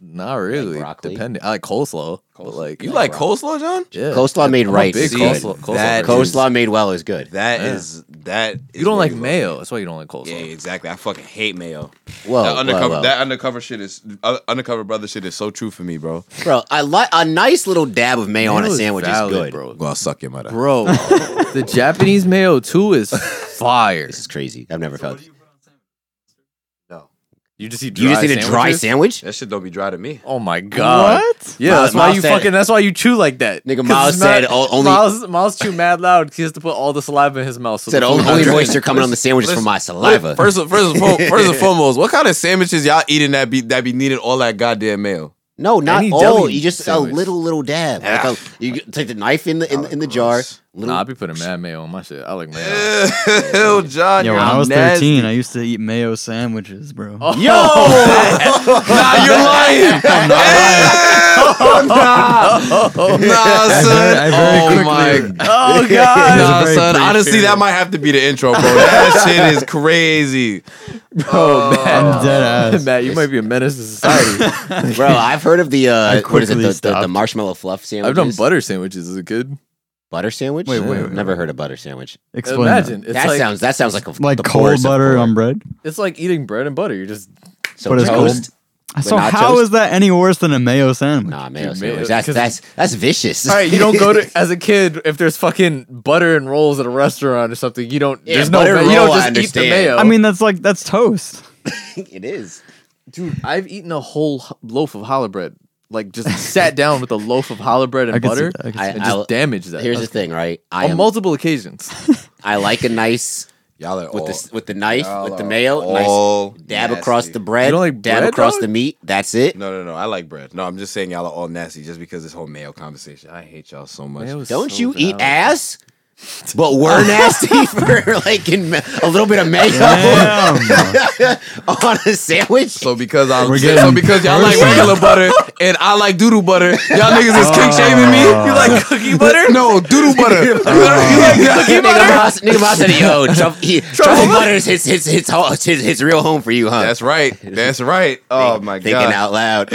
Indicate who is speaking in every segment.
Speaker 1: Not really.
Speaker 2: broccoli?
Speaker 1: Depending, I like coleslaw, but
Speaker 2: Coleslaw.
Speaker 1: like
Speaker 3: You like coleslaw, John?
Speaker 1: yeah.
Speaker 2: Coleslaw made
Speaker 1: I'm a
Speaker 2: right
Speaker 1: big
Speaker 2: is
Speaker 3: See,
Speaker 2: good.
Speaker 1: coleslaw, coleslaw
Speaker 3: that
Speaker 1: person.
Speaker 3: is-
Speaker 2: Coleslaw made well is good.
Speaker 3: That
Speaker 1: Yeah.
Speaker 3: is that. Is
Speaker 1: You don't
Speaker 3: what
Speaker 1: like
Speaker 3: we love.
Speaker 1: mayo. That's why you don't like coleslaw.
Speaker 3: Yeah, exactly. I fucking hate mayo.
Speaker 4: Oh,
Speaker 2: Whoa,
Speaker 3: that undercover,
Speaker 2: whoa, whoa.
Speaker 3: that undercover shit is uh, undercover brother shit is so true for me, bro.
Speaker 2: bro. I like a nice little dab of mayo on
Speaker 1: Mayo
Speaker 2: a
Speaker 1: is
Speaker 2: sandwich
Speaker 1: valid,
Speaker 2: is good.
Speaker 1: bro.
Speaker 3: Go suck your mother.
Speaker 1: Bro, the Japanese mayo too is fire.
Speaker 2: This is crazy. I've never felt.
Speaker 1: You just eat
Speaker 2: You just need a dry
Speaker 1: sandwiches?
Speaker 2: sandwich,
Speaker 3: That shit don't be dry to me.
Speaker 1: Oh my god!
Speaker 4: What?
Speaker 1: Yeah,
Speaker 2: Miles-
Speaker 1: that's why
Speaker 2: Miles
Speaker 1: you
Speaker 2: said-
Speaker 1: fucking. That's why you chew like that.
Speaker 2: Nigga,
Speaker 1: 'Cause it's
Speaker 2: Miles
Speaker 1: not-
Speaker 2: said o- only-
Speaker 1: Miles Miles chew mad loud. 'cause He has to put all the saliva in his mouth. So
Speaker 2: said
Speaker 1: the
Speaker 2: only,
Speaker 1: food-
Speaker 2: only moisture coming on the sandwich is from my saliva.
Speaker 3: Wait, first, of- first, and foremost, first and foremost, what kind of sandwiches y'all eating that be that be needing all that goddamn mayo?
Speaker 2: no, not
Speaker 1: any
Speaker 2: all.
Speaker 1: deli
Speaker 2: You just
Speaker 1: sandwich.
Speaker 2: a little little dab. Like
Speaker 3: Ah.
Speaker 2: a- you take the knife in the in,
Speaker 3: Oh,
Speaker 2: in the jar.
Speaker 3: gross.
Speaker 2: Little,
Speaker 1: Nah, I be putting mad mayo on my shit. I like mayo.
Speaker 3: Ew, John,
Speaker 4: Yeah,
Speaker 3: you're
Speaker 4: when I was
Speaker 3: nasty.
Speaker 4: 13, I used to eat mayo sandwiches, bro.
Speaker 1: Oh,
Speaker 2: Yo,
Speaker 3: Nah, you're lying. nah, nah, son.
Speaker 4: I very
Speaker 3: oh
Speaker 4: quickly-
Speaker 3: my
Speaker 1: oh god!
Speaker 4: It was a
Speaker 3: Nah,
Speaker 4: very
Speaker 3: son.
Speaker 4: brief
Speaker 3: Honestly,
Speaker 4: period.
Speaker 3: that might have to be the intro, bro. That shit is crazy. Uh,
Speaker 1: Oh
Speaker 4: I'm
Speaker 1: man,
Speaker 4: dead ass.
Speaker 1: Matt, you might be a menace to society.
Speaker 2: bro, I've heard of the uh, what is it?
Speaker 4: quickly
Speaker 2: The, the, the
Speaker 4: stopped.
Speaker 2: marshmallow fluff sandwich.
Speaker 1: I've done butter sandwiches as a kid.
Speaker 2: butter sandwich.
Speaker 4: Wait, wait, wait,
Speaker 2: never
Speaker 4: wait.
Speaker 2: heard of butter sandwich.
Speaker 4: Explain that.
Speaker 1: Imagine it's
Speaker 2: that
Speaker 1: like
Speaker 2: sounds that sounds like a
Speaker 4: Like
Speaker 2: the
Speaker 4: cold
Speaker 2: poorest of
Speaker 4: butter
Speaker 2: poor.
Speaker 4: on bread.
Speaker 1: it's like eating bread and butter. You're just
Speaker 2: So
Speaker 4: But it's cold.
Speaker 2: toast.
Speaker 4: So
Speaker 2: nachos?
Speaker 4: how is that any worse than a mayo sandwich?
Speaker 2: Nah, mayo
Speaker 1: Dude, mayo-
Speaker 2: sandwich. That's
Speaker 1: 'cause-
Speaker 2: that's that's vicious.
Speaker 1: all right. You don't go to as a kid if there's fucking butter and rolls at a restaurant or something. You don't.
Speaker 2: Yeah,
Speaker 1: there's no.
Speaker 2: butter
Speaker 1: ma- You
Speaker 2: roll, I
Speaker 1: don't just eat the
Speaker 2: understand.
Speaker 1: mayo.
Speaker 4: I mean, that's like that's toast.
Speaker 2: it is.
Speaker 1: Dude, I've eaten a whole h- loaf of challah bread. Like just sat down with a loaf of challah bread and
Speaker 4: I can see
Speaker 1: butter
Speaker 4: that, I can see
Speaker 2: I-
Speaker 1: and
Speaker 2: I'll-
Speaker 1: just damaged that.
Speaker 2: Here's the thing, right? I
Speaker 1: on
Speaker 2: am,
Speaker 1: multiple occasions.
Speaker 2: I like a nice
Speaker 3: Y'all are
Speaker 2: with
Speaker 3: all,
Speaker 2: the with the knife
Speaker 3: Oh, y'all
Speaker 2: with the
Speaker 3: are
Speaker 2: mayo, nice
Speaker 3: all
Speaker 2: dab
Speaker 3: nasty.
Speaker 2: across the bread,
Speaker 1: You don't like
Speaker 2: dab
Speaker 1: bread,
Speaker 2: across
Speaker 1: dog?
Speaker 2: the meat. That's it.
Speaker 3: No, no, no. I like bread. No, I'm just saying y'all are all nasty just because this whole mayo conversation. I hate y'all so Oh. much.
Speaker 1: Mayo's
Speaker 2: Don't
Speaker 1: so
Speaker 2: you eat
Speaker 1: valid.
Speaker 2: ass? But we're nasty for like in ma- a little bit of mayo
Speaker 4: Damn.
Speaker 2: on a sandwich.
Speaker 3: So because I'm
Speaker 4: We're
Speaker 3: so
Speaker 4: getting
Speaker 3: because y'all like
Speaker 4: personal.
Speaker 3: regular butter and I like doodle butter, y'all niggas is kick shaming me.
Speaker 4: Ah.
Speaker 3: You like cookie butter? No, doodle butter. You like
Speaker 4: Ah.
Speaker 3: you like cookie
Speaker 2: Nigga
Speaker 3: butter?
Speaker 2: Moss, nigga Moss said, "Yo, truffle, he, truffle butters hits hits hits ho- hits hits real home for you, huh?"
Speaker 3: That's right. That's right. Oh my
Speaker 2: Thinking
Speaker 3: god.
Speaker 2: out loud.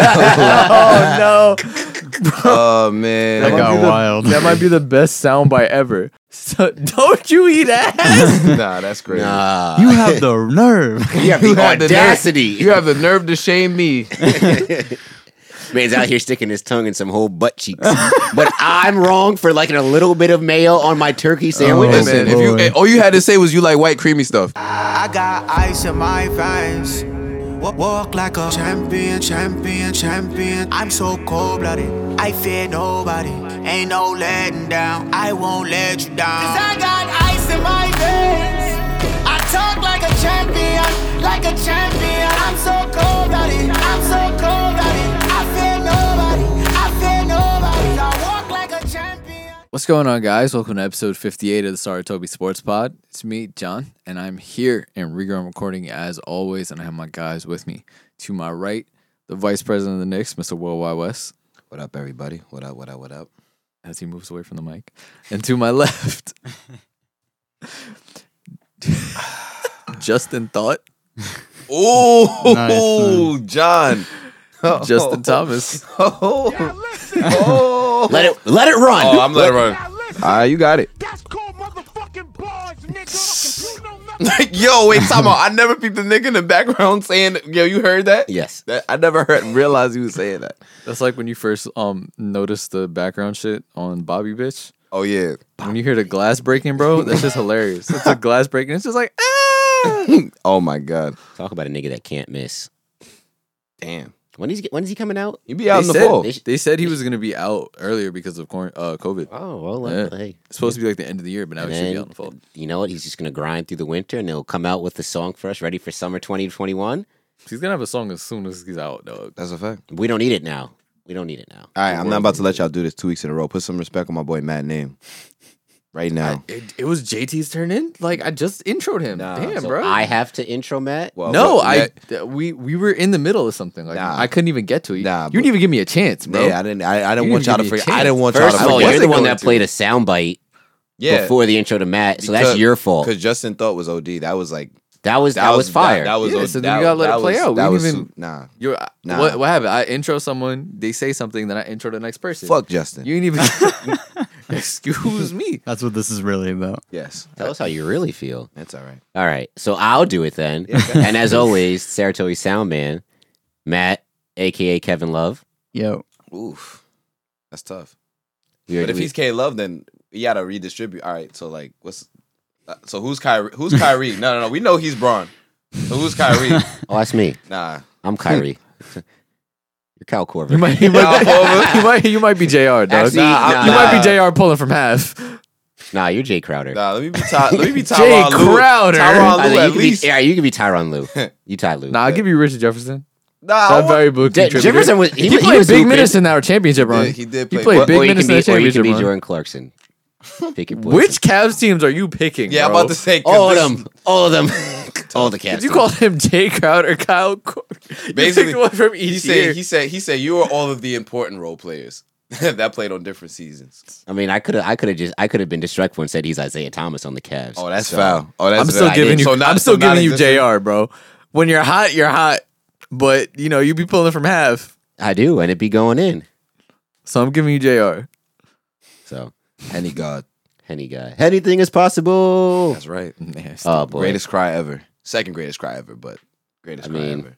Speaker 1: Oh no,
Speaker 3: Oh
Speaker 4: That
Speaker 3: man.
Speaker 4: got
Speaker 1: might be the-
Speaker 4: wild.
Speaker 1: that might be the best soundbite ever. So, don't you eat ass?
Speaker 3: Nah, that's crazy.
Speaker 2: nah,
Speaker 4: you have the nerve.
Speaker 2: you have
Speaker 3: You
Speaker 2: the
Speaker 3: have the nerve-
Speaker 2: audacity.
Speaker 3: You have the nerve to shame me.
Speaker 2: Man's out here sticking his tongue in some whole butt cheeks. but I'm wrong for liking a little bit of mayo on my turkey sandwich.
Speaker 4: Oh,
Speaker 3: Listen, if you eh,
Speaker 4: boy.
Speaker 3: all you had to say was you like white creamy stuff.
Speaker 5: I got ice in my veins. Wa- Walk like a champion, champion, champion. I'm so cold blooded. I fear nobody. Ain't no letting down. I won't let you down. Cause I got ice in my veins. I talk like a champion, like a champion. I'm so cold blooded. I'm so cold blooded. I fear nobody. I fear nobody. I walk like a champion.
Speaker 1: What's going on, guys? Welcome to episode 58 of the Saratobi Sports Pod. It's me, John, and I'm here in Regram Recording as always, and I have my guys with me. To my right, the Vice President of the Knicks, Mr. Worldwide West.
Speaker 3: What up, everybody? What up, what up, what up?
Speaker 1: as he moves away from the mic. And to my left, Justin Thought,
Speaker 3: Oh,
Speaker 4: Nice,
Speaker 3: John.
Speaker 1: Justin Thomas.
Speaker 3: Oh.
Speaker 2: let it let it run.
Speaker 3: Oh, I'm letting it run. Ah, you got it.
Speaker 5: That's called motherfucking bars, nigga. You know nothing.
Speaker 3: yo, wait, time out. I never peeped the nigga in the background saying, "Yo, you heard that?"
Speaker 2: yes.
Speaker 3: That, I never heard realized he was saying that.
Speaker 1: That's like when you first um noticed the background shit on Bobby Bitch.
Speaker 3: Oh yeah.
Speaker 1: When you hear the glass breaking, bro, that's just hilarious. It's a glass breaking. It's just like ah.
Speaker 3: Oh my god.
Speaker 2: Talk about a nigga that can't miss.
Speaker 3: Damn.
Speaker 2: When is he, when is he coming out?
Speaker 3: You be out
Speaker 1: they,
Speaker 3: in the
Speaker 1: said,
Speaker 3: fall.
Speaker 2: they sh-
Speaker 1: they said he was gonna be out earlier because of quar- uh, COVID.
Speaker 2: Oh well,
Speaker 1: Yeah.
Speaker 2: hey.
Speaker 1: It's supposed to be like the end of the year, but now
Speaker 2: And
Speaker 1: he should be out in
Speaker 2: then,
Speaker 1: the fall.
Speaker 2: you know what? He's just gonna grind through the winter, and he'll come out with a song for us, ready for summer 2021.
Speaker 1: He's gonna have a song as soon as he's out, though.
Speaker 3: That's a fact.
Speaker 2: We don't need it now. We don't need it now.
Speaker 3: All right, I'm not about to let y'all do this two weeks in a row. Put some respect on my boy Matt name. Right now.
Speaker 1: It, it was JT's turn in. Like I just introed him.
Speaker 3: Nah,
Speaker 1: Damn,
Speaker 3: so
Speaker 1: bro.
Speaker 2: I have to intro Matt.
Speaker 3: Well,
Speaker 1: No,
Speaker 3: but
Speaker 1: I
Speaker 3: Matt-
Speaker 1: th- we we were in the middle of something. Like
Speaker 3: Nah.
Speaker 1: I couldn't even get to it. you
Speaker 3: Nah, but-
Speaker 1: didn't even give me a chance, bro.
Speaker 3: Yeah, I didn't. I, I didn't
Speaker 1: You
Speaker 3: want
Speaker 1: didn't
Speaker 3: y'all
Speaker 1: give
Speaker 3: to
Speaker 1: me a
Speaker 3: forget. I didn't
Speaker 1: chance.
Speaker 3: want y'all to
Speaker 2: First of
Speaker 3: forget.
Speaker 2: all,
Speaker 1: forget
Speaker 2: you're
Speaker 1: to
Speaker 2: the one
Speaker 1: go
Speaker 2: that
Speaker 1: into
Speaker 2: played a soundbite
Speaker 3: yeah.
Speaker 2: before the intro to Matt, so that's
Speaker 3: Because-
Speaker 2: your fault.
Speaker 3: Because Justin thought was OD. That was like
Speaker 2: That was that, was, fire.
Speaker 3: That, that was
Speaker 1: Yeah,
Speaker 3: a-
Speaker 1: so then
Speaker 3: that,
Speaker 1: you gotta let
Speaker 3: that
Speaker 1: it play
Speaker 3: was-
Speaker 1: out. We
Speaker 3: that
Speaker 1: didn't
Speaker 3: was
Speaker 1: even-
Speaker 3: su- nah.
Speaker 1: You're uh,
Speaker 3: Nah.
Speaker 1: what? What happened? I intro someone. They say something. Then I intro the next person.
Speaker 3: Fuck Justin.
Speaker 1: You ain't even. excuse me.
Speaker 4: That's what this is really about.
Speaker 3: yes,
Speaker 2: Tell us how you really feel.
Speaker 3: that's all right.
Speaker 2: All right, so I'll do it then.
Speaker 3: okay.
Speaker 2: and as always, Saratoga Sound Man, Matt, aka Kevin Love.
Speaker 4: Yo,
Speaker 3: Oof, that's tough.
Speaker 2: We
Speaker 3: But
Speaker 2: already-
Speaker 3: if
Speaker 2: we-
Speaker 3: he's K Love, then you gotta redistribute. All right, so like, what's uh, so who's Kyrie? Who's Kyrie? no, no, no. We know he's Braun. So who's Kyrie?
Speaker 2: oh, that's me.
Speaker 3: nah,
Speaker 2: I'm Kyrie. You're Kyle Corver.
Speaker 1: You might. You might.
Speaker 3: Nah,
Speaker 1: you might. You might be Jr. Dog.
Speaker 2: Actually,
Speaker 3: Nah,
Speaker 2: nah,
Speaker 1: you might
Speaker 3: nah.
Speaker 1: be Jr. pulling from half.
Speaker 2: nah, you're Jay Crowder.
Speaker 3: nah. Let me be. Ty, let me be
Speaker 1: Jay
Speaker 3: Tyronn Lue.
Speaker 1: Crowder.
Speaker 3: Tyronn
Speaker 2: I
Speaker 3: Lue
Speaker 2: think
Speaker 3: at
Speaker 2: you could
Speaker 3: least.
Speaker 2: Be, yeah, you could be Tyron Lue. You Ty Lue.
Speaker 1: Nah, I'll give you Richard Jefferson.
Speaker 3: Nah, I
Speaker 1: That
Speaker 3: want-
Speaker 1: very blue
Speaker 2: Je-
Speaker 1: contributor.
Speaker 2: Jefferson was he,
Speaker 1: He,
Speaker 2: was- he
Speaker 1: played
Speaker 2: was
Speaker 1: big
Speaker 2: hooping.
Speaker 1: minutes in our championship run.
Speaker 3: Yeah, he did play-
Speaker 1: He played
Speaker 3: Or-
Speaker 1: big
Speaker 2: or you
Speaker 1: minutes in
Speaker 2: can be,
Speaker 1: the
Speaker 2: or you can
Speaker 1: championship
Speaker 2: be
Speaker 1: run.
Speaker 2: Jordan Clarkson. Pick your poison.
Speaker 1: Which Cavs teams are you picking?
Speaker 3: Yeah, I'm
Speaker 1: bro?
Speaker 3: about to say 'cause
Speaker 2: All of
Speaker 3: this-
Speaker 2: them. All of them. all the
Speaker 1: Did
Speaker 2: cats.
Speaker 1: you call him Jay Crowder, Kyle? Cor- You
Speaker 3: Basically,
Speaker 1: picked one from
Speaker 3: He
Speaker 1: each year.
Speaker 3: said. He said. He said you are all of the important role players that played on different seasons.
Speaker 2: I mean, I could have. I could have just. I could have been disrespectful and said he's Isaiah Thomas on the Cavs.
Speaker 3: Oh, that's foul. Oh, that's
Speaker 1: I'm still
Speaker 3: foul.
Speaker 1: giving you.
Speaker 3: So not-
Speaker 1: I'm still
Speaker 3: so not
Speaker 1: giving you
Speaker 3: existing.
Speaker 1: Jr. Bro, when you're hot, you're hot. But you know you be pulling from half,
Speaker 2: I do, and it be going in.
Speaker 1: so I'm giving you Jr.
Speaker 2: So
Speaker 3: Henny God.
Speaker 2: Henny guy, anything is possible.
Speaker 3: That's right.
Speaker 2: Oh boy,
Speaker 3: Greatest cry ever. Second greatest cry ever, but greatest
Speaker 2: I
Speaker 3: cry
Speaker 2: mean-
Speaker 3: ever.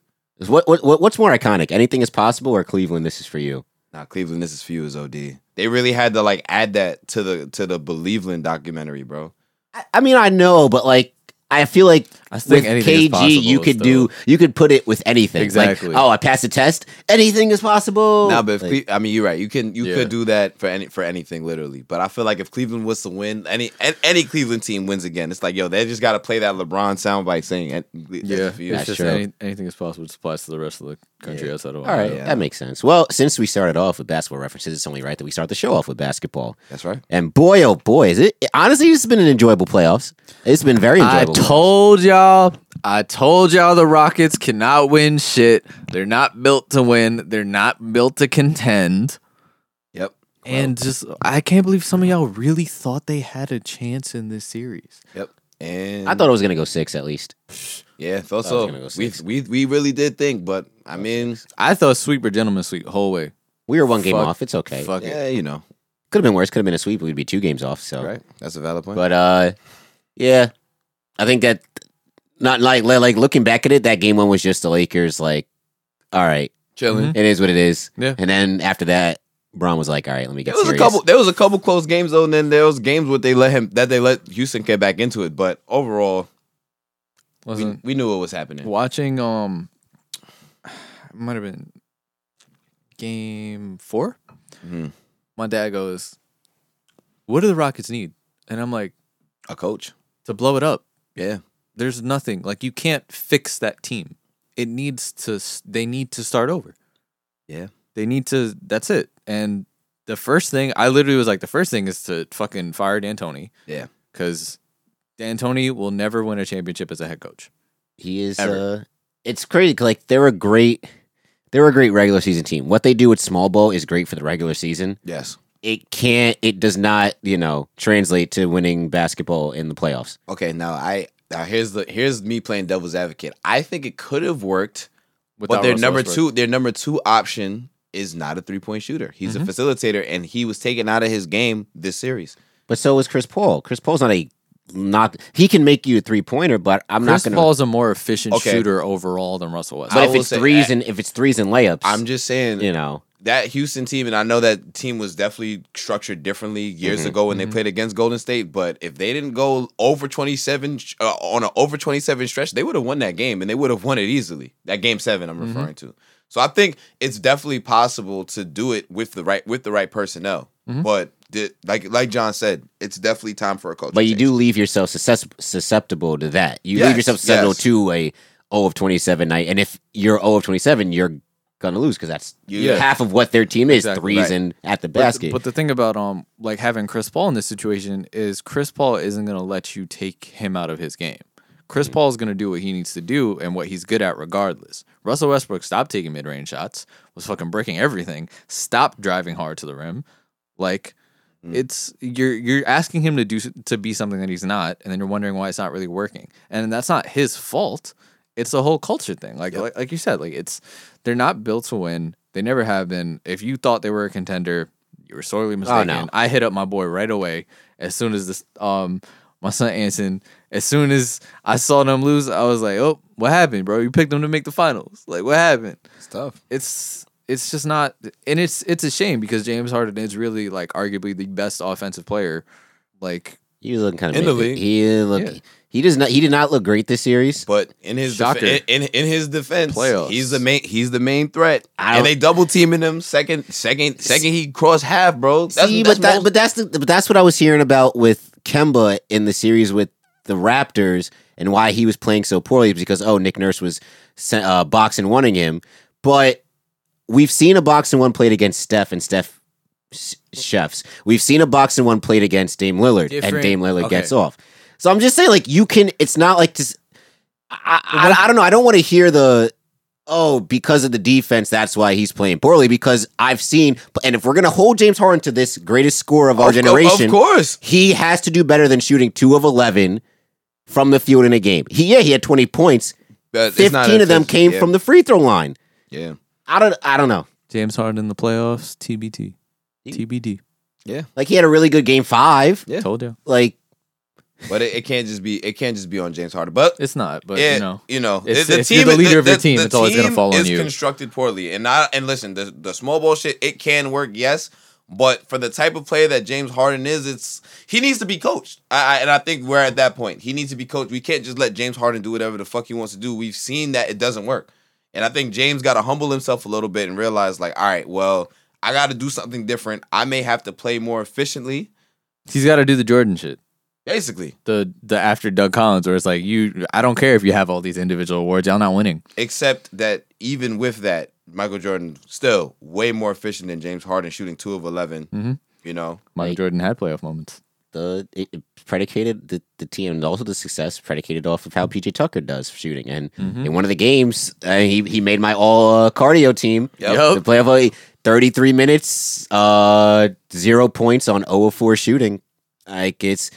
Speaker 2: What, what what- what's more iconic? Anything is possible, or Cleveland? This is for you.
Speaker 3: Nah, Cleveland, this is for you is OD. They really had to like add that to the to the Believeland documentary, bro.
Speaker 2: I, I mean, I know, but like. I feel like
Speaker 1: I still
Speaker 2: with
Speaker 1: think anything is
Speaker 2: KG, you
Speaker 1: possible
Speaker 2: could do, you could put it with anything. Like,
Speaker 1: Exactly.
Speaker 2: oh, I passed the test. Anything is possible.
Speaker 3: Nah, but if
Speaker 2: Oh, Like,
Speaker 3: Cle- I mean, you're right. You can you
Speaker 1: Yeah.
Speaker 3: could do that for any for anything, literally. But I feel like if Cleveland was to win, any an- any Cleveland team wins again. It's like yo, they just got to play that LeBron soundbite saying, "And- this
Speaker 1: Yeah,
Speaker 3: is for you."
Speaker 1: it's just
Speaker 2: true.
Speaker 1: any, anything is possible. Just applies to the rest of the country outside of
Speaker 2: all right,
Speaker 1: Ohio.
Speaker 2: that makes sense. Well, since we started off with basketball references, it's only right that we start the show off with basketball.
Speaker 3: That's right.
Speaker 2: And boy, oh boy, is it honestly? It's been an enjoyable playoffs. It's been very
Speaker 1: I
Speaker 2: enjoyable.
Speaker 1: told y'all, I told y'all the Rockets cannot win shit. They're not built to win. They're not built to contend.
Speaker 3: Yep.
Speaker 1: and just, I can't believe some of y'all really thought they had a chance in this series.
Speaker 3: Yep. And
Speaker 2: I thought it was gonna go six at least.
Speaker 3: yeah, thought
Speaker 2: I was
Speaker 3: so.
Speaker 2: gonna go
Speaker 3: we
Speaker 2: six.
Speaker 3: we we really did think, but I mean,
Speaker 1: I thought sweep or gentleman sweep whole way.
Speaker 2: We were one game
Speaker 1: Fuck.
Speaker 2: off. It's okay.
Speaker 1: Fuck it.
Speaker 3: yeah, you know,
Speaker 2: Could have been worse. Could have been a sweep. We'd be two games off. So,
Speaker 3: right? That's a valid point.
Speaker 2: but uh, yeah, I think that not like li- like looking back at it, that game one was just the Lakers. Like, all right,
Speaker 3: Chilling.
Speaker 2: it is what it is.
Speaker 1: Yeah.
Speaker 2: And then after that, Braun was like, all right, let me get.
Speaker 3: There was
Speaker 2: serious.
Speaker 3: a couple. There was a couple close games though, and then there was games where they let him that they let Houston get back into it. But overall, we,
Speaker 1: Wasn't
Speaker 3: we knew what was happening.
Speaker 1: watching, um, it might have been game four.
Speaker 3: Mhm.
Speaker 1: My dad goes, What do the Rockets need? And I'm like,
Speaker 3: A coach,
Speaker 1: To blow it up.
Speaker 3: yeah,
Speaker 1: there's nothing like you can't fix that team it needs to s- they need to start over
Speaker 3: Yeah.
Speaker 1: they need to that's it and the first thing i literally was like the first thing is to fucking fire d'antoni
Speaker 3: Yeah.
Speaker 1: because d'antoni will never win a championship as a head coach
Speaker 2: He is.
Speaker 1: Ever.
Speaker 2: Uh, it's crazy. 'cause, Like they're a great, they're a great regular season team. What they do with small ball is great for the regular season.
Speaker 3: yes.
Speaker 2: It can't. It does not. You know, translate to winning basketball in the playoffs.
Speaker 3: Okay, now I now here's the here's me playing devil's advocate. I think it could have worked, but
Speaker 1: without
Speaker 3: their
Speaker 1: Russell
Speaker 3: number
Speaker 1: Westbrook.
Speaker 3: two, their number two option is not a three point shooter. He's
Speaker 1: Mm-hmm.
Speaker 3: a facilitator, and he was taken out of his game this series.
Speaker 2: But so is Chris Paul. Chris Paul's not a not. He can make you a three pointer, but I'm
Speaker 1: Chris
Speaker 2: not gonna.
Speaker 1: Paul's a more efficient
Speaker 3: Okay.
Speaker 1: shooter overall than Russell
Speaker 3: I
Speaker 1: Westbrook.
Speaker 2: but if
Speaker 3: will
Speaker 2: it's
Speaker 3: say-
Speaker 2: threes and if it's threes and layups,
Speaker 3: I'm just saying,
Speaker 2: you know.
Speaker 3: that Houston team, and I know that team was definitely structured differently years
Speaker 2: Mm-hmm,
Speaker 3: ago when they played against Golden State. But if they didn't go over twenty seven uh, on an over twenty seven stretch, they would have won that game, and they would have won it easily. That game seven I'm
Speaker 2: Mm-hmm.
Speaker 3: referring to. So I think it's definitely possible to do it with the right with the right personnel.
Speaker 2: Mm-hmm.
Speaker 3: But the, like like John said, it's definitely time for a coach.
Speaker 2: But you do leave yourself suscep- susceptible to that. You
Speaker 3: Yes,
Speaker 2: leave yourself susceptible
Speaker 3: yes.
Speaker 2: to a 0 of 27 night, and if you're 0 of 27, you're gonna lose because that's
Speaker 3: Yeah.
Speaker 2: half of what their team is
Speaker 1: Exactly.
Speaker 2: threes
Speaker 3: Right.
Speaker 2: and at the
Speaker 1: But th-
Speaker 2: basket.
Speaker 1: But the thing about um like having Chris Paul in this situation is Chris Paul isn't going to let you take him out of his game. Chris Paul is going to do what he needs to do and what he's good at regardless. Russell Westbrook stopped taking mid-range shots, was fucking breaking everything, stopped driving hard to the rim. Like It's you're you're asking him to do s- to be something that he's not, and then you're wondering why it's not really working. And that's not his fault. It's the whole culture thing. Like like, like you said, like it's they're not built to win. They never have been. If you thought they were a contender, you were
Speaker 6: Oh,
Speaker 1: sorely mistaken. I hit up my boy right away as soon as this um my son Anson. As soon as I saw them lose, I was like, "Oh, what happened, bro? You picked them to make the finals. Like, what happened?"
Speaker 6: It's tough.
Speaker 1: it's it's just not and it's it's a shame because James Harden is really like arguably the best offensive player. Like
Speaker 2: He was looking kind of
Speaker 3: In the
Speaker 2: iffy.
Speaker 3: league.
Speaker 2: He didn't look.
Speaker 1: Yeah.
Speaker 2: He does not. He did not look great this series.
Speaker 3: But in his def-
Speaker 1: Shocker.
Speaker 3: in, in in his defense,
Speaker 1: Playoffs.
Speaker 3: he's the main he's the main threat,
Speaker 2: I
Speaker 3: and
Speaker 2: don't-
Speaker 3: they double teaming him second second second he crossed half, bro. That's,
Speaker 2: See,
Speaker 3: that's
Speaker 2: but that,
Speaker 3: most-
Speaker 2: but that's the, but that's what I was hearing about with Kemba in the series with the Raptors and why he was playing so poorly is because oh Nick Nurse was se- uh, boxing wanting him, but we've seen a boxing one played against Steph and Steph s- chefs. We've seen a boxing one played against Dame Lillard and
Speaker 1: Different-
Speaker 2: Dame Lillard
Speaker 1: okay.
Speaker 2: gets off. So I'm just saying like you can. It's not like just I I, I don't know. I don't want to hear the oh, because of the defense, that's why he's playing poorly. Because I've seen, and if we're gonna hold James Harden to this greatest score of our
Speaker 3: of-
Speaker 2: generation,
Speaker 3: Of course,
Speaker 2: he has to do better than shooting two of eleven from the field in a game. He yeah, he had twenty points.
Speaker 3: But it's not
Speaker 2: Fifteen
Speaker 3: a-
Speaker 2: of them came
Speaker 3: yeah,
Speaker 2: from the free throw line.
Speaker 3: yeah.
Speaker 2: I don't I don't know.
Speaker 1: James Harden in the playoffs, TBT, TBD.
Speaker 2: Like he had a really good game five.
Speaker 3: Yeah.
Speaker 1: Told you
Speaker 2: Like
Speaker 3: But it, it can't just be it can't just be on James Harden. But
Speaker 1: it's not, but
Speaker 3: yeah,
Speaker 1: you know
Speaker 3: the,
Speaker 1: it's-
Speaker 3: the
Speaker 1: if you're
Speaker 3: team,
Speaker 1: the leader of your team, it's always gonna
Speaker 3: team
Speaker 1: fall on
Speaker 3: is
Speaker 1: you.
Speaker 3: constructed poorly, and not and listen, the the small ball shit, it can work, yes, but for the type of player that James Harden is, it's he needs to be coached. I, I and I think we're at that point. He needs to be coached. We can't just let James Harden do whatever the fuck he wants to do. We've seen that it doesn't work, and I think James got to humble himself a little bit and realize, like, all right, well, I got to do something different. I may have to play more efficiently.
Speaker 1: he's got to do the Jordan shit.
Speaker 3: Basically,
Speaker 1: The the after Doug Collins, where it's like you, I don't care if you have all these individual awards, y'all not winning.
Speaker 3: except that even with that, Michael Jordan still way more efficient than James Harden, shooting two of 11
Speaker 1: Mhm.
Speaker 3: You know,
Speaker 1: Michael
Speaker 2: Like-
Speaker 1: Jordan had playoff moments.
Speaker 2: the it, it predicated the, the team and also the success predicated off of how PJ Tucker does shooting. And
Speaker 1: Mm-hmm. Hmm.
Speaker 2: in one of the games, uh, he he made my all uh, cardio team.
Speaker 3: Yep.
Speaker 2: The playoff uh, thirty three minutes, uh, zero points on zero of four shooting. Like it's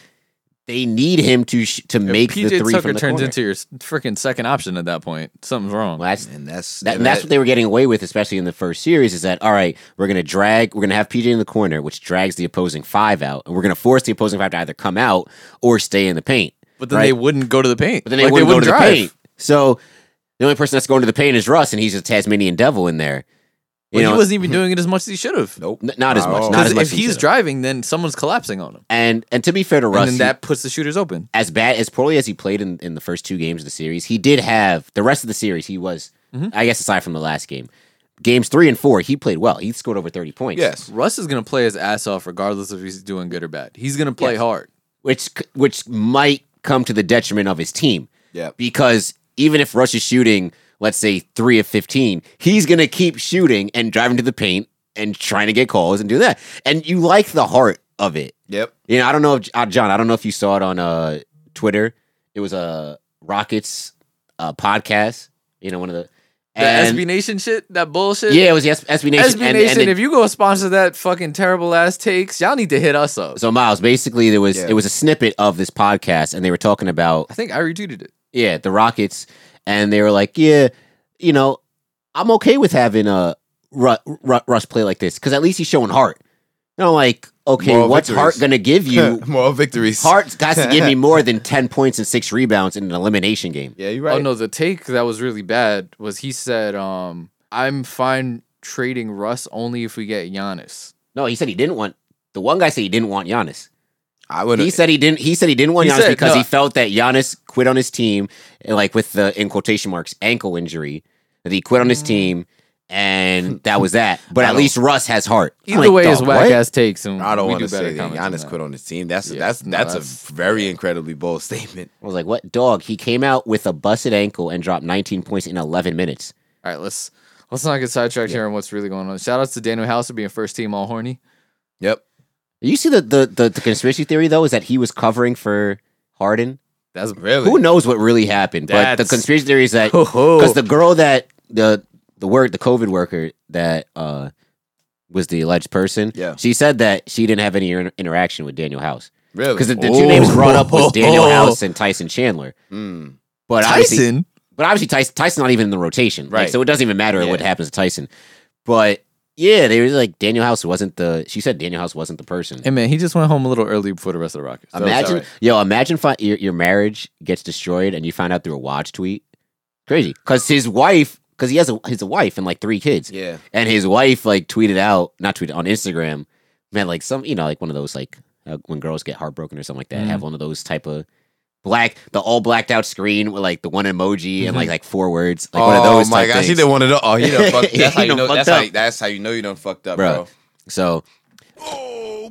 Speaker 2: they need him to sh- to make
Speaker 1: PJ
Speaker 2: the three
Speaker 1: Tucker
Speaker 2: from the
Speaker 1: turns
Speaker 2: corner.
Speaker 1: into your freaking second option at that point. Something's wrong.
Speaker 2: Well, that's
Speaker 3: and that's
Speaker 2: that, and that's what they were getting away with, especially in the first series, is that all right, we're gonna drag we're gonna have PJ in the corner, which drags the opposing five out, and we're gonna force the opposing five to either come out or stay in the paint.
Speaker 1: but then
Speaker 2: right?
Speaker 1: they wouldn't go to the paint.
Speaker 2: But then they
Speaker 1: Like,
Speaker 2: wouldn't, go to
Speaker 1: drive.
Speaker 2: the paint. So the only person that's going to the paint is Russ, and he's a Tasmanian devil in there. You
Speaker 1: Well,
Speaker 2: know,
Speaker 1: he wasn't even doing it as much as he should have.
Speaker 3: nope.
Speaker 2: n- not as
Speaker 3: at
Speaker 2: much.
Speaker 3: all.
Speaker 2: Not
Speaker 1: Because
Speaker 2: as much.
Speaker 1: if
Speaker 2: as he
Speaker 1: he's
Speaker 2: should've.
Speaker 1: driving, then someone's collapsing on him,
Speaker 2: and and to be fair to Russ,
Speaker 1: and then
Speaker 2: he-
Speaker 1: that puts the shooters open.
Speaker 2: as bad as poorly as he played in, in the first two games of the series, he did have the rest of the series. He was,
Speaker 1: Mm-hmm.
Speaker 2: I guess, aside from the last game, games three and four, he played well. He scored over thirty points.
Speaker 3: Yes,
Speaker 1: Russ is gonna play his ass off regardless if he's doing good or bad. He's gonna play hard.
Speaker 2: which c- which might come to the detriment of his team.
Speaker 3: Yeah.
Speaker 2: Because even if Rush is shooting, let's say three of fifteen, he's gonna keep shooting and driving to the paint and trying to get calls and do that. And you like the heart of it.
Speaker 3: yep.
Speaker 2: You know, I don't know if uh, John, I don't know if you saw it on uh, Twitter. It was a Rockets uh, podcast. You know, one of the
Speaker 1: The
Speaker 2: and-
Speaker 1: SB Nation shit, that bullshit.
Speaker 2: yeah, it was the S- SB Nation.
Speaker 1: SB
Speaker 2: and- and
Speaker 1: Nation,
Speaker 2: then-
Speaker 1: if you go sponsor that fucking terrible ass takes, y'all need to hit us up.
Speaker 2: so Miles, basically, there was
Speaker 3: Yeah.
Speaker 2: it was a snippet of this podcast, and they were talking about
Speaker 1: I think I retweeted it.
Speaker 2: yeah, the Rockets, and they were like, yeah, you know, I'm okay with having a Ru- Ru- Russ play like this because at least he's showing heart. And I'm like, okay,
Speaker 3: Moral
Speaker 2: what's
Speaker 3: victories.
Speaker 2: Hart gonna give you?
Speaker 3: More victories.
Speaker 2: Hart's got to give me more than ten points and six rebounds in an elimination game.
Speaker 3: Yeah, you're right.
Speaker 1: Oh no, the take that was really bad was he said, um, I'm fine trading Russ only if we get Giannis.
Speaker 2: No, he said he didn't want. The one guy said he didn't want Giannis.
Speaker 3: I would.
Speaker 2: He said he didn't. He said he didn't want
Speaker 1: He
Speaker 2: Giannis
Speaker 1: said,
Speaker 2: because
Speaker 1: no.
Speaker 2: he felt that Giannis quit on his team, and like with the in quotation marks ankle injury that he quit on
Speaker 1: Mm.
Speaker 2: his team, and that was that. But at least Russ has heart. I'm
Speaker 1: Either
Speaker 2: like,
Speaker 1: way is
Speaker 2: dog,
Speaker 1: whack
Speaker 2: Oh what?
Speaker 1: ass takes and
Speaker 3: I don't
Speaker 1: we
Speaker 3: want
Speaker 1: do
Speaker 3: to
Speaker 1: better
Speaker 3: say that
Speaker 1: comments than
Speaker 3: Giannis
Speaker 1: that.
Speaker 3: quit on his team. That's
Speaker 1: Yeah.
Speaker 3: that's
Speaker 1: No,
Speaker 3: that's,
Speaker 1: that's-
Speaker 3: a very incredibly bold statement.
Speaker 2: I was like, "What dog?" He came out with a busted ankle and dropped 19 points in 11 minutes.
Speaker 1: All right, let's let's not get sidetracked here on what's really going on. Shout outs to Daniel House for being first team all horny.
Speaker 3: Yep.
Speaker 2: You see the the the, the conspiracy theory though is that he was covering for Harden.
Speaker 3: That's really.
Speaker 2: Who knows what really happened? But the
Speaker 1: That's-
Speaker 2: conspiracy theory is that
Speaker 1: Ho, ho.
Speaker 2: because the girl that the the work the COVID worker that uh was the alleged person.
Speaker 3: Yeah.
Speaker 2: She said that she didn't have any inter- interaction with Daniel House
Speaker 3: Really?
Speaker 2: because the, the
Speaker 1: Oh.
Speaker 2: two names brought up was Daniel House and Tyson Chandler.
Speaker 3: Mm.
Speaker 2: But obviously,
Speaker 1: Tyson.
Speaker 2: but obviously Tyson, Tyson's not even in the rotation, Like,
Speaker 3: Right.
Speaker 2: so it doesn't even matter what
Speaker 3: Yeah.
Speaker 2: happens to Tyson. But yeah, they were like Daniel House wasn't the. She said Daniel House wasn't the person.
Speaker 1: Hey man, he just went home a little early before the rest of the Rockets. So it's
Speaker 2: imagine,
Speaker 1: all right.
Speaker 2: yo, imagine fi- your your marriage gets destroyed and you find out through a watch tweet. Crazy, because his wife, because he has a his wife and like three kids,
Speaker 3: Yeah.
Speaker 2: and his wife like tweeted out, not tweeted on Instagram, man, like some you know like one of those like uh, when girls get heartbroken or something like that,
Speaker 3: Mm-hmm.
Speaker 2: have one of those type of. Black, the all blacked out screen with like the one emoji and like like four words, like
Speaker 3: Mm-hmm.
Speaker 2: one
Speaker 3: oh
Speaker 2: of those.
Speaker 3: my
Speaker 2: type
Speaker 3: gosh, he
Speaker 2: things.
Speaker 3: did one of those. Oh, he done fucked.
Speaker 2: Yeah,
Speaker 3: That's how
Speaker 2: he
Speaker 3: you
Speaker 2: done
Speaker 3: know.
Speaker 2: fucked
Speaker 3: That's how,
Speaker 2: up.
Speaker 3: that's how you know you done fucked up,
Speaker 2: bro.
Speaker 3: bro.
Speaker 2: So
Speaker 6: Oh,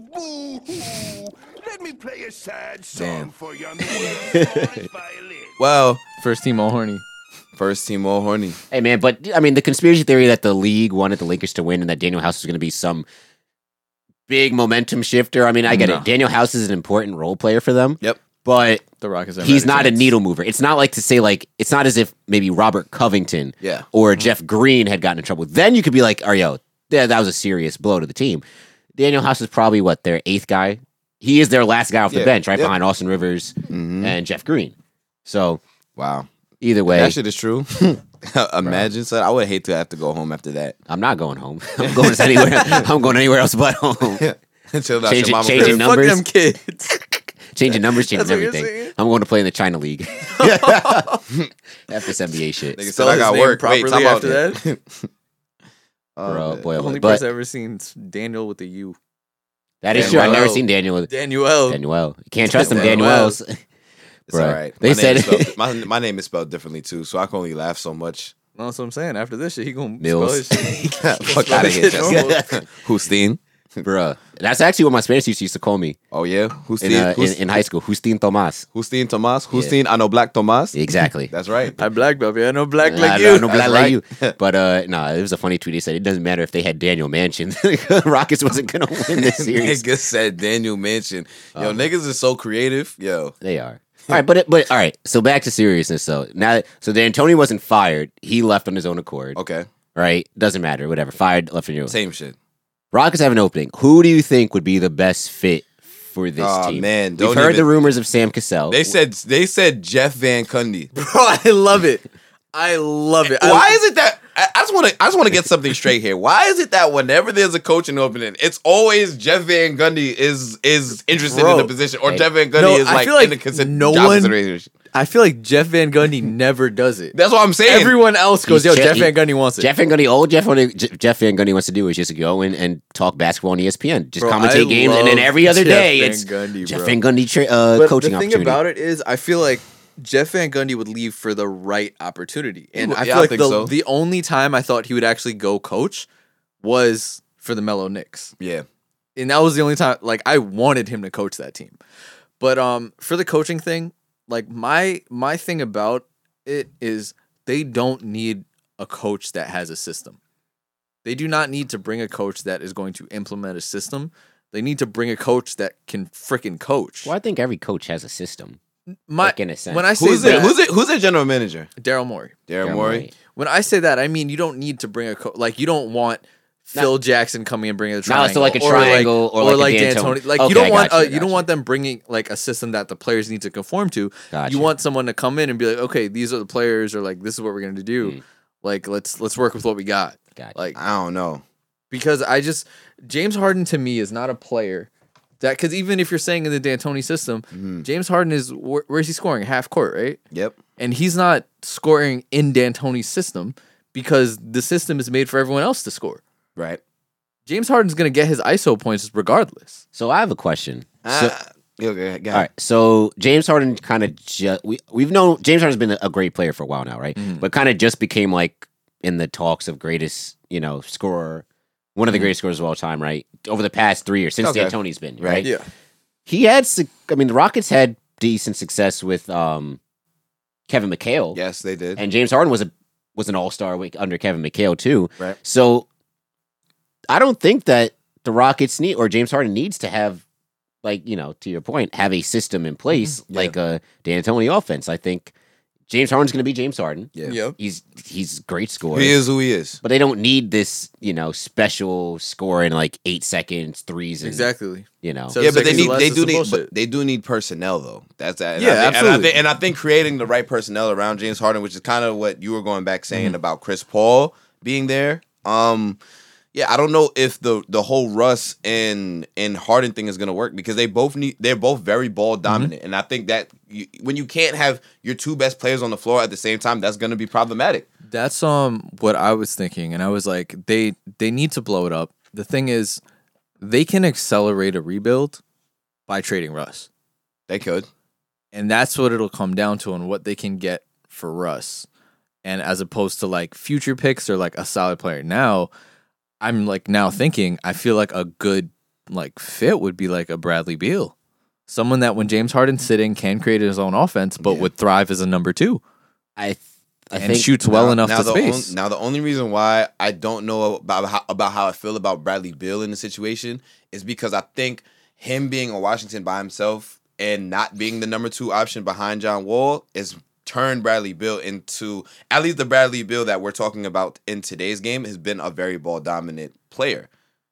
Speaker 6: boo hoo. Let me play a sad song for you on the violin.
Speaker 3: Well,
Speaker 1: first team all horny.
Speaker 3: first team all horny.
Speaker 2: Hey man, but I mean the conspiracy theory that the league wanted the Lakers to win and that Daniel House was going to be some big momentum shifter. I mean, I get
Speaker 1: No.
Speaker 2: it. Daniel House is an important role player for them.
Speaker 3: Yep.
Speaker 2: But
Speaker 1: The Rockets. haven't
Speaker 2: he's
Speaker 1: had
Speaker 2: not a
Speaker 1: chance.
Speaker 2: needle mover. It's not like to say like it's not as if maybe Robert Covington
Speaker 3: Yeah. Mm-hmm.
Speaker 2: or Jeff Green had gotten in trouble. Then you could be like, "Oh yo, yeah, that was a serious blow to the team." Daniel House is probably what their eighth guy. He is their last guy off the
Speaker 3: Yeah.
Speaker 2: bench, right
Speaker 3: Yep. Mm-hmm.
Speaker 2: behind Austin Rivers and Jeff Green. So
Speaker 3: Wow.
Speaker 2: either way,
Speaker 3: That shit is true. Imagine, son. I would hate to have to go home after that.
Speaker 2: I'm not going home. I'm going anywhere. I'm going anywhere else but home.
Speaker 3: Until that's
Speaker 2: Change
Speaker 3: your
Speaker 2: it-
Speaker 3: mama.
Speaker 2: change it
Speaker 3: crib. Fuck
Speaker 2: numbers.
Speaker 3: them kids.
Speaker 2: Changing numbers, changing
Speaker 3: what you're
Speaker 2: everything.
Speaker 3: saying?
Speaker 2: I'm going to play in the China League. After this NBA shit,
Speaker 3: Nigga
Speaker 1: Spell
Speaker 3: said I
Speaker 1: his
Speaker 3: got
Speaker 1: name
Speaker 3: work. Wait,
Speaker 1: properly
Speaker 3: time out.
Speaker 1: after that?
Speaker 3: Oh,
Speaker 2: bro, boy,
Speaker 3: man.
Speaker 2: oh, boy.
Speaker 1: Um, Only
Speaker 2: but
Speaker 1: person I've ever seen is Daniel with a U.
Speaker 2: that is true. I've never
Speaker 1: Daniel.
Speaker 2: seen Daniel with
Speaker 1: Daniel.
Speaker 2: Daniel. You can't trust them
Speaker 3: Daniel.
Speaker 2: Daniels.
Speaker 3: It's
Speaker 2: Bruh.
Speaker 3: all right.
Speaker 2: They
Speaker 3: my name is
Speaker 2: said-
Speaker 3: spelled- my, my name is spelled differently too, so I can only laugh so much.
Speaker 1: That's what I'm saying. After this shit, he gonna spell
Speaker 2: Mills.
Speaker 1: his shit.
Speaker 3: Fuck out of here, Justin. Houston.
Speaker 2: Bro, that's actually what my Spanish teacher used to call me
Speaker 3: Oh yeah,
Speaker 2: in,
Speaker 3: Houston.
Speaker 2: uh, in, in high school. Justin Tomas.
Speaker 3: Houston Tomas. Houston. I know Black Tomas.
Speaker 2: Exactly.
Speaker 3: That's right.
Speaker 1: I black belt, yeah. I know black
Speaker 2: I
Speaker 1: like
Speaker 2: don't
Speaker 1: you.
Speaker 2: know,
Speaker 3: That's
Speaker 2: black like
Speaker 3: right.
Speaker 2: you. But uh, nah, it was a funny tweet. He said it doesn't matter if they had Daniel Mansion. Rockets wasn't gonna win this series.
Speaker 3: Niggas said Daniel Mansion.
Speaker 2: Uh-huh.
Speaker 3: Yo, niggas is so creative. Yo,
Speaker 2: They are. All right, but it, but all right. So back to seriousness. though. now, so the Antonio wasn't fired. He left on his own accord.
Speaker 3: okay,
Speaker 2: Right? Doesn't matter. Whatever. Fired. Left on your own.
Speaker 3: same shit.
Speaker 2: Rockets have an opening. Who do you think would be the best fit for this
Speaker 3: Aw,
Speaker 2: team?
Speaker 3: man,
Speaker 2: we've
Speaker 3: don't
Speaker 2: heard the
Speaker 3: even-
Speaker 2: rumors of Sam Cassell.
Speaker 3: They said they said Jeff Van Gundy.
Speaker 1: Bro, I love it. I love it. I-
Speaker 3: Why is it that I I just want to I just want to get something straight here. Why is it that whenever there's a coaching opening, it's always Jeff Van Gundy is is interested in
Speaker 1: Bro.
Speaker 3: the position, or
Speaker 2: Hey.
Speaker 3: Jeff Van Gundy
Speaker 1: No,
Speaker 3: is
Speaker 1: I
Speaker 3: like,
Speaker 1: feel like
Speaker 3: in the consi-
Speaker 1: no
Speaker 3: job
Speaker 1: one-
Speaker 3: consideration.
Speaker 1: I feel like Jeff Van Gundy never does it.
Speaker 3: That's what I'm saying.
Speaker 1: Everyone else goes, yo,
Speaker 2: He's Je-
Speaker 1: Jeff
Speaker 2: he-
Speaker 1: Van Gundy wants it.
Speaker 2: Jeff Van Gundy. All Jeff Van, J- Jeff Van Gundy wants to do is just go in and talk basketball on E ESPN, just
Speaker 1: Bro,
Speaker 2: commentate
Speaker 1: I
Speaker 2: games, and then
Speaker 1: love
Speaker 2: every other
Speaker 1: Jeff
Speaker 2: day
Speaker 1: Van
Speaker 2: it's
Speaker 1: Gundy,
Speaker 2: Jeff
Speaker 1: bro.
Speaker 2: Van Gundy tra- uh,
Speaker 1: But
Speaker 2: coaching
Speaker 1: the thing
Speaker 2: opportunity.
Speaker 1: about it is, I feel like Jeff Van Gundy would leave for the right opportunity, and
Speaker 3: would-
Speaker 1: I
Speaker 3: yeah,
Speaker 1: feel
Speaker 3: I
Speaker 1: like
Speaker 3: think
Speaker 1: the
Speaker 3: so.
Speaker 1: the only time I thought he would actually go coach was for the Mellow Knicks,
Speaker 3: yeah,
Speaker 1: and that was the only time like I wanted him to coach that team. But um, for the coaching thing, like my my thing about it is they don't need a coach that has a system. They do not need to bring a coach that is going to implement a system. They need to bring a coach that can freaking coach.
Speaker 2: well, I think every coach has a system.
Speaker 1: My,
Speaker 2: like, in a sense.
Speaker 1: When I say
Speaker 3: who's
Speaker 1: that,
Speaker 3: it? Who's it? Who's their general manager?
Speaker 1: Daryl Morey.
Speaker 3: Daryl
Speaker 2: Daryl
Speaker 3: Morey.
Speaker 2: Morey.
Speaker 1: When I say that, I mean you don't need to bring a co- like you don't want Phil Jackson coming and bringing a
Speaker 2: No,
Speaker 1: triangle,
Speaker 2: so like a triangle or like a D'Antoni.
Speaker 1: D'Antoni. Like
Speaker 2: Okay,
Speaker 1: you don't
Speaker 2: I
Speaker 1: want
Speaker 2: got
Speaker 1: uh,
Speaker 2: you,
Speaker 1: you,
Speaker 2: got
Speaker 1: don't
Speaker 2: you.
Speaker 1: want them bringing like a system that the players need to conform to.
Speaker 2: Got
Speaker 1: You
Speaker 2: you.
Speaker 1: want someone to come in and be like, okay, these are the players, or like this is what we're going to do. Like let's let's work with what we got.
Speaker 2: Hmm. Got you.
Speaker 1: Like
Speaker 3: I don't know.
Speaker 1: because I just James Harden to me is not a player that because even if you're saying in the D'Antoni system,
Speaker 2: Hmm.
Speaker 1: James Harden is where, where's he scoring half court right?
Speaker 3: Yep.
Speaker 1: and he's not scoring in D'Antoni's system because the system is made for everyone else to score.
Speaker 3: Right.
Speaker 1: James Harden's going to get his ISO points regardless.
Speaker 2: So I have a question. So-
Speaker 3: Ah, okay, got
Speaker 2: All right. So James Harden kind of ju- we we've known James Harden's been a- a great player for a while now, right? But kind of just became like in the talks of greatest, you know, scorer, one of the greatest scorers of all time, right? Over the past three years since
Speaker 3: Okay.
Speaker 2: D'Antoni's been right.
Speaker 1: Yeah.
Speaker 2: He had, su- I mean, the Rockets had decent success with um, Kevin McHale,
Speaker 3: Yes, they did.
Speaker 2: and James Harden was a was an All Star under Kevin McHale too.
Speaker 3: Right.
Speaker 2: So I don't think that the Rockets need or James Harden needs to have like you know to your point have a system in place like a D'Antoni offense. I think James Harden's going to be James Harden.
Speaker 3: Yeah. Yep.
Speaker 2: He's he's a great scorer.
Speaker 3: He is who he is.
Speaker 2: But they don't need this, you know, special score in like eight seconds, threes, and,
Speaker 1: Exactly.
Speaker 2: You know,
Speaker 1: So-
Speaker 3: yeah, but they
Speaker 1: seconds or
Speaker 3: need
Speaker 1: less
Speaker 3: they
Speaker 1: is
Speaker 3: do
Speaker 1: some
Speaker 3: need
Speaker 1: bullshit.
Speaker 3: but they do need personnel though. That's that.
Speaker 1: Yeah,
Speaker 3: I think, And I,
Speaker 1: absolutely.
Speaker 3: think, and I think creating the right personnel around James Harden, which is kind of what you were going back saying
Speaker 1: Mm-hmm.
Speaker 3: about Chris Paul being there. Um, yeah, I don't know if the the whole Russ and and Harden thing is gonna work because they both need they're both very
Speaker 1: Mm-hmm.
Speaker 3: ball dominant, and I think that you, when you can't have your two best players on the floor at the same time, that's gonna be problematic.
Speaker 1: That's um what I was thinking, and I was like, they they need to blow it up. The thing is, they can accelerate a rebuild by trading Russ,
Speaker 3: They could.
Speaker 1: and that's what it'll come down to, and what they can get for Russ, and as opposed to like future picks or like a solid player. Now, I'm like now thinking, I feel like a good like fit would be like a Bradley Beal, someone that when James Harden's sitting can create his own offense, but would thrive as a number two
Speaker 2: I, th- I
Speaker 1: and
Speaker 2: think
Speaker 1: shoots well
Speaker 3: Now-
Speaker 1: enough
Speaker 3: now
Speaker 1: to
Speaker 3: the
Speaker 1: space.
Speaker 3: on- now the only reason why I don't know about how, about how I feel about Bradley Bill in the situation is because I think him being in Washington by himself and not being the number two option behind John Wall is turned Bradley Bill into at least the Bradley Bill that we're talking about in today's game has been a very ball dominant player.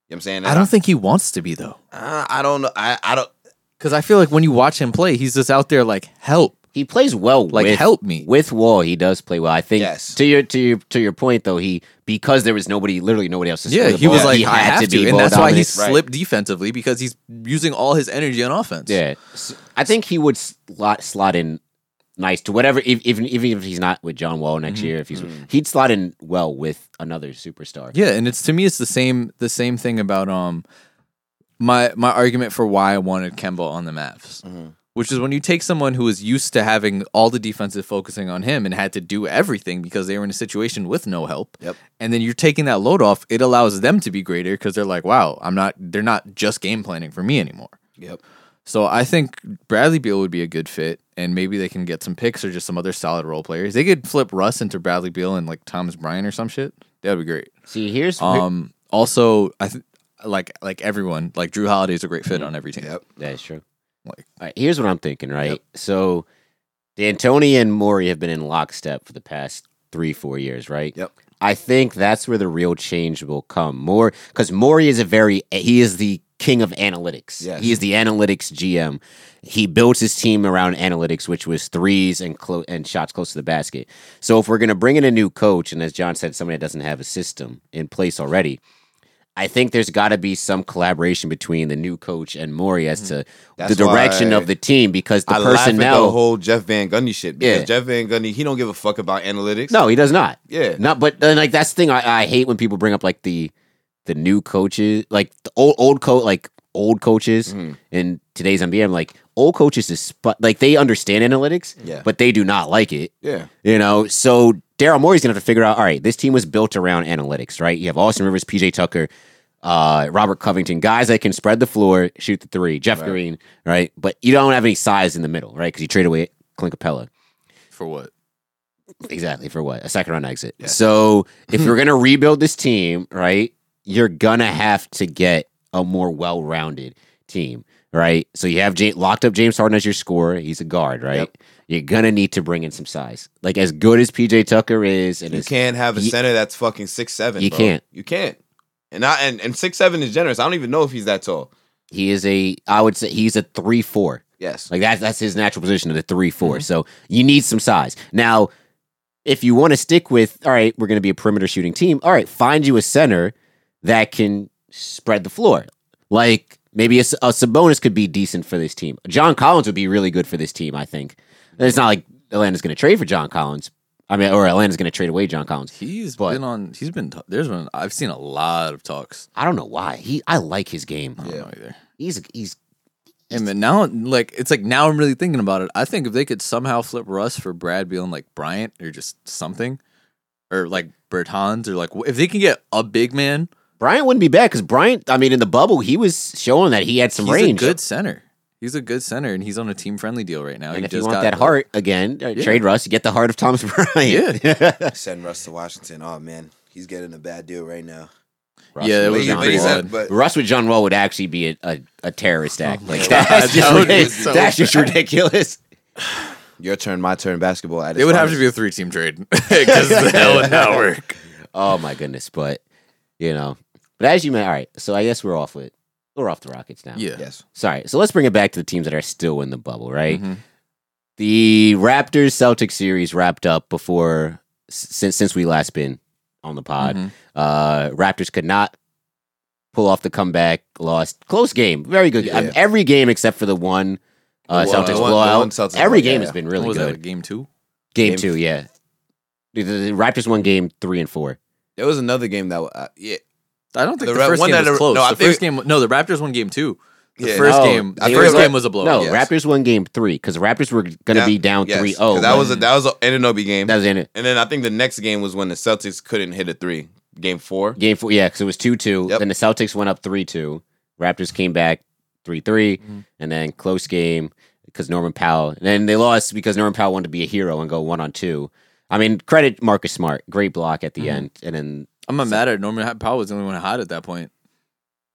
Speaker 3: You know what I'm saying? uh,
Speaker 1: I don't think he wants to be though.
Speaker 3: I, I don't know. I, I don't.
Speaker 1: Because I feel like when you watch him play, he's just out there like help.
Speaker 2: he plays well.
Speaker 1: Like,
Speaker 2: with,
Speaker 1: help me.
Speaker 2: with Wall. He does play well. I think.
Speaker 3: Yes.
Speaker 2: To your to your to your point though, he because there was nobody, literally nobody else. To
Speaker 1: Yeah,
Speaker 2: score the
Speaker 1: he was
Speaker 2: ball,
Speaker 1: like,
Speaker 2: he
Speaker 1: I have to, and
Speaker 2: ball
Speaker 1: that's why
Speaker 2: dominant.
Speaker 1: he's
Speaker 3: Right.
Speaker 1: slipped defensively because he's using all his energy on offense.
Speaker 2: Yeah, S- I think he would slot slot in nice to whatever. If, even even if he's not with John Wall
Speaker 1: Mm-hmm.
Speaker 2: next year, if he's
Speaker 3: Mm-hmm.
Speaker 2: he'd slot in well with another superstar.
Speaker 1: yeah. And it's to me, it's the same the same thing about um my my argument for why I wanted Kemba on the Mavs,
Speaker 3: Mm-hmm.
Speaker 1: which is when you take someone who is used to having all the defensive focusing on him and had to do everything because they were in a situation with no help.
Speaker 3: Yep.
Speaker 1: And then you're taking that load off. It allows them to be greater because they're like, wow, I'm not. They're not just game planning for me anymore.
Speaker 3: Yep.
Speaker 1: So I think Bradley Beal would be a good fit, and maybe they can get some picks or just some other solid role players. They could flip Russ into Bradley Beal and like Thomas Bryan or some shit. That would be great.
Speaker 2: See, here's
Speaker 1: Um, also, I think like like everyone, like Drew Holiday's a great fit on every team.
Speaker 3: Yep.
Speaker 2: that's true.
Speaker 1: Like-
Speaker 2: All right, here's what I'm thinking. Right, so D'Antoni and Maury have been in lockstep for the past three four years. Right.
Speaker 3: Yep.
Speaker 2: I think that's where the real change will come. More because Maury is a very he is the king of analytics.
Speaker 3: Yes.
Speaker 2: He is the analytics GM. He built his team around analytics, which was threes and clo- and shots close to the basket. So if we're gonna bring in a new coach, and as John said, somebody that doesn't have a system in place already. I think there's got to be some collaboration between the new coach and Maury as to
Speaker 3: Mm-hmm. That's
Speaker 2: the direction
Speaker 3: why
Speaker 2: of the team because the
Speaker 3: I laugh at the
Speaker 2: personnel.
Speaker 3: whole Jeff Van Gundy shit because
Speaker 2: Yeah.
Speaker 3: Jeff Van Gundy he don't give a fuck about analytics.
Speaker 2: No, he does not.
Speaker 3: Yeah.
Speaker 2: Not but and like that's the thing I, I hate when people bring up like the the new coaches, like the old old coach like old coaches in today's NBA. I'm like old coaches is sp- like they understand analytics,
Speaker 3: Yeah.
Speaker 2: but they do not like it.
Speaker 3: Yeah.
Speaker 2: You know, so Daryl Morey's gonna have to figure out. All right, this team was built around analytics, right? You have Austin Rivers, PJ Tucker, uh, Robert Covington, guys that can spread the floor, shoot the three, Jeff Green, right? But you don't have any size in the middle, right? Because you trade away Clint Capella.
Speaker 1: For what?
Speaker 2: Exactly for what? A second round exit. So if you're gonna rebuild this team, right, you're gonna have to get a more well rounded team, right? So you have James, locked up James Harden as your scorer. He's a guard, right? You're gonna need to bring in some size. Like as good as PJ Tucker is, and
Speaker 3: You
Speaker 2: as,
Speaker 3: can't have a
Speaker 2: Ye-
Speaker 3: center that's fucking six seven.
Speaker 2: You can't.
Speaker 3: You can't. And I and, and six seven is generous. I don't even know if he's that tall.
Speaker 2: he is a, I would say he's a three four.
Speaker 3: Yes.
Speaker 2: Like that's that's his natural position of the three four. So you need some size. Now, if you want to stick with, all right, we're going to be a perimeter shooting team. All right, find you a center that can spread the floor. Like maybe a, S- a Sabonis could be decent for this team. John Collins would be really good for this team. I think. And it's not like Atlanta's going to trade for John Collins. I mean, or Atlanta's going to trade away John Collins.
Speaker 1: He's
Speaker 2: But-
Speaker 1: been on. He's been. t- There's been. I've seen a lot of talks.
Speaker 2: I don't know why. He, I like his game.
Speaker 1: I don't know either.
Speaker 2: He's he's
Speaker 1: And man, now, like, it's like now I'm really thinking about it. I think if they could somehow flip Russ for Brad Beal and like Bryant or just something, or like Bertans or like wh- if they can get a big man,
Speaker 2: Bryant wouldn't be bad because Bryant. I mean, in the bubble, he was showing that he had some
Speaker 1: he's
Speaker 2: range.
Speaker 1: a good center. He's a good center, and he's on a team friendly deal right now.
Speaker 2: And
Speaker 1: he
Speaker 2: if you
Speaker 1: just
Speaker 2: want
Speaker 1: got
Speaker 2: that
Speaker 1: the-
Speaker 2: heart again, uh, trade Russ, you get the heart of Thomas Bryant. Yeah.
Speaker 3: Send Russ to Washington. Oh man, he's getting a bad deal right now.
Speaker 1: Yeah, that
Speaker 3: But
Speaker 1: was
Speaker 3: he-
Speaker 2: John
Speaker 3: but he's
Speaker 2: Wall.
Speaker 1: bad.
Speaker 3: at- but-
Speaker 2: Russ with John Wall would actually be a, a, a terrorist act. like
Speaker 1: Oh God,
Speaker 2: that's,
Speaker 1: that
Speaker 2: just,
Speaker 1: would be so
Speaker 2: that's just ridiculous.
Speaker 3: your turn, my turn basketball. At
Speaker 1: It would have to be a three team trade because that would not work.
Speaker 2: Oh my goodness, but you know, but as you meant, all right. So I guess we're off with we're off the Rockets now.
Speaker 1: Yeah.
Speaker 3: yes.
Speaker 2: Sorry. So let's bring it back to the teams that are still in the bubble, right?
Speaker 1: Mm-hmm.
Speaker 2: The Raptors Celtics series wrapped up before s- since since we last been on the pod.
Speaker 1: Mhm.
Speaker 2: Uh, Raptors could not pull off the comeback, lost close game, very good.
Speaker 3: Yeah.
Speaker 2: um, every game except for the one uh,
Speaker 3: The one-
Speaker 2: Celtics
Speaker 3: the one- the
Speaker 2: blowout.
Speaker 3: one Celtics
Speaker 2: every
Speaker 3: blowout,
Speaker 2: game
Speaker 3: yeah,
Speaker 2: has
Speaker 3: yeah.
Speaker 2: been
Speaker 1: What
Speaker 2: really
Speaker 1: was
Speaker 2: good.
Speaker 1: that, game two?
Speaker 2: Game,
Speaker 3: Game-
Speaker 2: two, yeah. The, the- the Raptors won game three and four.
Speaker 3: There was another game that uh, yeah,
Speaker 1: I don't think the,
Speaker 3: The Ra-
Speaker 1: first
Speaker 3: one
Speaker 1: game
Speaker 3: that
Speaker 1: was
Speaker 3: the-
Speaker 1: close.
Speaker 3: no, I
Speaker 1: the
Speaker 3: think-
Speaker 1: first game, no, the Raptors won game two. The
Speaker 3: Yeah,
Speaker 1: first
Speaker 2: no,
Speaker 1: game,
Speaker 2: I
Speaker 1: the
Speaker 2: think
Speaker 1: first
Speaker 2: it was-
Speaker 1: game was a blowout.
Speaker 2: No,
Speaker 3: yes.
Speaker 2: Raptors won game three because Raptors were going to
Speaker 3: Yeah,
Speaker 2: be down
Speaker 3: yes,
Speaker 2: 3
Speaker 3: 'cause
Speaker 2: 0.
Speaker 3: That was a, that was an Ananobi game.
Speaker 2: oh, that was in it.
Speaker 3: and then I think the next game was when the Celtics couldn't hit a three. Game four.
Speaker 2: Game four, yeah, because it was 2 2.
Speaker 3: Yep.
Speaker 2: Then the Celtics went up 3 2. Raptors came back 3 3.
Speaker 1: Mm-hmm.
Speaker 2: And then close game because Norman Powell. And then they lost because Norman Powell wanted to be a hero and go one on two. I mean, credit Marcus Smart. Great block at the
Speaker 1: Mm-hmm.
Speaker 2: end. And then
Speaker 1: I'm not mad at it. Norman Powell was the only one hot at that point.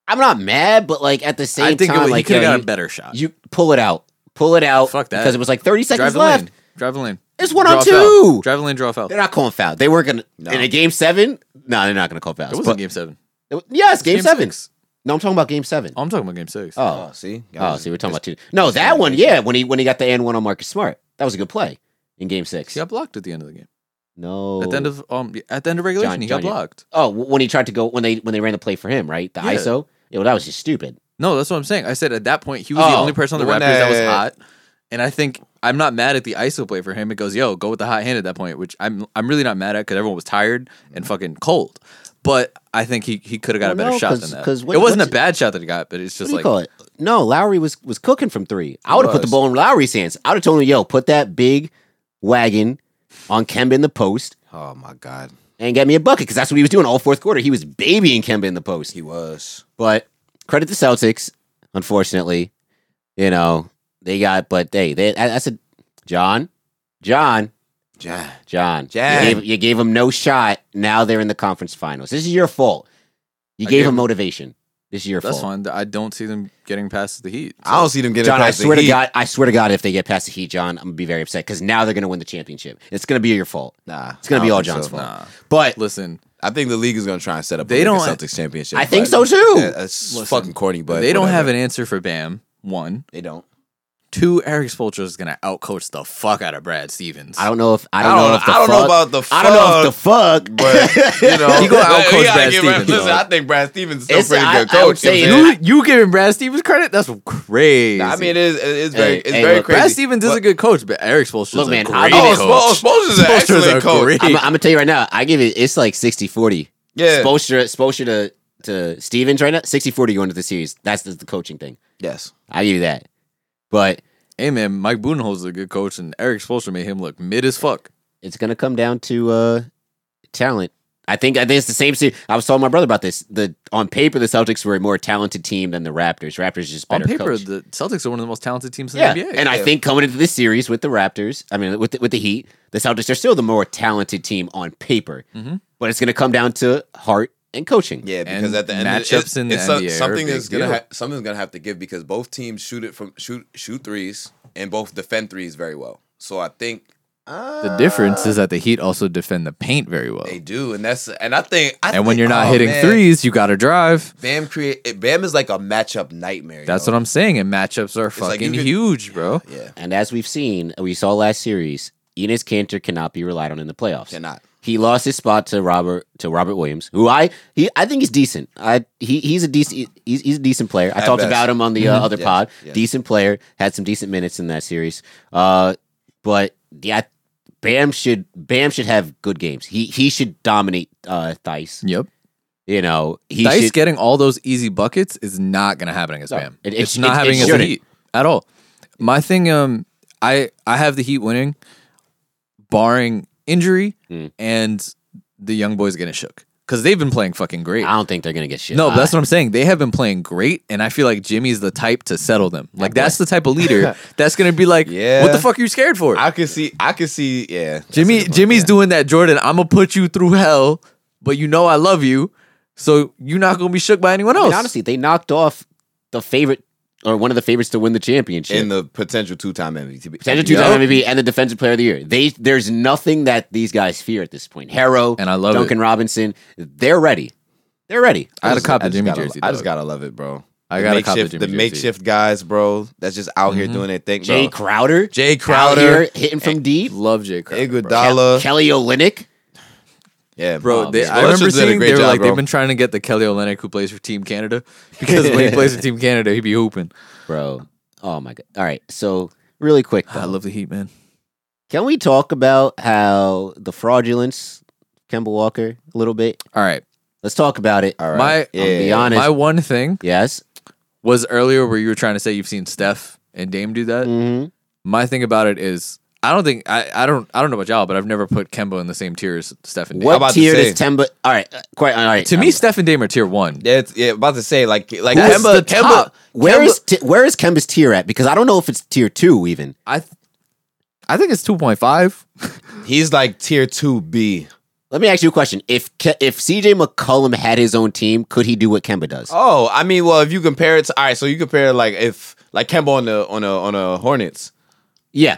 Speaker 2: I'm not mad, but like at the same
Speaker 1: I think
Speaker 2: time,
Speaker 1: it was,
Speaker 2: like
Speaker 1: he could
Speaker 2: yo,
Speaker 1: have got
Speaker 2: you-
Speaker 1: a better shot.
Speaker 2: You pull it out. Pull it out.
Speaker 1: Fuck that.
Speaker 2: Because it was like 30 seconds
Speaker 1: Drive the
Speaker 2: left.
Speaker 1: lane. Drive the lane.
Speaker 2: It's one
Speaker 1: Draw
Speaker 2: on
Speaker 1: a foul.
Speaker 2: two.
Speaker 1: Drive the lane, draw a foul.
Speaker 2: They're not calling foul. They weren't gonna in a game seven. No, they're not gonna call fouls.
Speaker 1: It wasn't game seven.
Speaker 2: But, yes, game,
Speaker 1: game
Speaker 2: seven.
Speaker 1: six.
Speaker 2: No, I'm talking about game seven.
Speaker 1: Oh, I'm talking about game six.
Speaker 2: Oh,
Speaker 3: see,
Speaker 2: oh, see, we're talking about two. No, that one, yeah. When he when he got the and one on Marcus Smart, that was a good play in game six.
Speaker 1: He got blocked at the end of the game.
Speaker 2: No,
Speaker 1: At the end of um, at the end of regulation,
Speaker 2: John-
Speaker 1: he
Speaker 2: John,
Speaker 1: got
Speaker 2: you-
Speaker 1: blocked.
Speaker 2: oh, w- when he tried to go when they when they ran the play for him, right? The
Speaker 1: Yeah.
Speaker 2: ISO. Yeah, well, that was just stupid.
Speaker 1: No, that's what I'm saying. I said at that point he was the
Speaker 2: Oh,
Speaker 1: only person on
Speaker 3: the
Speaker 1: the
Speaker 3: one
Speaker 1: Raptors that was hot,
Speaker 3: that-
Speaker 1: and I think I'm not mad at the ISO play for him. It goes, yo, go with the hot hand at that point, which I'm I'm really not mad at because everyone was tired and fucking cold. But I think he, he could have got
Speaker 2: Mm-hmm. Well,
Speaker 1: a better
Speaker 2: no,
Speaker 1: shot
Speaker 2: 'cause-
Speaker 1: than
Speaker 2: 'cause
Speaker 1: that.
Speaker 2: what-
Speaker 1: it wasn't a
Speaker 2: what's-
Speaker 1: bad shot that he got, but it's
Speaker 2: What
Speaker 1: just
Speaker 2: do you
Speaker 1: like
Speaker 2: call it? No, Lowry was was cooking from three. I would have put the
Speaker 1: was.
Speaker 2: ball in Lowry's hands. I would have told him, "Yo, put that big wagon on Kemba in the post."
Speaker 3: Oh my God,
Speaker 2: and get me a bucket because that's what he was doing all fourth quarter. He was babying Kemba in the post.
Speaker 3: he was.
Speaker 2: But credit the Celtics, unfortunately, you know they got. But hey, they I, I said, John, John,
Speaker 3: John.
Speaker 2: John,
Speaker 3: John.
Speaker 2: You, gave, you gave him no shot. Now they're in the conference finals. This is your fault. You
Speaker 1: I
Speaker 2: gave
Speaker 1: gave
Speaker 2: him
Speaker 1: him-
Speaker 2: motivation. This is your
Speaker 1: that's
Speaker 2: fault.
Speaker 1: fine. I don't see them getting past the Heat.
Speaker 3: I don't see them getting
Speaker 2: John, I
Speaker 3: past the
Speaker 2: swear to
Speaker 3: Heat.
Speaker 2: God, I swear to God, if they get past the Heat, John, I'm gonna be very upset because now they're gonna win the championship. It's gonna be your fault.
Speaker 3: Nah,
Speaker 2: It's gonna
Speaker 3: I
Speaker 2: be
Speaker 3: don't
Speaker 2: all
Speaker 3: think
Speaker 2: John's
Speaker 3: so.
Speaker 2: fault.
Speaker 1: Nah.
Speaker 2: But
Speaker 1: Listen,
Speaker 3: I think the league is gonna try and set up.
Speaker 1: They
Speaker 3: a
Speaker 1: don't-
Speaker 3: like, a Celtics championship.
Speaker 2: I think so,
Speaker 3: but-
Speaker 2: too.
Speaker 3: Yeah, that's
Speaker 1: Listen,
Speaker 3: fucking corny, but
Speaker 1: they don't have
Speaker 3: whatever.
Speaker 1: an answer for Bam. One,
Speaker 3: They don't.
Speaker 1: two. Eric Spoelstra is gonna outcoach the fuck out of Brad Stevens.
Speaker 2: I don't know if I don't, know if the
Speaker 3: I don't
Speaker 2: fuck,
Speaker 3: know about the.
Speaker 2: I don't know if the fuck,
Speaker 3: But you know,
Speaker 1: He gonna
Speaker 3: like,
Speaker 1: outcoach
Speaker 3: we gotta
Speaker 1: Brad
Speaker 3: give Brad-
Speaker 1: Stevens,
Speaker 3: Listen,
Speaker 1: though.
Speaker 3: I think Brad Stevens is still
Speaker 2: It's-
Speaker 3: pretty
Speaker 2: I-
Speaker 3: good
Speaker 2: I
Speaker 3: coach.
Speaker 2: would say
Speaker 3: you know
Speaker 2: it-
Speaker 3: what I'm
Speaker 1: you you giving Brad Stevens credit? That's crazy.
Speaker 3: saying? I mean, it is, it is very,
Speaker 2: Hey,
Speaker 3: it's
Speaker 2: hey,
Speaker 3: very
Speaker 2: look,
Speaker 3: crazy.
Speaker 1: Brad Stevens is a good coach, but Eric Spoelstra
Speaker 2: Look,
Speaker 1: is a
Speaker 2: man,
Speaker 1: great
Speaker 2: I-
Speaker 3: Oh,
Speaker 1: coach.
Speaker 3: Spo- Spoelstra's an
Speaker 1: Spoelstra's
Speaker 3: excellent
Speaker 1: a
Speaker 3: coach.
Speaker 1: great-
Speaker 2: I'm, I'm gonna tell you right now. I give it. It's like 60-40.
Speaker 3: Yeah.
Speaker 2: Spoelstra, Spoelstra to to Stevens right now. 60-40 going to the series. That's the, the coaching thing.
Speaker 3: Yes.
Speaker 2: I give you that. But
Speaker 1: hey man, Mike Budenholzer's a good coach, and Eric Spoelstra made him look mid as fuck.
Speaker 2: it's gonna come down to uh talent. I think I think it's the same. se- I was telling my brother about this. The on paper, the Celtics were a more talented team than the Raptors. Raptors just
Speaker 1: On
Speaker 2: better
Speaker 1: paper,
Speaker 2: coached.
Speaker 1: the Celtics are one of the most talented teams in
Speaker 2: yeah,
Speaker 1: the NBA.
Speaker 2: and I think coming into this series with the Raptors, I mean with the, with the Heat, the Celtics are still the more talented team on paper.
Speaker 1: Mhm.
Speaker 2: But it's going to come down to heart and coaching.
Speaker 3: Yeah,
Speaker 1: And
Speaker 3: because at the end, of-
Speaker 1: matchups
Speaker 3: it's,
Speaker 1: in the
Speaker 3: it's so-
Speaker 1: NBA are a
Speaker 3: something
Speaker 1: big
Speaker 3: is gonna
Speaker 1: deal.
Speaker 3: ha- something's gonna have to give because both teams shoot it from shoot shoot threes and both defend threes very well. So I think
Speaker 1: the difference is that the Heat also defend the paint very well.
Speaker 3: they do, and that's and I think I
Speaker 1: And when
Speaker 3: think-
Speaker 1: you're not
Speaker 3: oh,
Speaker 1: hitting
Speaker 3: man,
Speaker 1: threes, you got to drive.
Speaker 3: Bam create eh, Bam is like a matchup nightmare.
Speaker 1: That's what I'm saying. And matchups are
Speaker 3: like you
Speaker 1: fucking
Speaker 3: could-
Speaker 1: huge, bro.
Speaker 3: Yeah,
Speaker 2: And as we've seen, we saw last series, Enes Kanter cannot be relied on in the playoffs.
Speaker 3: cannot.
Speaker 2: He lost his spot to Robert to Robert Williams, who I he I think he's decent. I he he's a decent he's, he's a decent player. I
Speaker 3: At
Speaker 2: talked
Speaker 3: best.
Speaker 2: about him on the
Speaker 1: Mm-hmm.
Speaker 2: uh, other
Speaker 3: Yes,
Speaker 2: pod.
Speaker 3: yes.
Speaker 2: Decent player, had some decent minutes in that series. Uh, but yeah, Bam should Bam should have good games. He he should dominate uh Thice.
Speaker 1: Yep.
Speaker 2: You know he
Speaker 1: Dice
Speaker 2: should,
Speaker 1: getting all those easy buckets is not going to happen against
Speaker 2: No,
Speaker 1: Bam.
Speaker 2: it- it
Speaker 1: it's
Speaker 2: sh-
Speaker 1: not
Speaker 2: it- it
Speaker 1: happening against the
Speaker 2: shouldn't.
Speaker 1: Heat at all. My thing, um, I I have the Heat winning, barring injury
Speaker 3: Hmm.
Speaker 2: Mm.
Speaker 1: and the young boys getting shook because they've been playing fucking great.
Speaker 3: Ah,
Speaker 2: I don't think they're gonna get shit.
Speaker 1: No, but that's
Speaker 2: I-
Speaker 1: what I'm saying. They have been playing great, and I feel like Jimmy's the type to settle them. Like that's the type of leader that's gonna be like,
Speaker 3: Yeah.
Speaker 1: "What the fuck are you scared for?"
Speaker 3: I can see. I can see. Yeah, that's a
Speaker 1: Jimmy,
Speaker 3: good point,
Speaker 1: Jimmy's
Speaker 3: yeah.
Speaker 1: doing that. Jordan, I'm gonna put you through hell, but you know I love you, so you're not gonna be shook by anyone
Speaker 2: I
Speaker 1: else.
Speaker 2: mean, honestly, they knocked off the favorite or one of the favorites to win the championship.
Speaker 3: and the potential two time MVP.
Speaker 2: Potential two-time
Speaker 1: Yup.
Speaker 2: MVP and the defensive player of the year. They there's nothing that these guys fear at this point. Harrow
Speaker 1: And I love it.
Speaker 2: Duncan Robinson. They're ready. They're ready.
Speaker 1: I had a
Speaker 3: just-
Speaker 1: cop the
Speaker 3: just
Speaker 1: Jimmy
Speaker 3: gotta-
Speaker 1: jersey.
Speaker 3: I just
Speaker 1: dog.
Speaker 3: gotta love it, bro.
Speaker 1: I
Speaker 3: The
Speaker 1: gotta cop the
Speaker 3: makeshift-
Speaker 1: Jimmy
Speaker 3: the
Speaker 1: jersey.
Speaker 3: makeshift guys, bro. That's just out here doing their thing, bro.
Speaker 2: Jay Crowder.
Speaker 3: Jay
Speaker 2: out here
Speaker 3: Crowder,
Speaker 2: hitting from deep.
Speaker 1: Eh, love Jay Crowder. bro.
Speaker 3: Iguodala,
Speaker 2: Kelly Olynyk.
Speaker 3: yeah,
Speaker 1: Bro, they,
Speaker 3: the
Speaker 1: I remember
Speaker 3: Spursers did a
Speaker 1: seeing
Speaker 3: great
Speaker 1: they were
Speaker 3: job,
Speaker 1: like
Speaker 3: bro.
Speaker 1: they've been trying to get the Kelly Olynyk who plays for Team Canada because when he plays for Team Canada, he be hooping.
Speaker 2: Bro. Oh my god. All right. So really quick
Speaker 1: I
Speaker 2: though.
Speaker 1: love the Heat, man.
Speaker 2: Can we talk about how the fraudulence Kemba Walker a little bit?
Speaker 1: All right,
Speaker 2: Let's talk about it.
Speaker 3: All
Speaker 1: my
Speaker 3: right.
Speaker 2: I'll be
Speaker 3: Yeah.
Speaker 2: honest.
Speaker 1: my one thing
Speaker 2: yes.
Speaker 1: was earlier where you were trying to say you've seen Steph and Dame do
Speaker 3: Mm.
Speaker 1: that.
Speaker 2: hmm
Speaker 1: My thing about it is I don't think I, I don't I don't know about y'all, but I've never put Kemba in the same tier as Steph and Dame.
Speaker 2: What
Speaker 3: about to
Speaker 2: tier
Speaker 3: say-
Speaker 2: does Temba? All right. uh, Quite. All right.
Speaker 1: To me,
Speaker 2: I'm-
Speaker 1: Steph and Dame are tier one.
Speaker 3: Yeah, it's, yeah, about to say like like
Speaker 1: That's
Speaker 3: Kemba,
Speaker 1: the
Speaker 3: Kemba,
Speaker 1: top.
Speaker 2: Where
Speaker 1: Kemba-
Speaker 2: is t- where is Kemba's tier at? Because I don't know if it's tier two even.
Speaker 1: I th- I think it's two point five.
Speaker 3: he's like tier two B.
Speaker 2: Let me ask you a question: If Ke- if CJ McCollum had his own team, could he do what Kemba does?
Speaker 3: Oh, I mean, well, if you compare it to all right, so you compare like if like Kemba on the on a on a Hornets.
Speaker 2: yeah.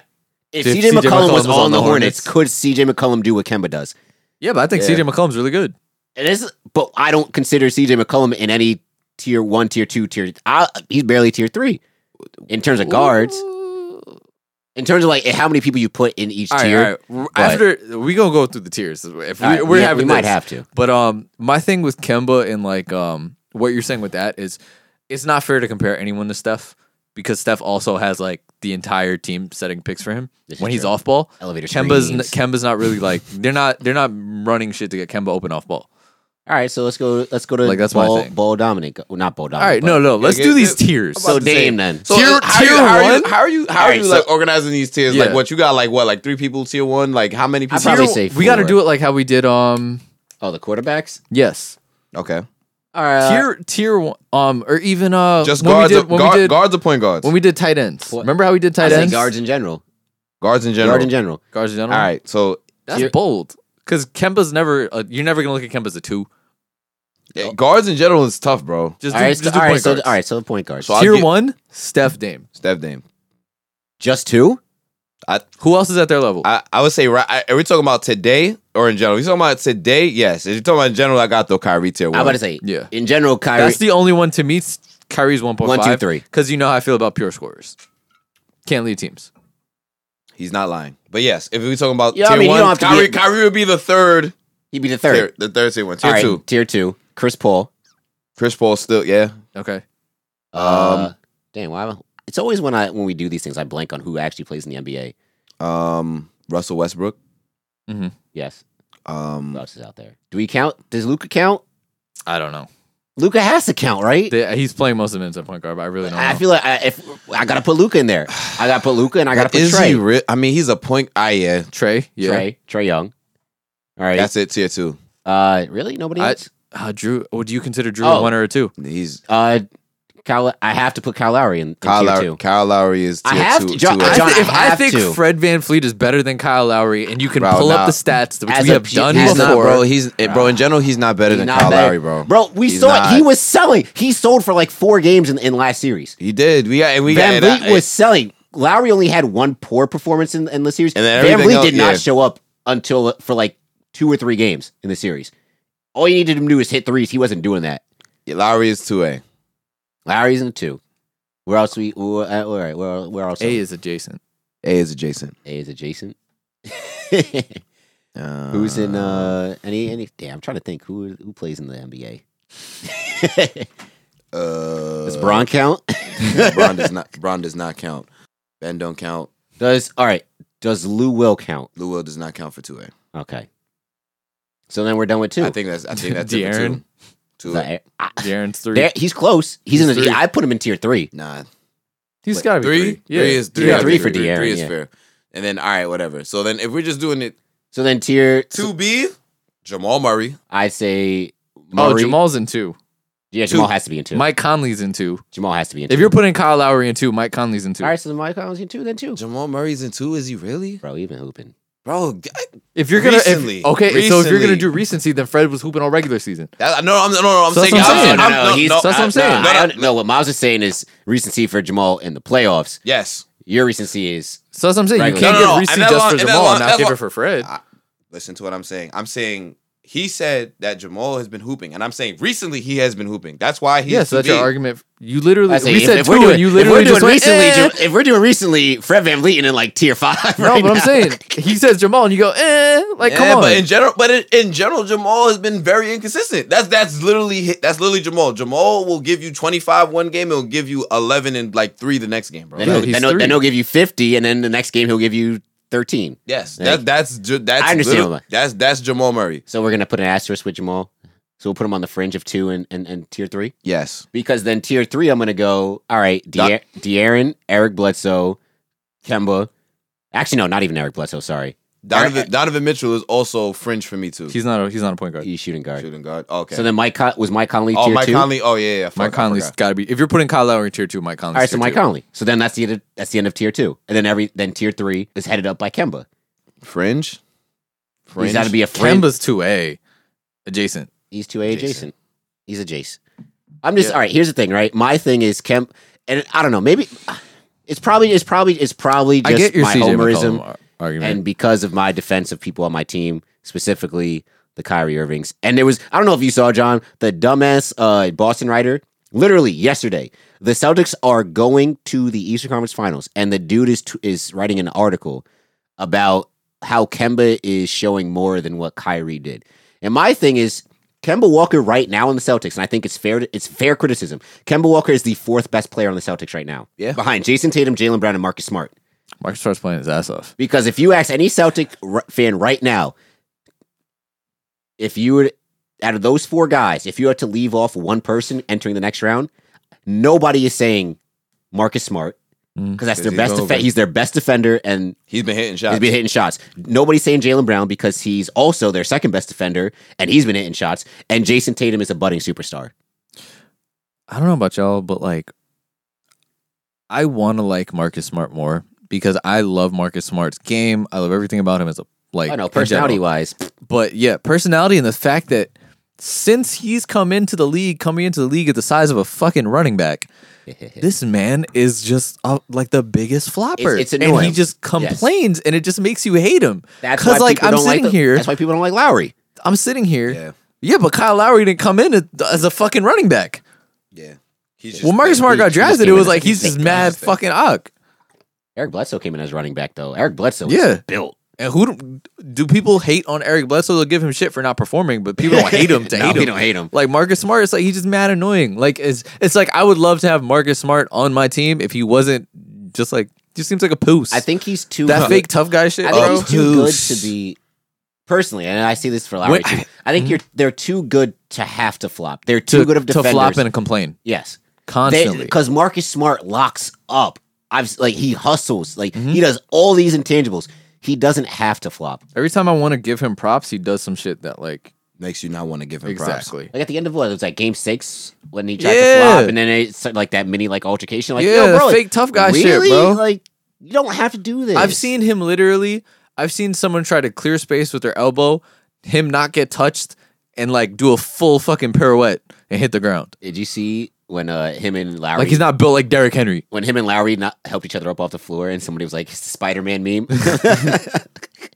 Speaker 2: If,
Speaker 1: If
Speaker 2: CJ
Speaker 1: CJ
Speaker 2: McCollum was
Speaker 1: McCollum was
Speaker 2: on
Speaker 1: on
Speaker 2: the
Speaker 1: the
Speaker 2: Hornets, could CJ McCollum do what Kemba does?
Speaker 1: Yeah, but I think
Speaker 3: Yeah.
Speaker 1: CJ McCollum's really good.
Speaker 2: It is, but I don't consider CJ McCollum in any tier one, tier two, tier. I, he's barely tier three in terms of guards. In terms of like how many people you put in each
Speaker 1: All right,
Speaker 2: tier,
Speaker 1: all right. After we gonna go through the tiers. If we,
Speaker 2: All right,
Speaker 1: we're
Speaker 2: we-
Speaker 1: having
Speaker 2: we might
Speaker 1: this.
Speaker 2: have to.
Speaker 1: But um, my thing with Kemba and like um, what you're saying with that is, it's not fair to compare anyone to Steph because Steph also has like the entire team setting picks for him
Speaker 2: This is
Speaker 1: when he's
Speaker 2: true.
Speaker 1: off ball.
Speaker 2: Elevator
Speaker 1: Kemba's n-
Speaker 2: screens.
Speaker 1: Kemba's not really like they're not they're not running shit to get Kemba open off ball.
Speaker 2: All right, so let's go. Let's go to
Speaker 1: Like, that's my
Speaker 2: Ball,
Speaker 1: thing.
Speaker 2: Ball Dominic. Well, not Ball Dominic.
Speaker 1: All right, no, no, let's
Speaker 3: yeah,
Speaker 1: do
Speaker 3: yeah,
Speaker 1: these
Speaker 3: yeah.
Speaker 1: tiers.
Speaker 2: So
Speaker 1: So
Speaker 3: about to say-
Speaker 2: Dame then.
Speaker 3: So
Speaker 1: Tier-
Speaker 3: how,
Speaker 1: tier
Speaker 3: you, how are
Speaker 1: one?
Speaker 3: you how are you, how are
Speaker 2: Alright,
Speaker 3: you
Speaker 2: so-
Speaker 3: like organizing these tiers?
Speaker 1: Yeah.
Speaker 3: Like what you got like what like three people tier one? Like how many people?
Speaker 2: I'd probably
Speaker 1: Tier-
Speaker 2: say
Speaker 1: we got to
Speaker 2: four.
Speaker 1: do it like how we did. Um,
Speaker 2: Oh, the quarterbacks.
Speaker 1: yes,
Speaker 3: okay,
Speaker 2: All right. uh,
Speaker 1: tier tier one. Um, or even uh,
Speaker 3: just
Speaker 1: when we
Speaker 3: guards,
Speaker 1: did-
Speaker 3: or,
Speaker 1: when we
Speaker 3: guard-
Speaker 1: did-
Speaker 3: guards or point guards?
Speaker 1: When we did tight ends,
Speaker 2: What?
Speaker 1: remember how we did
Speaker 2: I
Speaker 1: tight
Speaker 2: say
Speaker 1: ends?
Speaker 2: guards in general.
Speaker 3: guards in general.
Speaker 2: Guard in general.
Speaker 1: guards in general.
Speaker 3: All right, so
Speaker 1: that's
Speaker 2: You're-
Speaker 1: bold because Kemba's never. Uh, you're never gonna look at Kemba as a two.
Speaker 3: yeah, eh, guards in general is tough, bro.
Speaker 1: Just
Speaker 2: All
Speaker 1: do,
Speaker 2: right,
Speaker 1: just
Speaker 2: so,
Speaker 1: do
Speaker 2: all right,
Speaker 1: point
Speaker 2: so
Speaker 1: guards.
Speaker 2: all right, so the point guards.
Speaker 3: So I'll
Speaker 1: Tier
Speaker 3: get-
Speaker 1: one, Steph Dame.
Speaker 3: Steph Dame.
Speaker 2: just two.
Speaker 1: Who else is at their level?
Speaker 3: I, I would say right. I- Are we talking about today or in general? We talking about today? Yes. If you're talking about in general, I got though Kyrie tier one.
Speaker 2: I'm about to say.
Speaker 1: Yeah.
Speaker 2: In general, Kyrie.
Speaker 1: That's the only one to me. s- Kyrie's one point
Speaker 2: One,
Speaker 1: five.
Speaker 2: two, three.
Speaker 1: Because you know how I feel about pure scorers. Can't lead teams.
Speaker 3: He's not lying. But yes, if we're talking about
Speaker 2: Yeah, I
Speaker 3: tier
Speaker 2: mean, you
Speaker 3: one,
Speaker 2: don't have to
Speaker 3: Kyrie,
Speaker 2: be-
Speaker 3: Kyrie would be the third,
Speaker 2: he'd be the
Speaker 3: tier-
Speaker 2: third.
Speaker 3: the third tier one. Tier
Speaker 2: All right,
Speaker 3: two,
Speaker 2: Tier two. Chris Paul.
Speaker 3: Chris Paul still, yeah.
Speaker 1: Okay. Um,
Speaker 2: Uh, dang, why? It's always when I when we do these things, I blank on who actually plays in the NBA.
Speaker 3: Um, Russell Westbrook.
Speaker 2: Yes. Who
Speaker 3: Um,
Speaker 2: else is out there? Do we count? Does Luca count?
Speaker 1: I don't know.
Speaker 2: Luca has to count, right?
Speaker 1: They, he's playing most of the minutes at point guard, but I really don't.
Speaker 2: I
Speaker 1: know.
Speaker 2: feel like I, if I gotta put Luca in there, I gotta put Luca and I gotta put
Speaker 3: is
Speaker 2: Trey.
Speaker 3: he? Re- I mean, he's a point. Ah, yeah.
Speaker 1: Trey. Yeah.
Speaker 2: Trey, Trey Young. All right.
Speaker 3: That's it. Tier two.
Speaker 2: uh, really nobody
Speaker 1: I-
Speaker 2: else.
Speaker 1: Uh, Drew. Would you consider Drew
Speaker 2: Oh.
Speaker 1: a one or a two?
Speaker 3: He's
Speaker 2: Uh, Kyle, I have to put Kyle Lowry in, in
Speaker 3: Kyle.
Speaker 2: tier
Speaker 3: Lowry,
Speaker 2: two.
Speaker 3: Kyle Lowry is
Speaker 2: I
Speaker 3: tier
Speaker 2: have
Speaker 3: two.
Speaker 2: to- John-
Speaker 3: two
Speaker 2: I-
Speaker 3: A.
Speaker 1: I
Speaker 2: John,
Speaker 1: thi- if I,
Speaker 2: have
Speaker 1: think
Speaker 2: to.
Speaker 1: Fred Van Fleet is better than Kyle Lowry, and you can
Speaker 3: Bro,
Speaker 1: pull
Speaker 3: nah.
Speaker 1: up the stats which
Speaker 2: As
Speaker 1: we
Speaker 2: a
Speaker 1: have
Speaker 2: pu-
Speaker 1: done
Speaker 2: as
Speaker 3: He's
Speaker 2: a
Speaker 1: before,
Speaker 3: not, bro. He's eh, bro. In general, he's not better
Speaker 2: He's
Speaker 3: than
Speaker 2: not
Speaker 3: Kyle
Speaker 2: bad.
Speaker 3: Lowry, bro.
Speaker 2: Bro, we
Speaker 3: He's
Speaker 2: saw
Speaker 3: not.
Speaker 2: he was selling. He sold for like four games in, in last series.
Speaker 3: He did. We got and we
Speaker 2: Van
Speaker 3: got. and I-
Speaker 2: Vliet was selling. Lowry only had one poor performance in, in the series.
Speaker 3: And then
Speaker 2: Van
Speaker 3: everything
Speaker 2: Vliet
Speaker 3: else-
Speaker 2: did not
Speaker 3: yeah.
Speaker 2: show up until uh, for like two or three games in the series. All you needed him to do is hit threes. He wasn't doing that.
Speaker 3: Lowry is two A.
Speaker 2: Lowry's in two. Where else we? Where, uh, all right, where, where else?
Speaker 1: A is adjacent.
Speaker 3: A is adjacent.
Speaker 2: A is adjacent.
Speaker 3: Uh,
Speaker 2: Who's in uh, any any? Damn, I'm trying to think who who plays in the NBA.
Speaker 3: Uh,
Speaker 2: Does Bron count?
Speaker 3: Bron does not. Bron does not count. Ben don't count.
Speaker 2: Does all right? Does Lou Will count?
Speaker 3: Lou Will does not count for two A.
Speaker 2: Okay. So then we're done with two.
Speaker 3: I think that's. I think that's it for
Speaker 1: De'Aaron?
Speaker 3: two. Two. A.
Speaker 2: The- I-
Speaker 1: Darren's three.
Speaker 2: there- he's close. He's, in
Speaker 1: He's
Speaker 2: the.
Speaker 1: three.
Speaker 2: I put him in tier three.
Speaker 3: Nah.
Speaker 1: he's
Speaker 3: Wait,
Speaker 1: got to be
Speaker 3: three.
Speaker 1: three. Yeah.
Speaker 3: Three is three.
Speaker 2: Yeah,
Speaker 3: gotta
Speaker 2: three
Speaker 3: be
Speaker 2: for De'Aaron,
Speaker 3: Three is
Speaker 2: yeah.
Speaker 3: fair. And then all right, whatever. So then if we're just doing it
Speaker 2: So then tier
Speaker 3: two B, Jamal Murray.
Speaker 2: I'd say.
Speaker 1: Oh,
Speaker 2: Murray.
Speaker 1: Jamal's in two.
Speaker 2: Yeah, Jamal has to be in two.
Speaker 1: Mike Conley's in two.
Speaker 2: Jamal has to be in two.
Speaker 1: If you're putting Kyle Lowry in two, Mike Conley's in two.
Speaker 2: all right, so then Mike Conley's in two. Then two.
Speaker 3: Jamal Murray's in two. Is he really,
Speaker 2: Bro, even hooping.
Speaker 3: bro.
Speaker 1: If you're gonna if-
Speaker 3: Recently.
Speaker 1: okay, so if you're gonna
Speaker 3: Recently.
Speaker 1: do recency, then Fred was hooping all regular season.
Speaker 3: That, no, I'm, no, no, I'm
Speaker 1: So that's
Speaker 3: saying,
Speaker 1: what I'm
Speaker 3: I'm-
Speaker 1: saying.
Speaker 3: I'm-
Speaker 1: No,
Speaker 3: no,
Speaker 1: he's-
Speaker 3: no,
Speaker 1: that's what I'm
Speaker 3: I-
Speaker 1: saying.
Speaker 3: no,
Speaker 2: I,
Speaker 3: no,
Speaker 2: don't- no, what Miles is saying is recency for Jamal in the playoffs.
Speaker 3: Yes.
Speaker 2: Your recency is
Speaker 1: So that's what I'm saying.
Speaker 2: Regular.
Speaker 1: You can't
Speaker 3: No,
Speaker 1: give
Speaker 3: no, no.
Speaker 1: recency
Speaker 3: And that's
Speaker 1: just
Speaker 3: why-
Speaker 1: for
Speaker 3: and that's
Speaker 1: Jamal
Speaker 3: why-
Speaker 1: and not
Speaker 3: that's
Speaker 1: give
Speaker 3: why-
Speaker 1: it for Fred.
Speaker 3: I- Listen to what I'm saying. I'm saying he said that Jamal has been hooping, and I'm saying recently he has been hooping. That's why he's.
Speaker 1: Yeah, so that's your argument. You literally
Speaker 2: I say,
Speaker 1: we
Speaker 2: if,
Speaker 1: said
Speaker 2: if
Speaker 1: two,
Speaker 2: we're doing,
Speaker 1: and you
Speaker 2: if
Speaker 1: literally
Speaker 2: we're doing
Speaker 1: just went,
Speaker 2: recently,
Speaker 1: eh.
Speaker 2: Ju- if we're doing recently, Fred Van Vliet in like tier five.
Speaker 1: No,
Speaker 2: right
Speaker 1: but I'm
Speaker 2: now.
Speaker 1: saying he says Jamal, and you go, eh, like
Speaker 3: Yeah,
Speaker 1: come on.
Speaker 3: but in general, but in, in general, Jamal has been very inconsistent. That's that's literally hi- that's literally Jamal. Jamal will give you 25 one game, he'll give you 11 and like three the next game, bro.
Speaker 2: Then,
Speaker 1: Yeah,
Speaker 2: he'll,
Speaker 1: he's
Speaker 2: then, he'll,
Speaker 1: three.
Speaker 2: then he'll give you fifty, and then the next game he'll give you thirteen.
Speaker 3: Yes,
Speaker 2: Yeah.
Speaker 3: that, that's ju- that's
Speaker 2: I understand
Speaker 3: literally-
Speaker 2: what-
Speaker 3: that's that's Jamal Murray.
Speaker 2: So we're gonna put an asterisk with Jamal. So we'll put him on the fringe of two and, and, and tier three
Speaker 3: Yes,
Speaker 2: because then tier three, I'm gonna go. All right, De-
Speaker 3: Doc-
Speaker 2: De'Aaron, Eric Bledsoe, Kemba. Actually, no, not even Eric Bledsoe. Sorry,
Speaker 3: Donovan,
Speaker 2: Eric-
Speaker 3: Donovan Mitchell is also fringe for me too.
Speaker 1: he's not a he's not a point guard.
Speaker 2: he's shooting guard.
Speaker 3: shooting guard. Okay,
Speaker 2: So then Mike Con- was Mike Conley
Speaker 3: oh
Speaker 2: tier
Speaker 3: Mike
Speaker 2: two.
Speaker 3: Conley. Oh yeah, yeah. Fuck,
Speaker 1: Mike
Speaker 3: I
Speaker 1: Conley's
Speaker 3: forgot.
Speaker 1: got to be. If you're putting Kyle Lowry in tier two, Mike Conley's.
Speaker 2: All right, so
Speaker 1: tier
Speaker 2: Mike
Speaker 1: two.
Speaker 2: Conley. So then that's the end of, that's the end of tier two, and then every then tier three is headed up by Kemba.
Speaker 3: fringe.
Speaker 2: He's got to be a friend.
Speaker 1: Kemba's two A, adjacent.
Speaker 2: He's two A adjacent.
Speaker 1: Adjacent.
Speaker 2: He's a Jace. I'm just all right. Here's the thing, right? My thing is Kemp, and I don't know. Maybe it's probably it's probably it's probably just
Speaker 1: I get your
Speaker 2: my
Speaker 1: CJ
Speaker 2: homerism,
Speaker 1: McCollum ar- argument.
Speaker 2: and because of my defense of people on my team, specifically the Kyrie Irvings. And there was I don't know if you saw John the dumbass uh, Boston writer. Literally yesterday, the Celtics are going to the Eastern Conference Finals, and the dude is is writing an article about how Kemba is showing more than what Kyrie did. And my thing is Kemba Walker right now in the Celtics, and I think it's fair to, it's fair criticism. Kemba Walker is the fourth best player on the Celtics right now.
Speaker 3: Yeah.
Speaker 2: Behind Jason Tatum, Jalen Brown, and Marcus Smart.
Speaker 1: Mark starts playing his ass off.
Speaker 2: Because if you ask any Celtic r- fan right now, if you were out of those four guys, if you had to leave off one person entering the next round, nobody is saying Marcus Smart
Speaker 1: Mm.
Speaker 2: because that's
Speaker 3: 'Cause
Speaker 2: their
Speaker 3: he's
Speaker 2: best. Def-
Speaker 3: over.
Speaker 2: he's their best defender, and
Speaker 3: He's been hitting shots.
Speaker 2: He's been hitting shots. Nobody's saying Jalen Brown because he's also their second best defender, and he's been hitting shots. And Jason Tatum is a budding superstar.
Speaker 1: I don't know about y'all, but like, I want to like Marcus Smart more because I love Marcus Smart's game. I love everything about him as a like
Speaker 2: I know
Speaker 1: in general.
Speaker 2: personality wise,
Speaker 1: but yeah, personality and the fact that since he's come into the league, coming into the league at the size of a fucking running back, this man is just uh, like the biggest flopper.
Speaker 2: it's
Speaker 1: and he
Speaker 2: annoying.
Speaker 1: just complains, and it just makes you hate him.
Speaker 2: that's why
Speaker 1: because like
Speaker 2: people
Speaker 1: I'm
Speaker 2: don't like
Speaker 1: sitting
Speaker 2: the-
Speaker 1: here,
Speaker 2: That's why people don't like Lowry.
Speaker 1: I'm sitting here.
Speaker 3: Yeah.
Speaker 1: Yeah. but Kyle Lowry didn't come in as- as a fucking running back.
Speaker 3: yeah, he's just
Speaker 1: When Marcus Smart got drafted,
Speaker 2: came
Speaker 1: it
Speaker 2: in
Speaker 1: was
Speaker 2: as-
Speaker 1: like
Speaker 2: he
Speaker 1: he's just
Speaker 2: just
Speaker 1: mad
Speaker 3: came in.
Speaker 1: fucking uck.
Speaker 2: Eric Bledsoe came in as running back though. Eric Bledsoe, is
Speaker 1: Yeah.
Speaker 2: built.
Speaker 1: And who do, do people hate on Eric Bledsoe? They'll give him shit for not performing, but people don't hate him to
Speaker 2: No,
Speaker 1: hate him.
Speaker 2: we don't hate him.
Speaker 1: Like Marcus Smart, it's like he's just mad annoying. Like it's it's like I would love to have Marcus Smart on my team if he wasn't just like just seems like a poos.
Speaker 2: I think he's too
Speaker 1: that
Speaker 2: good-
Speaker 1: fake tough guy shit,
Speaker 2: I think
Speaker 1: bro.
Speaker 2: he's too good to be personally, and I see this for Lowry
Speaker 1: Wait,
Speaker 2: too. I think you're they're too good to have to flop. They're too
Speaker 1: Hmm? to,
Speaker 2: good of
Speaker 1: to
Speaker 2: defenders.
Speaker 1: flop and complain
Speaker 2: yes.
Speaker 1: constantly.
Speaker 2: Because Marcus Smart locks up. I've s- like he hustles. Like
Speaker 1: Hmm?
Speaker 2: he does all these intangibles. He doesn't have to flop.
Speaker 1: Every time I want to give him props, he does some shit that like
Speaker 3: makes you not want to give him props.
Speaker 1: exactly.
Speaker 2: Like at the end of what it was like game six when he tried to
Speaker 1: Yeah.
Speaker 2: flop, and then it's like that mini like altercation. Like
Speaker 1: Yeah,
Speaker 2: yo, bro,
Speaker 1: fake tough guy shit,
Speaker 2: really?
Speaker 1: bro.
Speaker 2: Like you don't have to do this.
Speaker 1: I've seen him literally. I've seen someone try to clear space with their elbow, him not get touched, and like do a full fucking pirouette and hit the ground.
Speaker 2: Did you see when uh him and Lowry?
Speaker 1: Like he's not built like Derrick Henry.
Speaker 2: when him and Lowry not helped each other up off the floor, and somebody was like, "It's the Spider-Man meme,"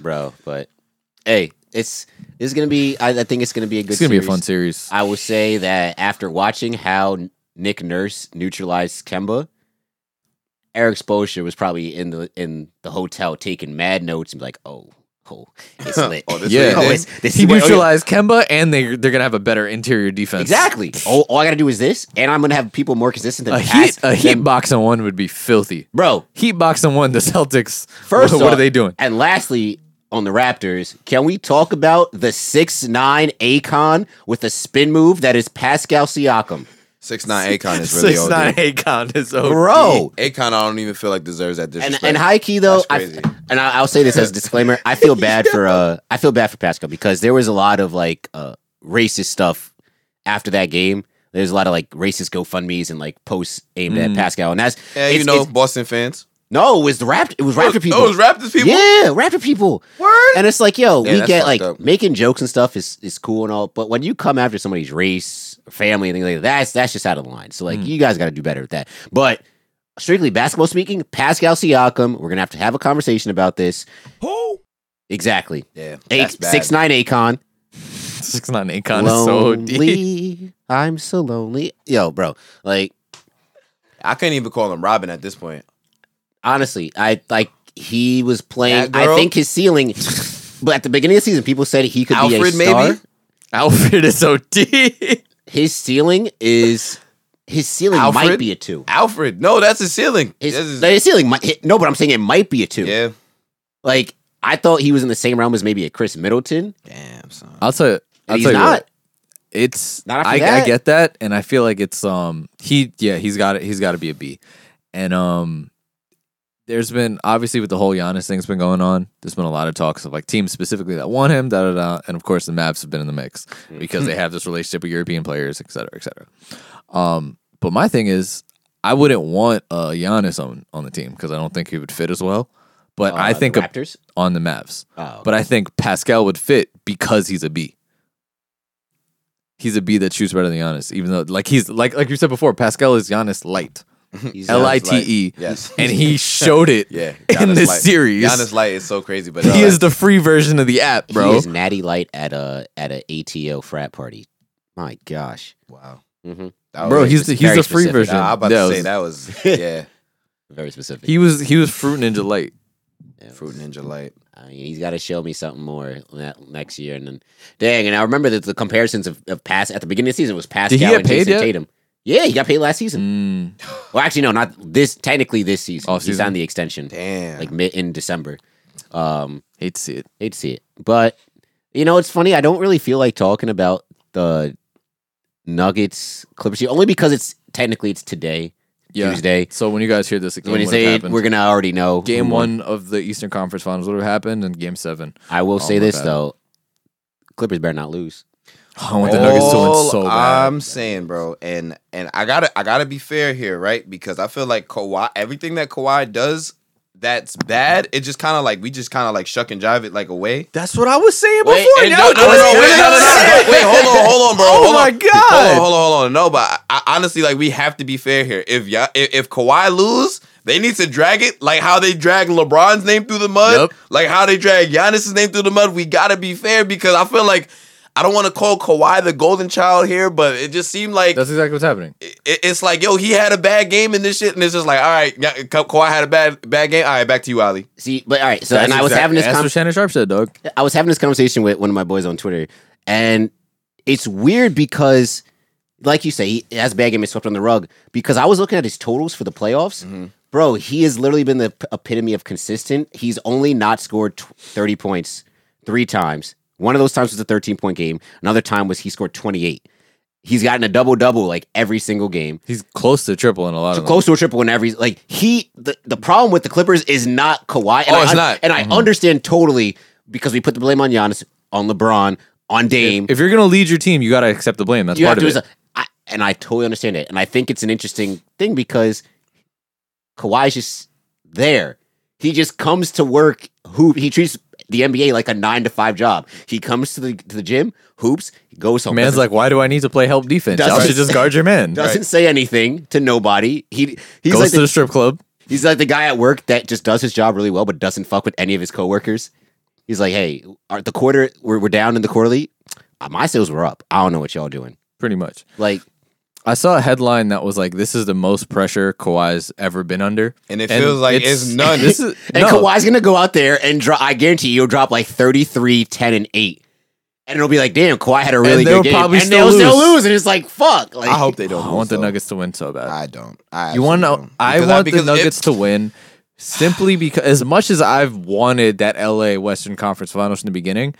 Speaker 2: bro. But hey, it's this is gonna be. I, I think it's gonna be a good.
Speaker 1: It's gonna be a
Speaker 2: series.
Speaker 1: fun series.
Speaker 2: I will say that after watching how N- Nick Nurse neutralized Kemba, Eric Spoelstra was probably in the in the hotel taking mad notes and be like, "Oh, oh, it's lit.
Speaker 3: Oh, this
Speaker 1: Yeah.
Speaker 3: yeah,
Speaker 2: Oh,
Speaker 1: is-
Speaker 2: it's, this
Speaker 1: he
Speaker 2: is what- oh, yeah.
Speaker 1: neutralized Kemba, and they they're gonna have a better interior defense.
Speaker 2: Exactly. All, all I gotta do is this, and I'm gonna have people more consistent than
Speaker 1: A
Speaker 2: pass
Speaker 1: heat a heat
Speaker 2: than-
Speaker 1: box on one would be filthy.
Speaker 2: bro.
Speaker 1: Heat box on one, the Celtics.
Speaker 2: First,
Speaker 1: what, what
Speaker 2: off-
Speaker 1: are they doing?
Speaker 2: And lastly, on the Raptors, can we talk about the six nine Akon with a spin move that is Pascal Siakam?
Speaker 3: six nine Akon is really
Speaker 1: Six
Speaker 3: old.
Speaker 1: nine eight count is OD.
Speaker 2: Bro.
Speaker 3: Akon, I don't even feel like deserves that
Speaker 2: And
Speaker 3: disrespect.
Speaker 2: and high key though,
Speaker 3: That's
Speaker 2: I,
Speaker 3: crazy.
Speaker 2: and I, I'll say this as a disclaimer: I feel bad for uh, I feel bad for Pascal because there was a lot of like uh, racist stuff after that game. There's a lot of like racist GoFundmes and like posts aimed at Pascal, and that's
Speaker 3: yeah,
Speaker 2: it's-
Speaker 3: you know,
Speaker 2: it's-
Speaker 3: Boston fans.
Speaker 2: No, it was the Raptor. It was Raptor people.
Speaker 3: Oh, it was Raptors people.
Speaker 2: Yeah, Raptor people. Word. And it's like, yo,
Speaker 3: Yeah,
Speaker 2: we
Speaker 3: that's
Speaker 2: get
Speaker 3: fucked
Speaker 2: like
Speaker 3: up.
Speaker 2: making jokes and stuff is is cool and all, but when you come after somebody's race, family, and things like that, that's that's just out of line. So
Speaker 3: Mm.
Speaker 2: like, you guys got to do better at that. But strictly basketball speaking, Pascal Siakam, we're gonna have to have a conversation about this.
Speaker 6: Who?
Speaker 2: Exactly.
Speaker 3: Yeah, that's
Speaker 2: Eight,
Speaker 3: bad.
Speaker 2: six nine Akon.
Speaker 1: Six nine Akon is so deep.
Speaker 2: Lonely, I'm so lonely. Yo, bro. Like
Speaker 3: I couldn't even call him Robin at this point.
Speaker 2: honestly, I like he was playing.
Speaker 3: That
Speaker 2: I
Speaker 3: girl?
Speaker 2: think his ceiling. but at the beginning of the season, people said he could be a
Speaker 3: Alfred,
Speaker 2: star.
Speaker 3: maybe?
Speaker 1: Alfred is so deep.
Speaker 2: His ceiling is his ceiling might
Speaker 3: Alfred?
Speaker 2: be a two.
Speaker 3: Alfred. No, that's his ceiling.
Speaker 2: His,
Speaker 3: That's his-
Speaker 2: like, his ceiling might hit, no, but I'm saying it might be a two.
Speaker 3: yeah.
Speaker 2: Like I thought he was in the same realm as maybe a Chris Middleton.
Speaker 3: Damn, son.
Speaker 1: I'll tell you. I'll
Speaker 2: he's
Speaker 1: tell you
Speaker 2: not.
Speaker 1: what, it's
Speaker 2: Not after
Speaker 1: I, I
Speaker 2: that.
Speaker 1: get that, and I feel like it's um he yeah he's got it he's got to be a B, and um there's been obviously with the whole Giannis thing's been going on. There's been a lot of talks of like teams specifically that want him da da da, and of course the Mavs have been in the mix
Speaker 2: Mm-hmm.
Speaker 1: because they have this relationship with European players, et cetera, et cetera. Um, but my thing is, I wouldn't want uh, Giannis on on the team because I don't think he would fit as well. But
Speaker 2: Uh,
Speaker 1: I think
Speaker 2: the
Speaker 1: a-
Speaker 2: Raptors.
Speaker 1: on the Mavs.
Speaker 2: Oh,
Speaker 1: But I think Pascal would fit because he's a B. He's a B that shoots better than Giannis, even though like he's like like you said before, Pascal is Giannis light.
Speaker 2: he's
Speaker 1: L I
Speaker 2: not-
Speaker 1: T E.
Speaker 3: Yes.
Speaker 1: And he showed it
Speaker 3: Yeah.
Speaker 1: in
Speaker 3: Giannis
Speaker 1: this
Speaker 3: Light.
Speaker 1: series.
Speaker 3: Giannis Light is so crazy, but
Speaker 1: he is the free version of the app,
Speaker 2: He
Speaker 1: bro.
Speaker 2: is natty light at a at a ATO frat party. My gosh.
Speaker 3: wow.
Speaker 2: hmm
Speaker 3: That
Speaker 1: bro,
Speaker 3: was-
Speaker 1: he's the he's
Speaker 2: very
Speaker 1: the free
Speaker 2: specific.
Speaker 1: version.
Speaker 3: Nah, I'm about
Speaker 1: That
Speaker 3: to
Speaker 1: was-
Speaker 3: say that was yeah.
Speaker 2: Very specific.
Speaker 1: He was he was fruit ninja light.
Speaker 2: Yeah.
Speaker 3: Fruit Ninja Light.
Speaker 2: I mean, he's got to show me something more that next year. And then, dang, and I remember that the comparisons of, of past at the beginning of the season was Pascal
Speaker 1: get
Speaker 2: and
Speaker 1: paid
Speaker 2: Jason
Speaker 1: yet?
Speaker 2: Tatum. Yeah, he got paid last season.
Speaker 1: Mm.
Speaker 2: Well, actually, no, not this. Technically, this season.
Speaker 1: Off
Speaker 2: He
Speaker 1: season?
Speaker 2: signed the extension
Speaker 3: Damn.
Speaker 2: like mid in December. Um,
Speaker 1: Hate to see it.
Speaker 2: hate to see it, but you know, it's funny. I don't really feel like talking about the Nuggets Clippers only because it's technically it's today,
Speaker 1: Yeah.
Speaker 2: Tuesday.
Speaker 1: So when you guys hear this again,
Speaker 2: When you say it, we're gonna already know
Speaker 1: game
Speaker 2: who won.
Speaker 1: one of the Eastern Conference Finals would have happened, and game seven.
Speaker 2: I will say
Speaker 1: my
Speaker 2: this
Speaker 1: bad.
Speaker 2: though: Clippers better not lose.
Speaker 3: Oh,
Speaker 1: I want the Nuggets to win so bad.
Speaker 3: I'm saying, bro, and and I gotta I gotta be fair here, right? Because I feel like Kawhi, everything that Kawhi does that's bad. It just kind of like we just kind of like shuck and jive it like away.
Speaker 1: That's what I was saying
Speaker 3: Wait,
Speaker 1: before.
Speaker 3: and
Speaker 1: Now
Speaker 3: no, no, no,
Speaker 1: I'm
Speaker 3: no, wait,
Speaker 1: saying
Speaker 3: no, no, no,
Speaker 1: that
Speaker 3: no, wait, hold on, hold on, bro.
Speaker 1: Oh
Speaker 3: hold
Speaker 1: my
Speaker 3: on.
Speaker 1: God.
Speaker 3: Hold on, hold on, hold on. No, but I, I, honestly, like, we have to be fair here. If y'all, if, if Kawhi lose, they need to drag it like how they drag LeBron's name through the mud,
Speaker 1: Yup.
Speaker 3: like how they drag Giannis's name through the mud. We gotta be fair because I feel like I don't want to call Kawhi the golden child here, but it just seemed like
Speaker 1: That's exactly what's happening.
Speaker 3: it, it's like yo, he had a bad game in this shit, and it's just like all right, yeah, Ka- Kawhi had a bad bad game. All right, back to you, Ali.
Speaker 2: See, but all right. So, and I was
Speaker 1: That's
Speaker 2: having this
Speaker 1: exact-
Speaker 2: con-
Speaker 1: That's what Shannon Sharp said, dog.
Speaker 2: I was having this conversation with one of my boys on Twitter, and it's weird because, like you say, he has bad game and swept on the rug. Because I was looking at his totals for the playoffs, bro. He has literally been the p- epitome of consistent. He's only not scored tw- thirty points three times. One of those times was a thirteen point game. Another time was he scored twenty eight. He's gotten a double double like every single game.
Speaker 1: He's close to triple in a lot of them.
Speaker 2: close to a triple in every like he the, the problem with the Clippers is not Kawhi. And
Speaker 3: Oh,
Speaker 2: I
Speaker 3: it's
Speaker 2: un-
Speaker 3: not.
Speaker 2: And I
Speaker 1: Mm-hmm.
Speaker 2: understand totally because we put the blame on Giannis, on LeBron, on Dame.
Speaker 1: If you're gonna lead your team, you gotta accept the blame. That's
Speaker 2: you have
Speaker 1: part
Speaker 2: to
Speaker 1: of
Speaker 2: do
Speaker 1: it.
Speaker 2: some- I, and I totally understand it. And I think it's an interesting thing because Kawhi's just there. He just comes to work hoop. He treats the NBA like a nine to five job. He comes to the to the gym, hoops, goes home.
Speaker 1: Man's
Speaker 2: Doesn't-
Speaker 1: like, why do I need to play help defense? Y'all
Speaker 2: Doesn't-
Speaker 1: should just guard your man. Goes
Speaker 2: doesn't say anything to nobody. He he's like
Speaker 1: to the strip club.
Speaker 2: He's like the guy at work that just does his job really well, but doesn't fuck with any of his coworkers. He's like, hey, are the quarter we're, we're down in the quarterly. Uh, My sales were up. I don't know what y'all doing.
Speaker 1: Pretty much.
Speaker 2: Like,
Speaker 1: I saw a headline that was like, "This is the most pressure Kawhi's ever been under,"
Speaker 3: And it feels like it's none.
Speaker 1: This is
Speaker 2: and
Speaker 1: no.
Speaker 2: Kawhi's gonna go out there and drop. I guarantee you, he'll drop like 33, 10, and eight, and it'll be like, damn, Kawhi had a really
Speaker 1: they'll
Speaker 2: good game,
Speaker 1: probably
Speaker 2: and
Speaker 1: still
Speaker 2: they'll still
Speaker 1: lose.
Speaker 2: lose. And it's like, fuck. Like,
Speaker 3: I hope they don't.
Speaker 1: I want
Speaker 3: lose,
Speaker 1: the
Speaker 3: though.
Speaker 1: Nuggets to win so bad.
Speaker 3: I don't. I
Speaker 1: You want
Speaker 3: absolutely
Speaker 1: to?
Speaker 3: don't.
Speaker 1: I
Speaker 3: Because
Speaker 1: want the
Speaker 3: because it-
Speaker 1: Nuggets to win simply because, as much as I've wanted that LA Western Conference Finals in the beginning,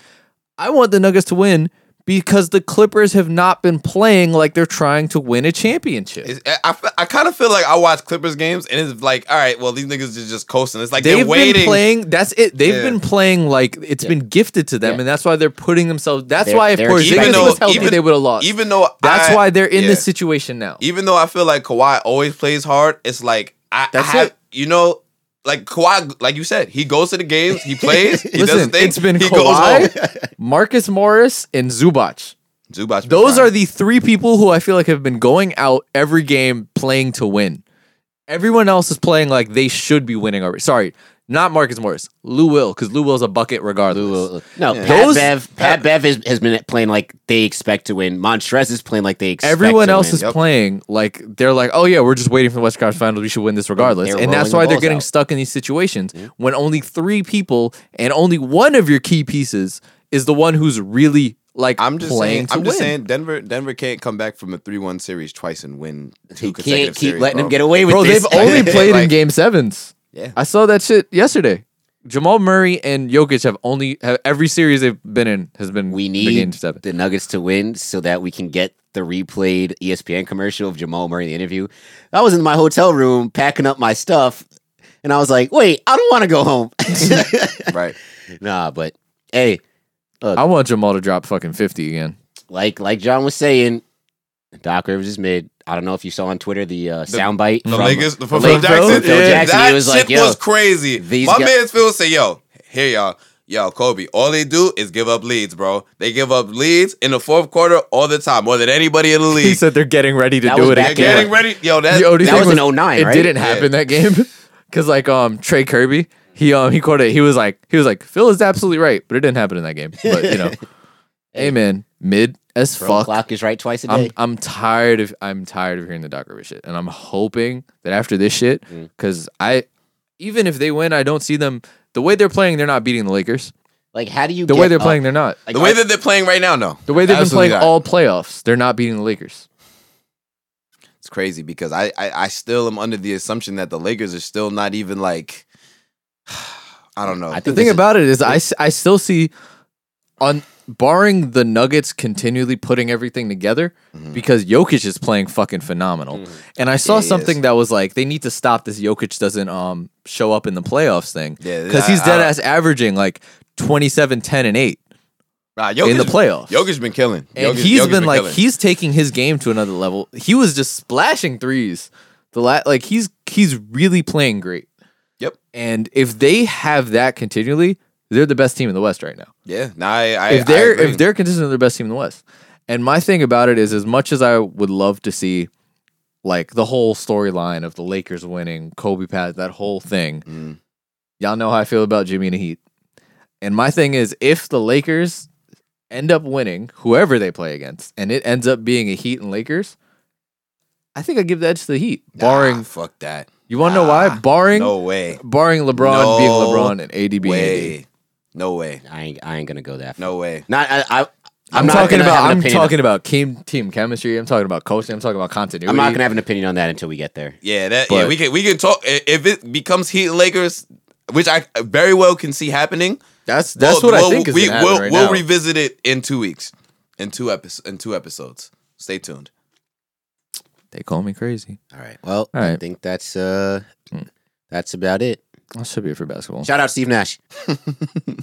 Speaker 1: I want the Nuggets to win because the Clippers have not been playing like they're trying to win a championship.
Speaker 3: It's, I- I, fe- I kind of feel like I watch Clippers games and it's like, all right, well, these niggas is just coasting. It's like
Speaker 1: They've
Speaker 3: they're waiting.
Speaker 1: been playing. That's it. They've
Speaker 3: Yeah.
Speaker 1: been playing like it's been gifted to them,
Speaker 2: Yeah.
Speaker 1: and that's why they're putting themselves. That's
Speaker 2: They're-
Speaker 1: why if
Speaker 2: they're
Speaker 1: Porzingis
Speaker 2: expecting-
Speaker 1: was healthy,
Speaker 3: Even though-
Speaker 1: they would have lost.
Speaker 3: even though
Speaker 1: that's
Speaker 3: I-
Speaker 1: why they're in
Speaker 3: yeah.
Speaker 1: this situation now.
Speaker 3: Even though I feel like Kawhi always plays hard, it's like I, I
Speaker 1: That's
Speaker 3: have,
Speaker 1: it.
Speaker 3: you know, like Kawhi, like you said, he goes to the games, he plays, he does
Speaker 1: Listen,
Speaker 3: his thing,
Speaker 1: it's been
Speaker 3: he goes home.
Speaker 1: Kawhi, Marcus Morris, and Zubac.
Speaker 3: Zubac's been
Speaker 1: Those
Speaker 3: fine.
Speaker 1: are the three people who I feel like have been going out every game playing to win. Everyone else is playing like they should be winning already. Sorry, not Marcus Morris. Lou Will, because Lou Will's a bucket regardless.
Speaker 2: No, Pat
Speaker 1: Those-
Speaker 2: Bev. Pat Bev is, has been playing like they expect to win. Montrez is playing like they expect.
Speaker 1: Everyone
Speaker 2: to
Speaker 1: else
Speaker 2: win.
Speaker 1: is playing like they're like, oh yeah, we're just waiting for the West Conference Finals. We should win this regardless,
Speaker 2: They're
Speaker 1: and that's
Speaker 2: rolling the
Speaker 1: why they're
Speaker 2: balls
Speaker 1: getting
Speaker 2: out.
Speaker 1: stuck in these situations when only three people and only one of your key pieces is the one who's really like
Speaker 3: I'm just
Speaker 1: playing
Speaker 3: saying.
Speaker 1: to
Speaker 3: I'm just
Speaker 1: win.
Speaker 3: saying. Denver, Denver can't come back from a three-one series twice and win two
Speaker 2: He
Speaker 3: consecutive
Speaker 2: can't keep
Speaker 3: series,
Speaker 2: letting
Speaker 3: bro.
Speaker 2: him get away with
Speaker 1: Bro,
Speaker 2: this.
Speaker 1: they've only played in
Speaker 3: Like-
Speaker 1: game sevens.
Speaker 3: Yeah.
Speaker 1: I saw that shit yesterday. Jamal Murray and Jokic have only have every series they've been in has been
Speaker 2: we
Speaker 1: the game
Speaker 2: need
Speaker 1: seven.
Speaker 2: the Nuggets to win so that we can get the replayed E ESPN commercial of Jamal Murray in the interview. I was in my hotel room packing up my stuff, and I was like, "Wait, I don't want to go home."
Speaker 3: right.
Speaker 2: nah, but hey,
Speaker 1: I want Jamal to drop fucking fifty again.
Speaker 2: like like John was saying, Doc Rivers is mid. I don't know if you saw on Twitter the uh, soundbite
Speaker 3: The
Speaker 2: from
Speaker 3: Lakers, the, from
Speaker 2: Lake-
Speaker 3: Phil Jackson.
Speaker 2: Phil Jackson,
Speaker 3: that
Speaker 2: he was
Speaker 3: shit
Speaker 2: like, yo,
Speaker 3: was crazy.
Speaker 2: these
Speaker 3: My
Speaker 2: guy-
Speaker 3: man's Phil say, yo, here y'all, yo, Kobe. All they do is give up leads, bro. They give up leads in the fourth quarter all the time, more than anybody in the
Speaker 1: He
Speaker 3: league.
Speaker 1: said they're getting ready to
Speaker 2: That
Speaker 1: do
Speaker 2: was
Speaker 1: it
Speaker 3: They're
Speaker 2: back
Speaker 1: again.
Speaker 2: in-
Speaker 3: getting ready, yo. That,
Speaker 1: The only
Speaker 2: That
Speaker 1: thing
Speaker 2: was in 09,
Speaker 1: It
Speaker 2: right?
Speaker 1: didn't happen that game because like um Trey Kirby, he um he quoted he was like he was like Phil is absolutely right, but it didn't happen in that game. But you know, hey man, mid as
Speaker 2: Bro,
Speaker 1: fuck.
Speaker 2: clock is right twice a day.
Speaker 1: I'm I'm tired of I'm tired of hearing the Doc Rivers shit, and I'm hoping that after this shit,
Speaker 3: Mm.
Speaker 1: because I even if they win, I don't see them the way they're playing. They're not beating the Lakers.
Speaker 2: like, how do you
Speaker 1: The
Speaker 2: get
Speaker 1: way they're
Speaker 2: up?
Speaker 1: playing, they're not.
Speaker 2: Like,
Speaker 3: the way
Speaker 2: I-
Speaker 3: that they're playing right now, no.
Speaker 1: The way they've been
Speaker 3: Absolutely
Speaker 1: playing
Speaker 3: not.
Speaker 1: all playoffs, they're not beating the Lakers.
Speaker 3: it's crazy because I, I I still am under the assumption that the Lakers are still not even like I don't know.
Speaker 2: I
Speaker 1: The
Speaker 2: think
Speaker 1: thing
Speaker 2: this is-
Speaker 1: about it is, I, s- I still see on barring the Nuggets continually putting everything together because Jokic is playing fucking phenomenal. And I saw
Speaker 3: Mm-hmm. Yeah, he
Speaker 1: something
Speaker 3: is.
Speaker 1: that was like they need to stop this Jokic doesn't um show up in the playoffs thing
Speaker 3: Yeah,
Speaker 1: because he's
Speaker 3: I- I-
Speaker 1: dead ass averaging like 27, 10, and eight.
Speaker 3: Nah, Jokic-
Speaker 1: in the playoffs.
Speaker 3: Jokic been killing.
Speaker 1: And
Speaker 3: Jokic-
Speaker 1: he's
Speaker 3: Jokic
Speaker 1: been like
Speaker 3: killing.
Speaker 1: he's taking his game to another level. He was just splashing threes. The la- like he's he's really playing great.
Speaker 3: Yep.
Speaker 1: And if they have that continually, they're the best team in the West right now.
Speaker 3: Yeah. Nah, I, I
Speaker 1: if they're
Speaker 3: I agree.
Speaker 1: if they're consistent, they're the best team in the West. And my thing about it is, as much as I would love to see, like the whole storyline of the Lakers winning, Kobe Pat, that whole thing.
Speaker 3: Mm.
Speaker 1: Y'all know how I feel about Jimmy and the Heat. And my thing is, if the Lakers end up winning, whoever they play against, and it ends up being a Heat and Lakers, I think I give the edge to the Heat.
Speaker 3: Nah,
Speaker 1: Barring
Speaker 3: fuck that.
Speaker 1: you want to know why? Barring
Speaker 3: No way.
Speaker 1: barring LeBron being
Speaker 3: No
Speaker 1: LeBron and AD being AD.
Speaker 3: Way. No way.
Speaker 2: I ain't, I ain't gonna go that. far.
Speaker 3: No way.
Speaker 2: Not I. I I'm,
Speaker 1: I'm,
Speaker 2: not
Speaker 1: talking
Speaker 2: gonna
Speaker 1: about
Speaker 2: Have an
Speaker 1: I'm
Speaker 2: opinion.
Speaker 1: talking about team team chemistry. I'm talking about coaching. I'm talking about continuity.
Speaker 2: I'm not gonna have an opinion on that until we get there.
Speaker 3: Yeah, that yeah,
Speaker 1: But-
Speaker 3: we can we can talk i- if it becomes Heat and Lakers, which I very well can see happening.
Speaker 1: That's that's
Speaker 3: we'll-
Speaker 1: what I
Speaker 3: we'll-
Speaker 1: think is
Speaker 3: we,
Speaker 1: gonna happen
Speaker 3: will
Speaker 1: right
Speaker 3: we'll
Speaker 1: now.
Speaker 3: revisit it in two weeks. In two episodes in two episodes. Stay tuned.
Speaker 1: they call me crazy.
Speaker 2: All right. Well,
Speaker 1: All
Speaker 2: I
Speaker 1: right.
Speaker 2: think that's uh, that's about it.
Speaker 1: That should be it for basketball.
Speaker 2: Shout out Steve Nash. I got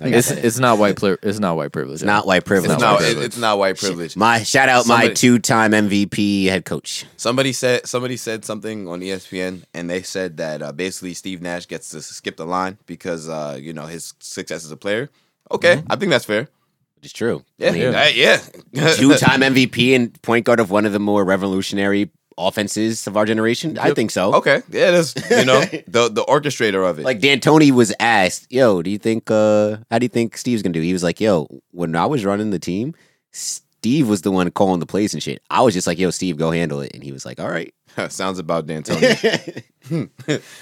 Speaker 1: It's
Speaker 2: that.
Speaker 1: it's not white pli- it's not white privilege.
Speaker 2: It's not white privilege.
Speaker 3: It's
Speaker 1: Not
Speaker 3: not,
Speaker 1: white
Speaker 3: it-
Speaker 1: privilege.
Speaker 3: it's not white privilege.
Speaker 2: My shout out my
Speaker 3: Somebody-
Speaker 2: two-time MVP head coach.
Speaker 3: Somebody said somebody said something on E ESPN, and they said that uh, basically Steve Nash gets to skip the line because uh, you know his success as a player. Okay,
Speaker 1: Mm-hmm.
Speaker 3: I think that's fair.
Speaker 2: It's true.
Speaker 3: Yeah,
Speaker 2: I mean,
Speaker 3: I- yeah.
Speaker 2: two-time MVP and point guard of one of the more revolutionary offenses of our generation. I think so.
Speaker 3: okay, yeah, that's you know the the orchestrator of it.
Speaker 2: Oh. Like D'Antoni was asked, "Yo, do you think? uh How do you think Steve's gonna do?" He was like, "Yo, when I was running the team, Steve was the one calling the plays and shit. I was just like, yo, Steve, go handle it.' And he was like, all right.'
Speaker 3: sounds about D'Antoni.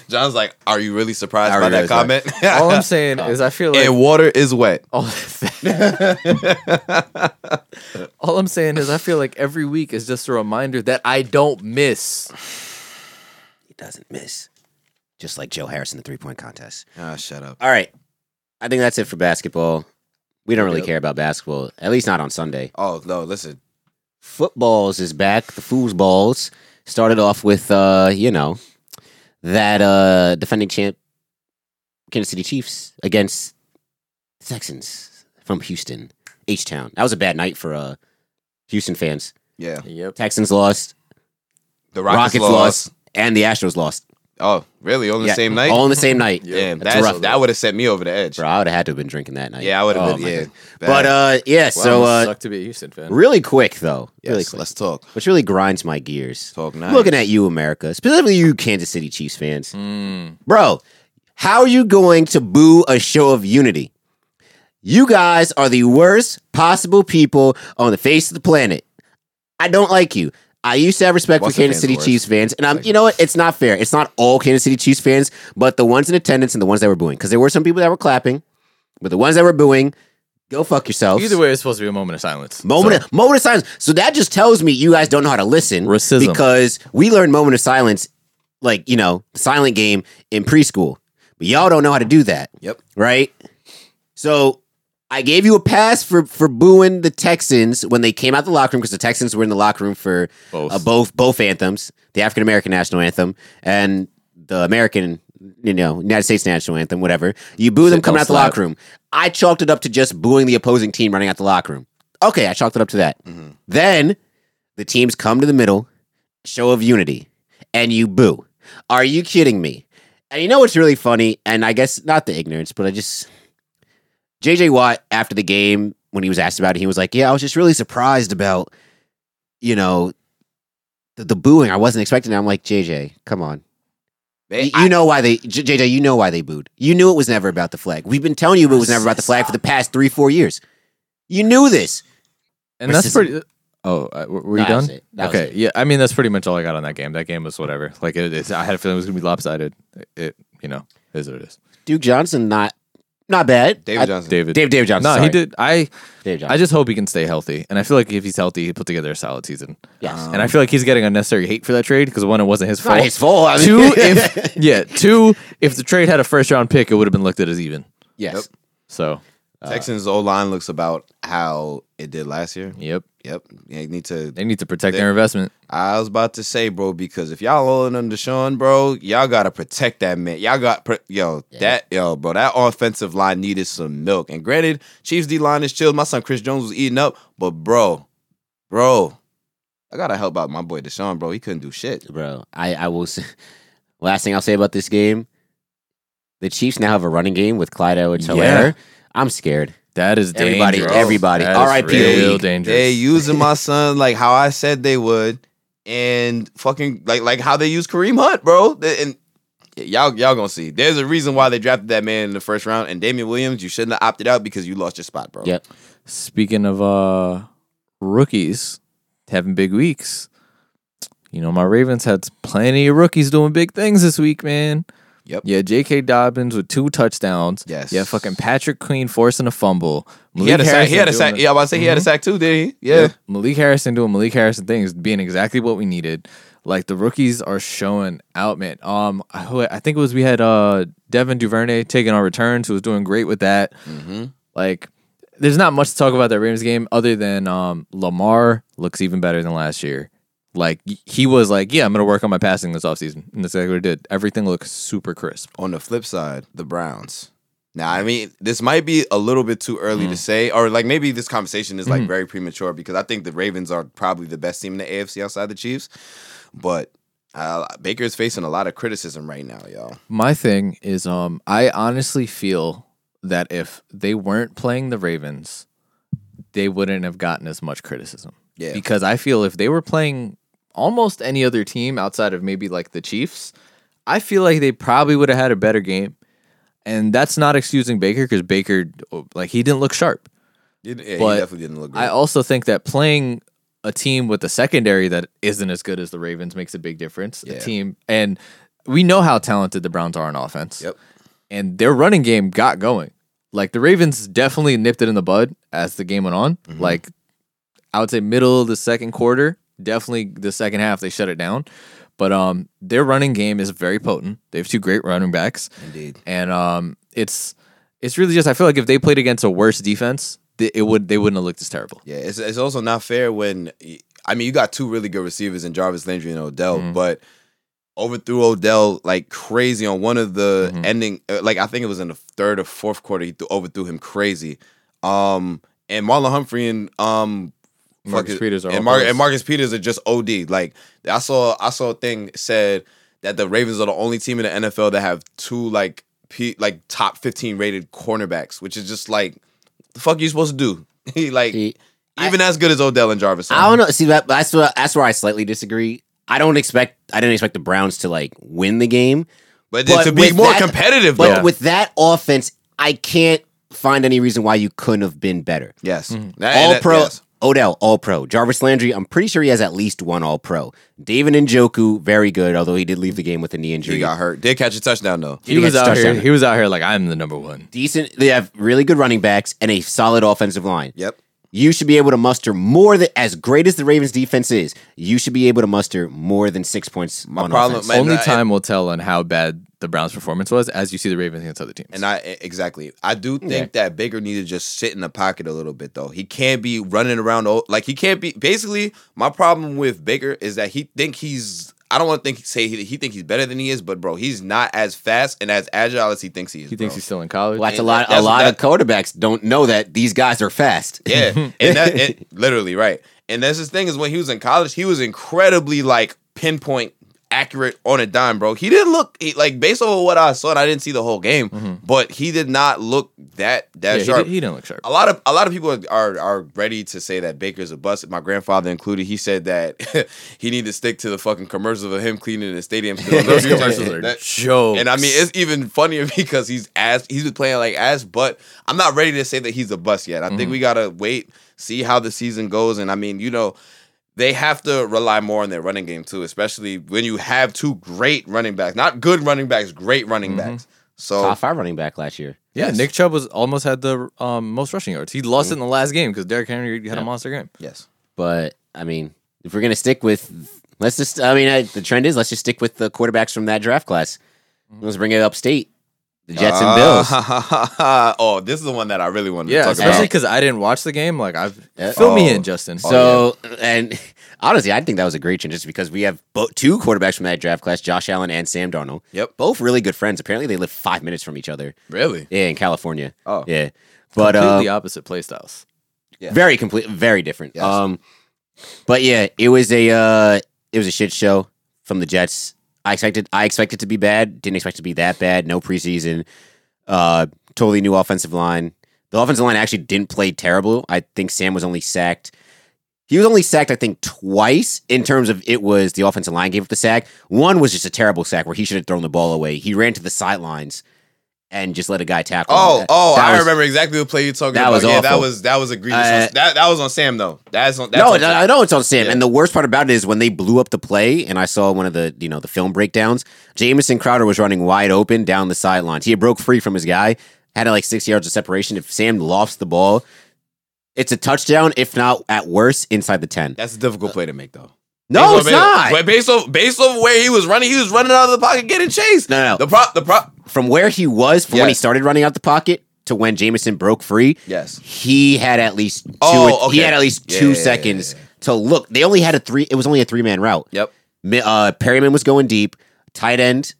Speaker 3: John's like, are you really surprised
Speaker 2: Are
Speaker 3: by
Speaker 2: you
Speaker 3: that
Speaker 2: really surprised?
Speaker 3: comment?
Speaker 1: All I'm saying is I feel like
Speaker 3: and water is wet.
Speaker 1: all, all I'm saying is I feel like every week is just a reminder that I don't miss.
Speaker 2: He doesn't miss, just like Joe Harris in the three-point contest."
Speaker 3: Ah, shut up.
Speaker 2: All right. I think that's it for basketball. We don't really care about basketball, at least not on Sunday.
Speaker 3: Oh no, listen.
Speaker 2: Footballs is back. The foosballs started off with, uh, you know, that uh, defending champ Kansas City Chiefs against the Texans from Houston, H Town. That was a bad night for uh, Houston fans.
Speaker 3: Yeah,
Speaker 1: Yep.
Speaker 2: Texans lost,
Speaker 3: the
Speaker 2: Rockets,
Speaker 3: Rockets,
Speaker 2: lost.
Speaker 3: lost.
Speaker 2: and the Astros lost.
Speaker 3: Oh, really? On the
Speaker 2: Yeah,
Speaker 3: same night?
Speaker 2: All on the same night.
Speaker 3: Damn,
Speaker 2: That's
Speaker 3: that's,
Speaker 2: rough.
Speaker 3: that would have set me over the edge.
Speaker 2: Bro, I would have had to have been drinking that night.
Speaker 3: Yeah, I would have
Speaker 2: Oh,
Speaker 3: been.
Speaker 2: my
Speaker 3: Yeah,
Speaker 2: God. But uh, yeah, so
Speaker 1: Wow,
Speaker 2: uh,
Speaker 1: suck to be a Houston fan.
Speaker 2: really quick though, really
Speaker 3: Yes,
Speaker 2: quick,
Speaker 3: let's talk.
Speaker 2: which really grinds my gears.
Speaker 3: Talk nice.
Speaker 2: Looking at you, America, specifically you, Kansas City Chiefs fans,
Speaker 3: Hmm.
Speaker 2: bro. How are you going to boo a show of unity? You guys are the worst possible people on the face of the planet. I don't like you. I used to have respect
Speaker 3: What's
Speaker 2: for
Speaker 3: the
Speaker 2: Kansas
Speaker 3: fans
Speaker 2: City
Speaker 3: worth?
Speaker 2: Chiefs fans, and I'm, you know what? It's not fair. It's not all Kansas City Chiefs fans, but the ones in attendance and the ones that were booing, because there were some people that were clapping, but the ones that were booing, go fuck yourselves.
Speaker 1: Either way, it's supposed to be a moment of silence.
Speaker 2: Moment,
Speaker 1: So,
Speaker 2: of, moment of silence. So that just tells me you guys don't know how to listen.
Speaker 1: Racism.
Speaker 2: Because we learned moment of silence, like, you know, silent game in preschool. But y'all don't know how to do that.
Speaker 3: Yep.
Speaker 2: Right? So I gave you a pass for, for booing the Texans when they came out the locker room because the Texans were in the locker room for
Speaker 1: Both.
Speaker 2: uh, both both anthems, the African American national anthem and the American, you know, United States national anthem, whatever. You boo them
Speaker 1: Sit,
Speaker 2: coming
Speaker 1: don't
Speaker 2: out the
Speaker 1: slap.
Speaker 2: locker room. I chalked it up to just booing the opposing team running out the locker room. Okay, I chalked it up to that.
Speaker 1: Mm-hmm.
Speaker 2: Then the teams come to the middle, show of unity, and you boo. Are you kidding me? And you know what's really funny? And I guess not the ignorance, but I just JJ Watt after the game when he was asked about it, he was like, "Yeah, I was just really surprised about you know the, the booing. I wasn't expecting." it. I'm like, "JJ, come on."
Speaker 3: They-
Speaker 2: you,
Speaker 3: I-
Speaker 2: you know why they J- JJ, you know why they booed. You knew it was never about the flag. We've been telling you it was never about the flag for the past 3-4 years. You knew this.
Speaker 1: and that's
Speaker 2: racism.
Speaker 1: pretty. Oh, uh, were were you
Speaker 2: That was
Speaker 1: done?
Speaker 2: it. That was
Speaker 1: okay,
Speaker 2: it.
Speaker 1: yeah. I mean, that's pretty much all I got on that game. That game was whatever. Like, it, it's, I had a feeling it was gonna be lopsided. It, you know, is what it is.
Speaker 2: Duke Johnson not not bad.
Speaker 3: David
Speaker 2: I-
Speaker 3: Johnson.
Speaker 1: David,
Speaker 2: Dave Dave Johnson.
Speaker 1: no,
Speaker 2: sorry.
Speaker 1: he did. I,
Speaker 2: Dave Johnson.
Speaker 1: I just hope he can stay healthy, and I feel like if he's healthy, he put together a solid season.
Speaker 2: Yes.
Speaker 1: and I feel like he's getting unnecessary hate for that trade because one, it wasn't his
Speaker 2: It's not
Speaker 1: fault.
Speaker 2: his fault. I mean-
Speaker 1: two, if yeah, two, if the trade had a first round pick, it would have been looked at as even.
Speaker 2: yes.
Speaker 3: Yep.
Speaker 1: So,
Speaker 3: Texans O line looks about how it did last year.
Speaker 1: yep,
Speaker 3: Yep. They need to.
Speaker 1: they need to protect their investment.
Speaker 3: I was about to say, bro, because if y'all holding under Deshaun, bro, y'all gotta protect that man. Y'all got pro- yo that yo, bro. That offensive line needed some milk. And granted, Chiefs D line is chilled. My son Chris Jones was eating up, but bro, bro, I gotta help out my boy Deshaun, bro. He couldn't do shit.
Speaker 2: bro. I, I will. Say, last thing I'll say about this game: the Chiefs now have a running game with Clyde Edwards-Helaire. I'm scared.
Speaker 1: That is
Speaker 2: Everybody-
Speaker 1: dangerous.
Speaker 2: everybody.
Speaker 1: That is
Speaker 2: R.I.P. the
Speaker 1: Real
Speaker 2: league.
Speaker 1: dangerous.
Speaker 3: They using my son like how I said they would, and fucking like like how they use Kareem Hunt, bro. They- And y'all y'all gonna see. There's a reason why they drafted that man in the first round. And Damian Williams, you shouldn't have opted out because you lost your spot, bro.
Speaker 2: Yep.
Speaker 1: Speaking of uh, rookies having big weeks, you know my Ravens had plenty of rookies doing big things this week, man.
Speaker 3: Yep.
Speaker 1: Yeah, J.K. Dobbins with two touchdowns.
Speaker 3: Yes.
Speaker 1: Yeah, fucking Patrick Queen forcing a fumble.
Speaker 3: He had a
Speaker 1: Malik
Speaker 3: sack. He had
Speaker 1: Harrison doing
Speaker 3: a
Speaker 1: Mm-hmm.
Speaker 3: sack.
Speaker 1: the-
Speaker 3: Yeah, I was about to say he had a sack too, did he? Yeah.
Speaker 1: Malik Harrison doing Malik Harrison things, being exactly what we needed. Like the rookies are showing out, man. Um, who- I think it was we had uh Devin Duvernay taking our returns, who was doing great with that.
Speaker 3: Mm-hmm.
Speaker 1: Like, there's not much to talk about that Rams game other than um Lamar looks even better than last year. Like y- he was like, yeah, I'm gonna work on my passing this offseason, and that's exactly what he did. Everything looks super crisp.
Speaker 3: On the flip side, the Browns. Now, I mean, this might be a little bit too early
Speaker 1: Mm.
Speaker 3: to say, or like maybe this conversation is like very premature because I think the Ravens are probably the best team in the AFC outside the Chiefs. But uh, Baker is facing a lot of criticism right now, y'all.
Speaker 1: My thing is, um, I honestly feel that if they weren't playing the Ravens, they wouldn't have gotten as much criticism.
Speaker 3: Yeah.
Speaker 1: Because I feel if they were playing almost any other team outside of maybe like the Chiefs, I feel like they probably would have had a better game. And that's not excusing Baker because Baker, like, he didn't look sharp.
Speaker 3: Yeah, he
Speaker 1: But
Speaker 3: definitely didn't look
Speaker 1: I
Speaker 3: great.
Speaker 1: also think that playing a team with a secondary that isn't as good as the Ravens makes a big difference.
Speaker 3: Yeah.
Speaker 1: A team, and we know how talented the Browns are on offense.
Speaker 3: Yep.
Speaker 1: And their running game got going. Like the Ravens definitely nipped it in the bud as the game went on.
Speaker 3: Mm-hmm.
Speaker 1: Like I would say middle of the second quarter, definitely the second half they shut it down. But um their running game is very potent. They have two great running backs.
Speaker 3: Indeed.
Speaker 1: And um it's it's really just I feel like if they played against a worse defense, th- it would they wouldn't have looked as terrible.
Speaker 3: Yeah, it's, it's also not fair when I mean you got two really good receivers in Jarvis Landry and Odell,
Speaker 1: Mm-hmm.
Speaker 3: but overthrew Odell like crazy on one of the
Speaker 1: Mm-hmm.
Speaker 3: ending. uh, Like I think it was in the third or fourth quarter, he th- overthrew him crazy. Um, and Marlon Humphrey and um.
Speaker 1: Marcus
Speaker 3: fucking-
Speaker 1: Peters are
Speaker 3: and,
Speaker 1: all
Speaker 3: Mar-
Speaker 1: pros.
Speaker 3: and Marcus Peters are just OD. Like I saw, I saw a thing said that the Ravens are the only team in the NFL that have two like P, like top fifteen rated cornerbacks, which is just like the fuck you supposed to do. He um, like
Speaker 2: He-
Speaker 3: even as good as Odell and Jarvis.
Speaker 2: I don't know. See, that, that's what, that's where I slightly disagree. I don't expect. I didn't expect the Browns to like win the game,
Speaker 3: but,
Speaker 2: but
Speaker 3: to be
Speaker 2: with
Speaker 3: more
Speaker 2: that-
Speaker 3: competitive
Speaker 2: but
Speaker 3: though.
Speaker 2: with that offense, I can't find any reason why you couldn't have been better.
Speaker 3: yes, That- and
Speaker 2: all
Speaker 3: that-
Speaker 2: pro.
Speaker 3: yes.
Speaker 2: Odell, all pro. Jarvis Landry, I'm pretty sure he has at least one all pro. David Njoku, very good, although he did leave the game with a knee injury.
Speaker 3: He got hurt. Did catch a touchdown though.
Speaker 2: He
Speaker 1: He was
Speaker 2: gets
Speaker 1: out here.
Speaker 2: touchdown.
Speaker 1: He was out here like I'm the number one.
Speaker 2: Decent. They have really good running backs and a solid offensive line.
Speaker 3: Yep.
Speaker 2: You should be able to muster more than as great as the Ravens defense is. You should be able to muster more than six points.
Speaker 3: My
Speaker 2: on
Speaker 3: problem-
Speaker 2: offense.
Speaker 3: my- And
Speaker 1: Only
Speaker 3: I-
Speaker 1: time will tell on how bad the Browns' performance was as you see the Ravens against other teams.
Speaker 3: And I e- exactly, I do think that Baker needs to just sit in the pocket a little bit though. He can't be running around all- like he can't be. Basically, my problem with Baker is that he think he's. I don't want to think say he, he think he's better than he is, but bro, he's not as fast and as agile as he thinks he is.
Speaker 1: he thinks
Speaker 3: bro.
Speaker 1: he's still in college.
Speaker 2: Well, Oh, that's a
Speaker 3: and
Speaker 2: lot.
Speaker 3: that's-
Speaker 2: a lot
Speaker 3: that-
Speaker 2: of quarterbacks don't know that these guys are fast.
Speaker 3: Yeah, and that it, literally right. And that's his thing is when he was in college, he was incredibly like pinpoint accurate on a dime, bro. He didn't look he, like based on what I saw, and I didn't see the whole game, but he did not look that
Speaker 1: Mm-hmm. Yeah,
Speaker 3: that
Speaker 1: he,
Speaker 3: sharp.
Speaker 1: did, he didn't look sharp.
Speaker 3: a lot of a lot of people are, are are ready to say that Baker's a bust. My grandfather included. He said that he needed to stick to the fucking commercials of him cleaning the stadium.
Speaker 1: Those commercials are jokes.
Speaker 3: And I mean, it's even funnier because he's ass. He's been playing like ass, but I'm not ready to say that he's a bust yet. I
Speaker 2: Mm-hmm.
Speaker 3: think we gotta wait, see how the season goes. And I mean, you know, they have to rely more on their running game too, especially when you have two great running backs, not good running backs, great running
Speaker 2: Mm-hmm.
Speaker 3: backs. So
Speaker 2: Top five running back last year.
Speaker 1: yeah,
Speaker 3: yes. Mm-hmm.
Speaker 1: Nick Chubb was almost had the um, most rushing yards. He lost it in the last game because Derrick Henry had a monster game.
Speaker 3: yes,
Speaker 2: But I mean, if we're gonna stick with, let's just. I mean, I, the trend is let's just stick with the quarterbacks from that draft class. Let's bring it upstate, the Jets
Speaker 3: Uh-huh.
Speaker 2: and Bills.
Speaker 3: uh, oh, this is the one that I really wanted
Speaker 1: Yeah,
Speaker 3: to talk about.
Speaker 1: especially because I didn't watch the game. Like I've
Speaker 2: Yeah.
Speaker 1: fill me
Speaker 3: Oh.
Speaker 1: in, Justin.
Speaker 2: So and honestly, I think that was a great change just because we have bo- two quarterbacks from that draft class, Josh Allen and Sam Darnold.
Speaker 3: Yep.
Speaker 2: both really good friends. Apparently, they live five minutes from each other.
Speaker 3: Really?
Speaker 2: Yeah, in California.
Speaker 3: Oh.
Speaker 2: yeah, but uh,
Speaker 1: completely opposite play styles.
Speaker 2: very complete, very different. Um, but yeah, it was a uh, it was a shit show from the Jets. I expected I expected to be bad. Didn't expect it to be that bad. No preseason. Uh, totally new offensive line. The offensive line actually didn't play terrible. I think Sam was only sacked. He was only sacked, I think, twice in terms of it was the offensive line gave up the sack. One was just a terrible sack where he should have thrown the ball away. He ran to the sidelines and just let a guy tackle. him.
Speaker 3: Oh,
Speaker 2: That-
Speaker 3: oh,
Speaker 2: that
Speaker 3: I
Speaker 2: was-
Speaker 3: remember exactly what play you're talking
Speaker 2: That
Speaker 3: about.
Speaker 2: was
Speaker 3: yeah, that
Speaker 2: awful.
Speaker 3: was that was egregious.
Speaker 2: Uh,
Speaker 3: that that was on Sam though. That's on. That's
Speaker 2: No,
Speaker 3: on
Speaker 2: no,
Speaker 3: Sam.
Speaker 2: I know it's on Sam.
Speaker 3: Yeah.
Speaker 2: And the worst part about it is when they blew up the play, and I saw one of the you know the film breakdowns. Jamison Crowder was running wide open down the sidelines. He had broke free from his guy, had like six yards of separation. If Sam lofts the ball, it's a touchdown. If not, at worst, inside the ten.
Speaker 3: That's a difficult play to make though.
Speaker 2: No, it's
Speaker 3: Based on-
Speaker 2: not.
Speaker 3: But based off based off where he was running, he was running out of the pocket getting chased.
Speaker 2: No, no.
Speaker 3: The prop, the prop.
Speaker 2: From where he was, from when he
Speaker 3: Yes.
Speaker 2: started running out the pocket to when Jamison broke free,
Speaker 3: Yes.
Speaker 2: he had at least two.
Speaker 3: Oh,
Speaker 2: He
Speaker 3: okay.
Speaker 2: had at least
Speaker 3: Yeah,
Speaker 2: two
Speaker 3: yeah, yeah, yeah,
Speaker 2: seconds to look. They only had a three. It was only a three man route.
Speaker 3: Yep.
Speaker 2: Mi- uh, Perryman was going deep, tight end,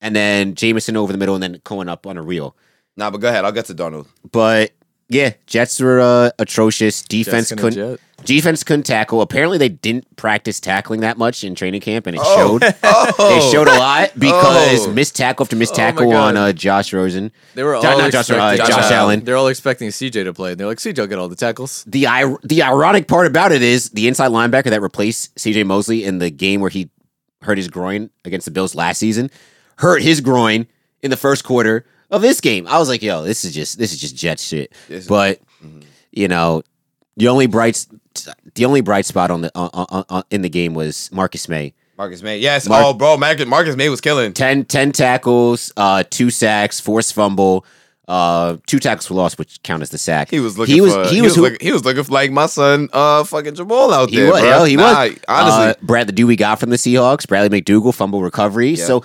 Speaker 2: and then Jameson over the middle, and then Cohen up on a reel.
Speaker 3: Nah, but go ahead. I'll get to Donald.
Speaker 2: But yeah, Jets were uh, atrocious. Defense
Speaker 1: Jets gonna
Speaker 2: couldn't
Speaker 1: jet.
Speaker 2: defense couldn't tackle. Apparently, they didn't practice tackling that much in training camp, and it showed.
Speaker 3: Oh,
Speaker 2: It showed a lot because
Speaker 3: Oh.
Speaker 2: missed tackle after missed
Speaker 1: Oh my
Speaker 2: tackle
Speaker 1: God.
Speaker 2: on uh, Josh Rosen.
Speaker 1: They were all
Speaker 2: Not Josh,
Speaker 1: expecting
Speaker 2: uh, Josh Allen.
Speaker 1: They're all expecting CJ to play. And they're like, CJ will get all the tackles.
Speaker 2: the ir- the ironic part about it is the inside linebacker that replaced CJ Mosley in the game where he hurt his groin against the Bills last season hurt his groin in the first quarter of this game. I was like, yo, this is just this is just jet shit.
Speaker 3: This is- mm-hmm.
Speaker 2: but you know, the only bright s- the only bright spot on the on, on, on, in the game was Marcus May.
Speaker 3: Marcus May. Yes.
Speaker 2: Mar-
Speaker 3: oh, bro, Marcus, Marcus May was killing.
Speaker 2: 10, 10 tackles, uh, two sacks, forced fumble, uh, two tackles for loss, which count as the sack.
Speaker 3: He was looking. for, he, was
Speaker 2: who-
Speaker 3: looking, he was looking for like my son, uh, fucking Jamal out
Speaker 2: He
Speaker 3: there.
Speaker 2: was.
Speaker 3: bro.
Speaker 2: yo, he
Speaker 3: Nah,
Speaker 2: was.
Speaker 3: Honestly,
Speaker 2: Uh, Brad, the dude we got from the Seahawks, Bradley McDougal, fumble recovery.
Speaker 3: Yeah.
Speaker 2: So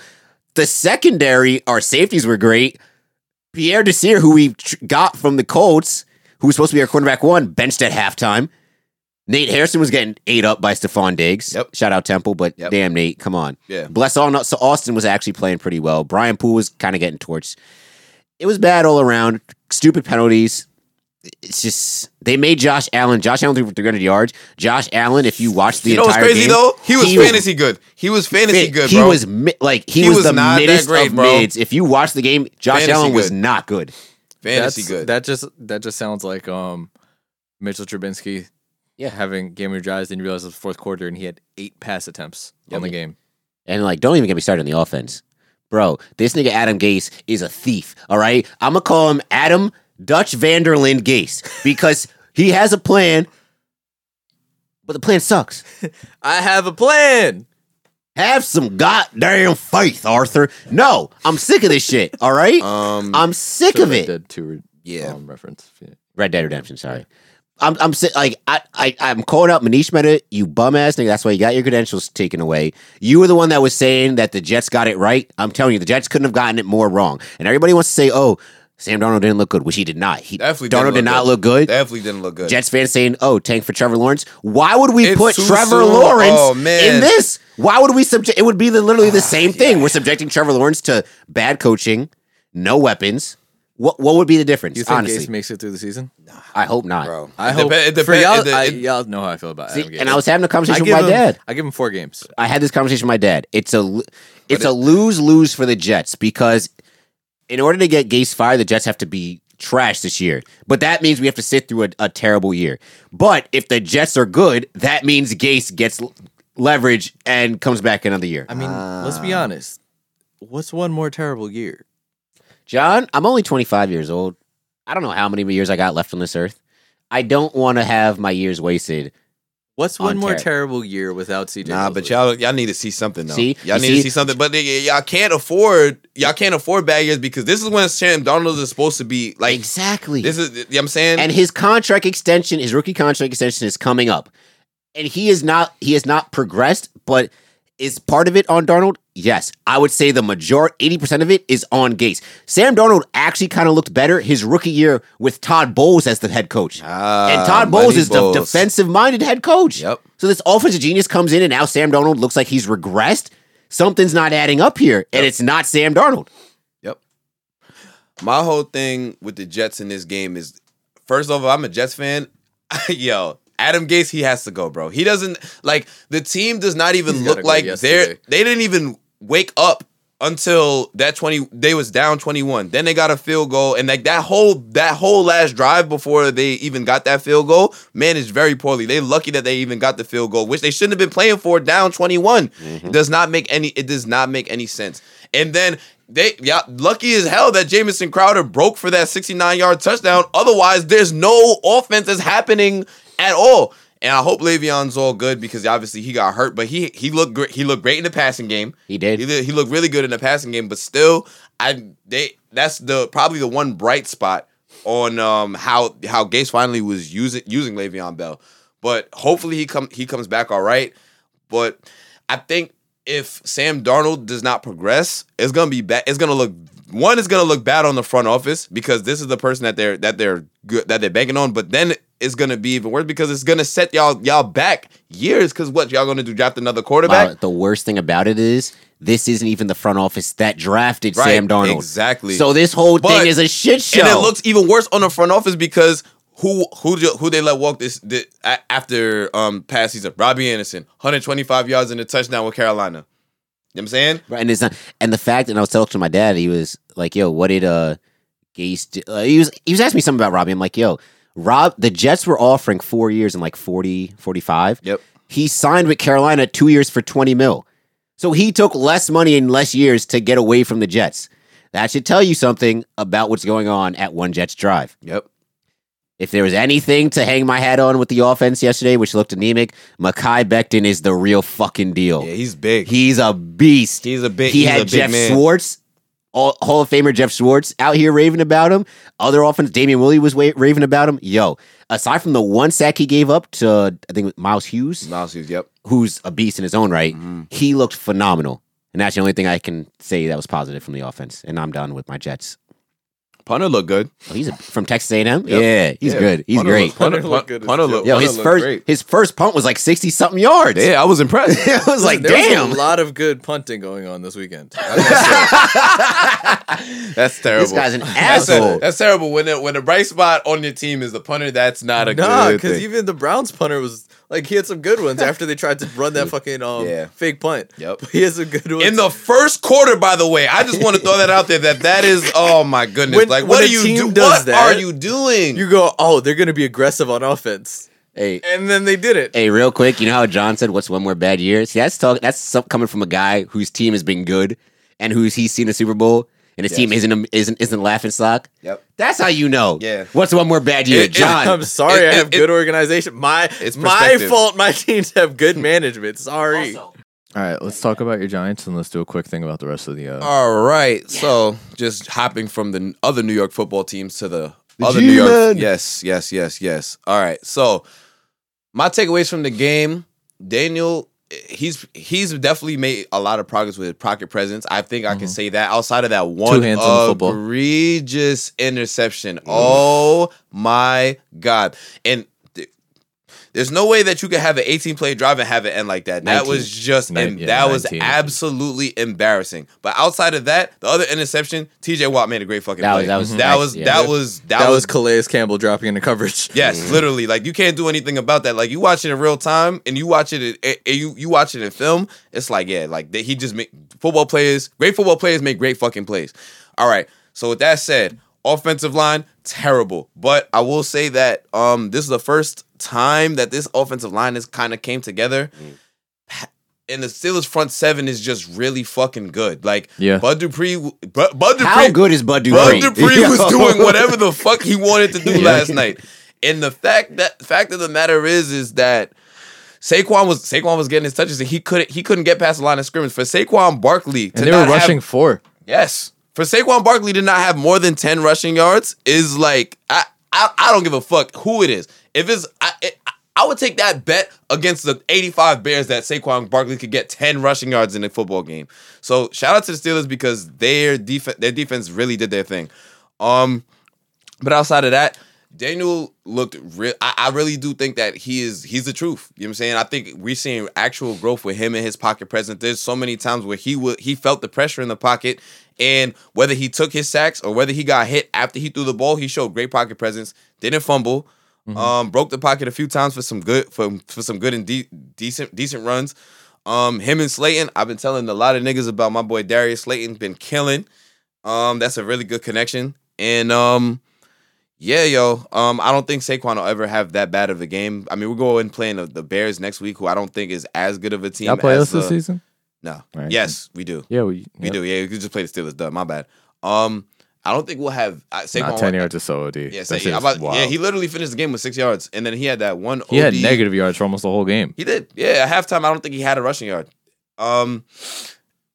Speaker 2: the secondary, our safeties were great. Pierre Desir, who we tr- got from the Colts, who was supposed to be our quarterback one, benched at halftime. Nate Harrison was getting ate up by Stephon Diggs.
Speaker 3: Yep.
Speaker 2: Shout out Temple, but
Speaker 3: Yep.
Speaker 2: damn Nate, come on.
Speaker 3: Yeah.
Speaker 2: Bless all. So Austin was actually playing pretty well. Brian Poole was kind of getting torched. It was bad all around. Stupid penalties. it's just they made Josh Allen. Josh Allen threw for 300 yards. Josh Allen, if you watch the
Speaker 3: You know what's
Speaker 2: entire
Speaker 3: crazy
Speaker 2: game,
Speaker 3: though? He was fantasy good. He was fantasy good,
Speaker 2: he
Speaker 3: bro.
Speaker 2: was mi- like he,
Speaker 3: He
Speaker 2: was,
Speaker 3: was
Speaker 2: the
Speaker 3: not that
Speaker 2: middest
Speaker 3: great,
Speaker 2: of
Speaker 3: bro.
Speaker 2: mids. If you watch the game, Josh
Speaker 3: Fantasy
Speaker 2: Allen was
Speaker 3: good.
Speaker 2: not good.
Speaker 3: fantasy
Speaker 1: That's-
Speaker 3: good.
Speaker 1: That just that just sounds like um Mitchell Trubinsky yeah. having game of drives, then you realize it was the fourth quarter and he had eight pass attempts on the game.
Speaker 2: And like, don't even get me started on the offense, bro. This nigga Adam Gase is a thief. All right, I'm gonna call him Adam Dutch Vanderland Gase because he has a plan, but the plan sucks.
Speaker 1: I have a plan.
Speaker 2: Have some goddamn faith, Arthur. No, I'm sick of this shit. All right,
Speaker 3: um,
Speaker 2: I'm sick
Speaker 1: So
Speaker 2: of
Speaker 1: Red
Speaker 2: it.
Speaker 1: Dead Two re-
Speaker 3: Yeah.
Speaker 1: um, reference. Yeah.
Speaker 2: Red Dead Redemption. Sorry. I'm I'm si- like I I I'm calling out Manish Mehta, you bum ass nigga. That's why you got your credentials taken away. You were the one that was saying that the Jets got it right. I'm telling you, the Jets couldn't have gotten it more wrong. And everybody wants to say, oh, Sam Darnold didn't look good, which he did not. He
Speaker 3: Definitely
Speaker 2: Darnold did
Speaker 3: didn't look
Speaker 2: not
Speaker 3: good.
Speaker 2: look good.
Speaker 3: definitely didn't look good.
Speaker 2: Jets fans saying, "Oh, tank for Trevor Lawrence." Why would we
Speaker 3: It's
Speaker 2: put
Speaker 3: too
Speaker 2: Trevor
Speaker 3: soon.
Speaker 2: Lawrence
Speaker 3: Oh, man. Ah,
Speaker 2: in this? Why would we subject? It would be the, literally the same thing. We're subjecting Trevor Lawrence to bad coaching, no weapons. What what would be the difference?
Speaker 1: You think
Speaker 2: honestly,
Speaker 1: Gase makes it through the season?
Speaker 2: I hope not.
Speaker 3: bro.
Speaker 1: I
Speaker 3: It
Speaker 1: hope
Speaker 3: depe- it
Speaker 1: for
Speaker 3: depe-
Speaker 1: y'all,
Speaker 3: it de-
Speaker 1: I,
Speaker 3: it-
Speaker 1: y'all know how I feel about
Speaker 2: See,
Speaker 1: Adam Gase.
Speaker 2: and I was having
Speaker 1: I
Speaker 2: a conversation
Speaker 1: give
Speaker 2: with my
Speaker 1: him,
Speaker 2: dad.
Speaker 1: I give him four games.
Speaker 2: I had this conversation with my dad. It's a l- it's a lose lose for the Jets because in order to get Gase fired, the Jets have to be trash this year. But that means we have to sit through a, a terrible year. But if the Jets are good, that means Gase gets l- leverage and comes back another year.
Speaker 1: I mean, let's be
Speaker 3: Ah.
Speaker 1: honest. What's one more terrible year?
Speaker 2: John, I'm only 25 years old. I don't know how many years I got left on this earth. I don't want to have my years wasted.
Speaker 1: What's
Speaker 2: On
Speaker 1: one more
Speaker 2: ter-
Speaker 1: terrible year without CJ?
Speaker 3: Nah, but
Speaker 1: Mosley?
Speaker 3: y'all y'all need to see something though.
Speaker 2: See?
Speaker 3: y'all
Speaker 2: You
Speaker 3: need
Speaker 2: see?
Speaker 3: to see something, but nigga, y'all can't afford y'all can't afford bad years because this is when Sam Donald is supposed to be like.
Speaker 2: Exactly.
Speaker 3: This is you know what I'm saying.
Speaker 2: and his contract extension, his rookie contract extension is coming up. And he is not he has not progressed, but is part of it on Darnold? Yes. I would say the majority 80% of it is on Gates. Sam Darnold actually kind of looked better his rookie year with Todd Bowles as the head coach.
Speaker 3: Ah,
Speaker 2: and Todd
Speaker 3: Money
Speaker 2: Bowles is
Speaker 3: Bowles.
Speaker 2: the defensive minded head coach.
Speaker 3: Yep.
Speaker 2: So this offensive genius comes in and now Sam Darnold looks like he's regressed. Something's not adding up here, and it's not Sam Darnold.
Speaker 3: Yep. My whole thing with the Jets in this game is, first of all, I'm a Jets fan. Yo, Adam Gase, he has to go, bro. He doesn't like the team does not even
Speaker 1: He's gotta
Speaker 3: look
Speaker 1: go
Speaker 3: like they're
Speaker 1: yesterday.
Speaker 3: they didn't even wake up until that 20 they was down 21 then they got a field goal and like that whole that whole last drive before they even got that field goal managed very poorly they lucky that they even got the field goal which they shouldn't have been playing for down 21 It does not make any it does not make any sense and then they yeah lucky as hell that Jamison Crowder broke for that 69 yard touchdown otherwise there's no offense that's happening at all and I hope Le'Veon's all good because obviously he got hurt, but he he looked great. He looked great in the passing game.
Speaker 2: He did.
Speaker 3: He, looked- he looked really good in the passing game, but still, I they that's the probably the one bright spot on um how how Gates finally was using using Le'Veon Bell. But hopefully he come he comes back all right. But I think if Sam Darnold does not progress, it's gonna be bad. It's gonna look one is gonna look bad on the front office because this is the person that they're that they're good that they're banking on. But then it's gonna be even worse because it's gonna set y'all y'all back years. Because what y'all gonna do? Draft another quarterback?
Speaker 2: Wow, Uh, the worst thing about it is this isn't even the front office that drafted Sam Darnold.
Speaker 3: exactly.
Speaker 2: So this whole
Speaker 3: But-
Speaker 2: thing is a shit show.
Speaker 3: and it looks even worse on the front office because who who ju- who they let walk this, thi- a after um past season? Robbie Anderson, 125 yards and a touchdown with Carolina. You know what I'm saying?
Speaker 2: Right, and it's not, and the fact that I was talking to my dad, he was like, "Yo, what did uh Gase?" Do? Uh, he was he was asking me something about Robbie. I'm like, "Yo, Rob, the Jets were offering four years and like 40, 45.
Speaker 3: Yep.
Speaker 2: He signed with Carolina two years for twenty mil, so he took less money in less years to get away from the Jets. That should tell you something about what's going on at One Jets Drive.
Speaker 3: Yep.
Speaker 2: If there was anything to hang my hat on with the offense yesterday, which looked anemic, Makai Becton is the real fucking deal.
Speaker 3: Yeah, he's big.
Speaker 2: He's a beast.
Speaker 3: He's a big.
Speaker 2: he
Speaker 3: he's a
Speaker 2: had
Speaker 3: big
Speaker 2: Jeff
Speaker 3: man.
Speaker 2: Schwartz, all, Hall of Famer Jeff Schwartz, out here raving about him. Other offense, Damian Willie was wa- raving about him. Yo, aside from the one sack he gave up to, I think Miles Hughes,
Speaker 3: Miles Hughes, Yep.
Speaker 2: who's a beast in his own right,
Speaker 3: Mm-hmm.
Speaker 2: he looked phenomenal. And that's the only thing I can say that was positive from the offense. And I'm done with my Jets.
Speaker 3: Punter looked good.
Speaker 2: Oh, he's a, from Texas A&M. Yeah, he's
Speaker 3: Yeah.
Speaker 2: good. He's
Speaker 3: Punter
Speaker 2: great.
Speaker 3: looked-
Speaker 7: Punter
Speaker 3: Punter looked
Speaker 7: looked good as
Speaker 3: Punter
Speaker 7: hell.
Speaker 3: looked.
Speaker 2: Yo,
Speaker 3: Punter
Speaker 2: his
Speaker 3: looked
Speaker 2: first
Speaker 3: great.
Speaker 2: his first punt was like sixty something yards.
Speaker 3: Yeah, I was impressed.
Speaker 2: it was like
Speaker 7: There was
Speaker 2: damn.
Speaker 7: a lot of good punting going on this weekend.
Speaker 3: That's terrible.
Speaker 2: This guy's an
Speaker 3: That's,
Speaker 2: asshole.
Speaker 3: that's terrible. When the, when the bright spot on your team is the punter, that's not a
Speaker 7: nah,
Speaker 3: good
Speaker 7: because
Speaker 3: thing.
Speaker 7: even the Browns punter was like he had some good ones after they tried to run that fucking um,
Speaker 3: Yeah.
Speaker 7: fake punt.
Speaker 3: Yep.
Speaker 7: But he has some good ones.
Speaker 3: in the first quarter, by the way, I just want to throw that out there. That that is, oh my goodness!
Speaker 7: When-
Speaker 3: like,
Speaker 7: when
Speaker 3: what
Speaker 7: a
Speaker 3: are you
Speaker 7: team
Speaker 3: doing?
Speaker 7: does
Speaker 3: What
Speaker 7: that,
Speaker 3: are you doing?
Speaker 7: you go, oh, they're gonna be aggressive on offense,
Speaker 2: hey,
Speaker 7: and then they did it.
Speaker 2: hey, real quick, you know how John said, "What's one more bad year?" See, that's talk, that's some, coming from a guy whose team has been good and who's he's seen a Super Bowl and his team isn't isn't isn't laughing stock.
Speaker 3: Yep.
Speaker 2: That's how you know.
Speaker 3: Yeah.
Speaker 2: What's one more bad year,
Speaker 3: It- it-
Speaker 2: John?
Speaker 7: I'm sorry, I
Speaker 3: it-
Speaker 7: have
Speaker 3: it-
Speaker 7: good organization. My
Speaker 3: It's
Speaker 7: it's my
Speaker 3: perspective.
Speaker 7: fault. My teams have good management. Sorry.
Speaker 1: All right, let's talk about your Giants and let's do a quick thing about the rest of the. Uh,
Speaker 3: All right. So just hopping from the other New York football teams to the, other New York. Yes, yes, yes, yes. All right. So my takeaways from the game, Daniel. He's he's definitely made a lot of progress with his pocket presence. I think I can say that outside of that one
Speaker 1: Mm-hmm. hands on the football. Mm-hmm.
Speaker 3: egregious interception. Oh my god! And th- there's no way that you could have an 18 play drive and have it end like that. That
Speaker 2: 19.
Speaker 3: was just
Speaker 1: Nin-
Speaker 3: and
Speaker 1: yeah,
Speaker 3: that was
Speaker 1: 19.
Speaker 3: absolutely embarrassing. But outside of that, the other interception, TJ Watt made a great fucking
Speaker 2: That was-
Speaker 3: play.
Speaker 2: that was
Speaker 3: that
Speaker 2: nice,
Speaker 3: was
Speaker 2: yeah.
Speaker 3: that was that,
Speaker 7: That
Speaker 3: was
Speaker 7: was Calais Campbell dropping into coverage.
Speaker 3: yes, literally. Like you can't do anything about that. Like you watch it in real time and you watch it in, and you you watch it in film. It's like yeah, like they, he just make football players, great football players make great fucking plays. All right. So with that said, offensive line terrible, but I will say that um this is the first time that this offensive line has kind of came together
Speaker 2: Mm.
Speaker 3: and the Steelers front seven is just really fucking good. Like
Speaker 1: Yeah.
Speaker 3: Bud Dupree, Bud, Bud Dupree,
Speaker 2: How good is Bud Dupree?
Speaker 3: Bud Dupree was
Speaker 2: Yo.
Speaker 3: doing whatever the fuck he wanted to do last night. And the fact that fact of the matter is is that Saquon was Saquon was getting his touches and he couldn't he couldn't get past the line of scrimmage for Saquon Barkley to
Speaker 1: and they
Speaker 3: not
Speaker 1: were rushing
Speaker 3: Have,
Speaker 1: four.
Speaker 3: yes, for Saquon Barkley to not have more than ten rushing yards is like I I, I don't give a fuck who it is. If it's I. It, I would take that bet against the 85 Bears that Saquon Barkley could get 10 rushing yards in a football game. So shout out to the Steelers because their defense their defense really did their thing. Um, but outside of that, Daniel looked real. I, I really do think that he is he's the truth. You know what I'm saying? I think we're seeing actual growth with him in his pocket presence. There's so many times where he would he felt the pressure in the pocket, and whether he took his sacks or whether he got hit after he threw the ball, he showed great pocket presence. Didn't fumble.
Speaker 1: Mm-hmm.
Speaker 3: Um, broke the pocket a few times for some good for for some good and de- decent decent runs. Um, him and Slayton, I've been telling a lot of niggas about my boy Darius Slayton, been killing. Um, that's a really good connection. And um, yeah, yo. Um, I don't think Saquon will ever have that bad of a game. I mean, we're going playing the, the Bears next week, who I don't think is as good of a team.
Speaker 1: Y'all play
Speaker 3: as
Speaker 1: us this
Speaker 3: the-
Speaker 1: season?
Speaker 3: No.
Speaker 1: All right.
Speaker 3: Yes, we do.
Speaker 1: Yeah, we
Speaker 3: We do. Yeah, you could just play the Steelers. Duh, my bad. Um, I don't think we'll have uh, Saquon.
Speaker 1: Not ten yards to OD.
Speaker 3: Yeah,
Speaker 1: That
Speaker 3: Sa-
Speaker 1: shit's
Speaker 3: I'm about-
Speaker 1: wild.
Speaker 3: yeah, he literally finished the game with six yards, and then he had that one.
Speaker 1: He had
Speaker 3: OD.
Speaker 1: negative yards for almost the whole game.
Speaker 3: He did. Yeah, at halftime, I don't think he had a rushing yard. Um,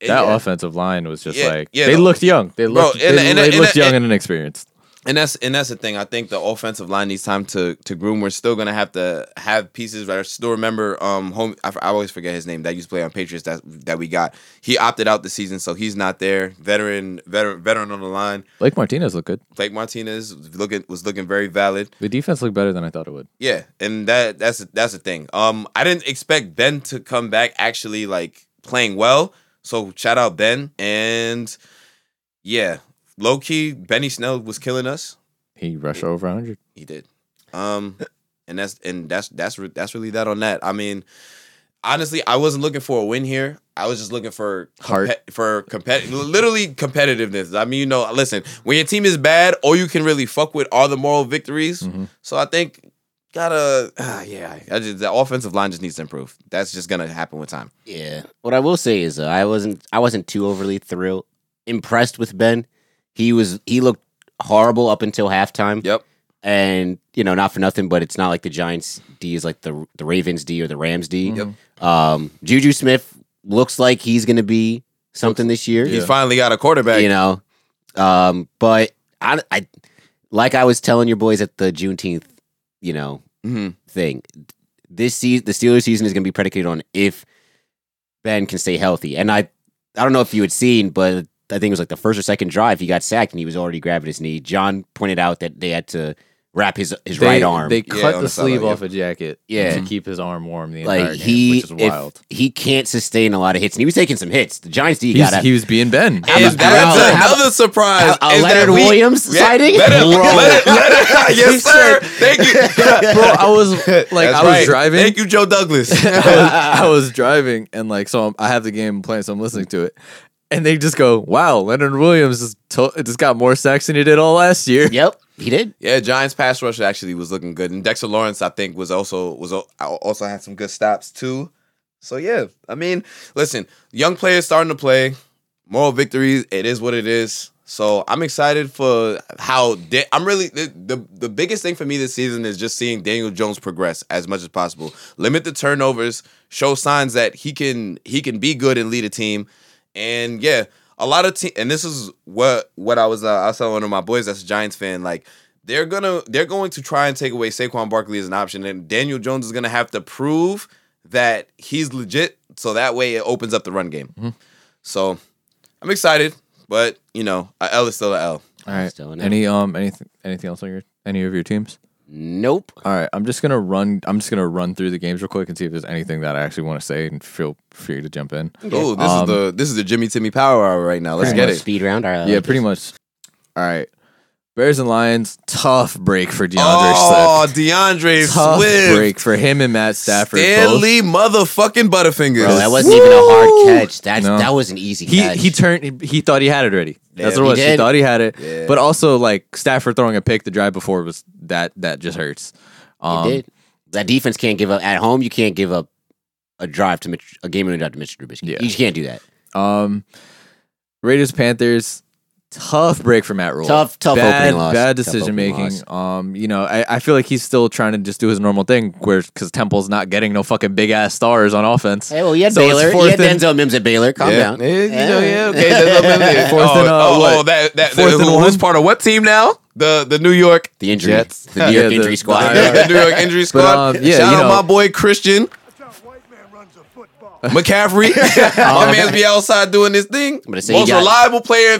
Speaker 3: and
Speaker 1: That
Speaker 3: yeah.
Speaker 1: offensive line was just
Speaker 3: Yeah,
Speaker 1: like
Speaker 3: yeah,
Speaker 1: they
Speaker 3: the-
Speaker 1: looked young. They
Speaker 3: Bro,
Speaker 1: looked,
Speaker 3: and-
Speaker 1: they,
Speaker 3: and-
Speaker 1: they
Speaker 3: and-
Speaker 1: looked
Speaker 3: and-
Speaker 1: young and inexperienced.
Speaker 3: And that's and that's the thing. I think the offensive line needs time to to groom. We're still gonna have to have pieces. I still remember um home. I, f- I always forget his name. That used to play on Patriots. That that we got. He opted out the season, so he's not there. Veteran, veteran, veteran on the line.
Speaker 1: Blake Martinez looked good.
Speaker 3: Blake Martinez was looking was looking very valid.
Speaker 1: The defense looked better than I thought it would.
Speaker 3: Yeah, and that that's that's the thing. Um, I didn't expect Ben to come back actually like playing well. So shout out Ben and yeah, low key Benny Snell was killing us.
Speaker 1: He rushed over 100.
Speaker 3: He did. Um, and that's and that's that's re- that's really that on that. I mean, honestly, I wasn't looking for a win here. I was just looking for
Speaker 1: Heart.
Speaker 3: compe- for competitive, literally competitiveness. I mean, you know, listen, when your team is bad, all you can really fuck with are the moral victories.
Speaker 2: Mm-hmm.
Speaker 1: Mhm.
Speaker 3: So I think gotta ah, yeah, I just, the offensive line just needs to improve. That's just gonna happen with time.
Speaker 2: Yeah. What I will say is uh, I wasn't I wasn't too overly thrilled impressed with Ben. He was he looked horrible up until halftime.
Speaker 3: Yep.
Speaker 2: And you know, not for nothing, but it's not like the Giants D is like the the Ravens D or the Rams D. Yep. Um, Juju Smith looks like he's going to be something this year.
Speaker 3: He's finally got a quarterback.
Speaker 2: You know, um, but I, I like I was telling your boys at the Juneteenth, you know,
Speaker 1: Mm-hmm.
Speaker 3: Mhm.
Speaker 2: thing. This season, the Steelers season is going to be predicated on if Ben can stay healthy. And I, I don't know if you had seen, but I think it was like the first or second drive, he got sacked and he was already grabbing his knee. John pointed out that they had to wrap his his
Speaker 1: They-
Speaker 2: right arm.
Speaker 1: They
Speaker 3: Yeah,
Speaker 1: cut the
Speaker 3: on the side,
Speaker 1: sleeve
Speaker 3: yeah.
Speaker 1: off a jacket
Speaker 2: Yeah.
Speaker 1: to keep his arm warm the entire
Speaker 2: like
Speaker 1: game,
Speaker 2: he,
Speaker 1: which is wild.
Speaker 2: If he can't sustain a lot of hits, and he was taking some hits. The Giants D
Speaker 1: He's-
Speaker 2: got
Speaker 1: he was being Ben.
Speaker 3: Is
Speaker 2: how
Speaker 3: that
Speaker 2: about- how
Speaker 3: another surprise?
Speaker 2: a
Speaker 3: is that
Speaker 2: Leonard
Speaker 3: we-
Speaker 2: Williams
Speaker 3: Yeah,
Speaker 2: sighting.
Speaker 3: let it- let it- let it-
Speaker 1: He
Speaker 3: yes, sir.
Speaker 1: said-
Speaker 3: Thank you.
Speaker 1: Bro, I was like,
Speaker 3: That's
Speaker 1: I was
Speaker 3: right.
Speaker 1: driving.
Speaker 3: Thank you, Joe Douglas.
Speaker 1: I was, I was driving and like so I'm, I have the game playing, so I'm listening to it, and they just go, "Wow, Leonard Williams just to- just got more sacks than he did all last year."
Speaker 2: Yep, he did.
Speaker 3: yeah, Giants pass rush actually was looking good, and Dexter Lawrence I think was also was al- also had some good stops too. So yeah, I mean, listen, young players starting to play, moral victories. It is what it is. So I'm excited for how da- I'm really the, the the biggest thing for me this season is just seeing Daniel Jones progress as much as possible. Limit the turnovers, show signs that he can he can be good and lead a team. And yeah, a lot of team and this is what what I was uh, I was telling one of my boys that's a Giants fan like they're gonna they're going to try and take away Saquon Barkley as an option, and Daniel Jones is gonna have to prove that he's legit. So that way it opens up the run game.
Speaker 1: Mm-hmm.
Speaker 3: So I'm excited, but you know, a L is still a L.
Speaker 1: All right.
Speaker 2: Still an
Speaker 1: Any um anything anything else on your any of your teams?
Speaker 2: Nope.
Speaker 1: All right, I'm just gonna run. I'm just gonna run through the games real quick and see if there's anything that I actually want to say, and feel free to jump in.
Speaker 3: Oh, this
Speaker 1: Um,
Speaker 3: is the this is the Jimmy Timmy Power Hour right now. Let's
Speaker 2: Alright,
Speaker 3: get
Speaker 2: well,
Speaker 3: it.
Speaker 2: Speed round. alright, I
Speaker 1: yeah,
Speaker 2: like
Speaker 1: pretty
Speaker 2: this.
Speaker 1: much. All right, Bears and Lions, tough break for DeAndre
Speaker 3: oh,
Speaker 1: Swift.
Speaker 3: DeAndre
Speaker 1: Tough
Speaker 3: Swift,
Speaker 1: break for him and Matt Stafford. both.
Speaker 3: Stanley motherfucking Butterfingers.
Speaker 2: Bro, that wasn't even a hard catch. That's
Speaker 1: No.
Speaker 2: that was an easy
Speaker 1: He
Speaker 2: catch.
Speaker 1: he turned. He thought he had it already. That's
Speaker 3: Yeah.
Speaker 1: what it was.
Speaker 2: He
Speaker 1: He,
Speaker 2: did.
Speaker 1: thought he had it.
Speaker 3: Yeah.
Speaker 1: But also, like Stafford throwing a pick the drive before was that that just hurts. Um,
Speaker 2: It did. That defense can't give up at home. You can't give up a drive to Mitch, a game winning drive to Mitch Trubisky.
Speaker 1: Yeah.
Speaker 2: You just can't do that.
Speaker 1: Um, Raiders Panthers. Tough break for Matt Rule.
Speaker 2: Tough- tough
Speaker 1: bad,
Speaker 2: opening loss.
Speaker 1: Bad
Speaker 2: Tough
Speaker 1: decision
Speaker 2: opening
Speaker 1: making. Um, you know, I, I feel like he's still trying to just do his normal thing, where because Temple's not getting no fucking big ass stars on offense.
Speaker 2: Hey, well, he had
Speaker 1: So it's
Speaker 2: Baylor. He
Speaker 1: fourth
Speaker 2: had
Speaker 1: and-
Speaker 2: Denzel Mims at Baylor. Calm
Speaker 3: yeah.
Speaker 2: down.
Speaker 3: Yeah, you know, yeah, okay. that's what I'm saying.
Speaker 1: Fourth
Speaker 3: oh,
Speaker 1: and, uh,
Speaker 3: oh,
Speaker 1: what?
Speaker 3: oh, that, that,
Speaker 1: Fourth
Speaker 3: who-
Speaker 1: and
Speaker 3: who's
Speaker 1: one?
Speaker 3: part of what team now? The the New York
Speaker 2: The injury.
Speaker 3: Jets.
Speaker 2: The New York
Speaker 1: Yeah,
Speaker 2: injury
Speaker 1: the-
Speaker 2: squad.
Speaker 1: the-
Speaker 3: the New York injury squad.
Speaker 1: um, yeah,
Speaker 3: Shout
Speaker 1: you
Speaker 3: out
Speaker 1: know-
Speaker 3: my boy Christian
Speaker 6: white man runs a football.
Speaker 3: McCaffrey. my man's be outside doing this thing.
Speaker 2: gonna
Speaker 3: Most
Speaker 2: say he got-
Speaker 3: reliable player in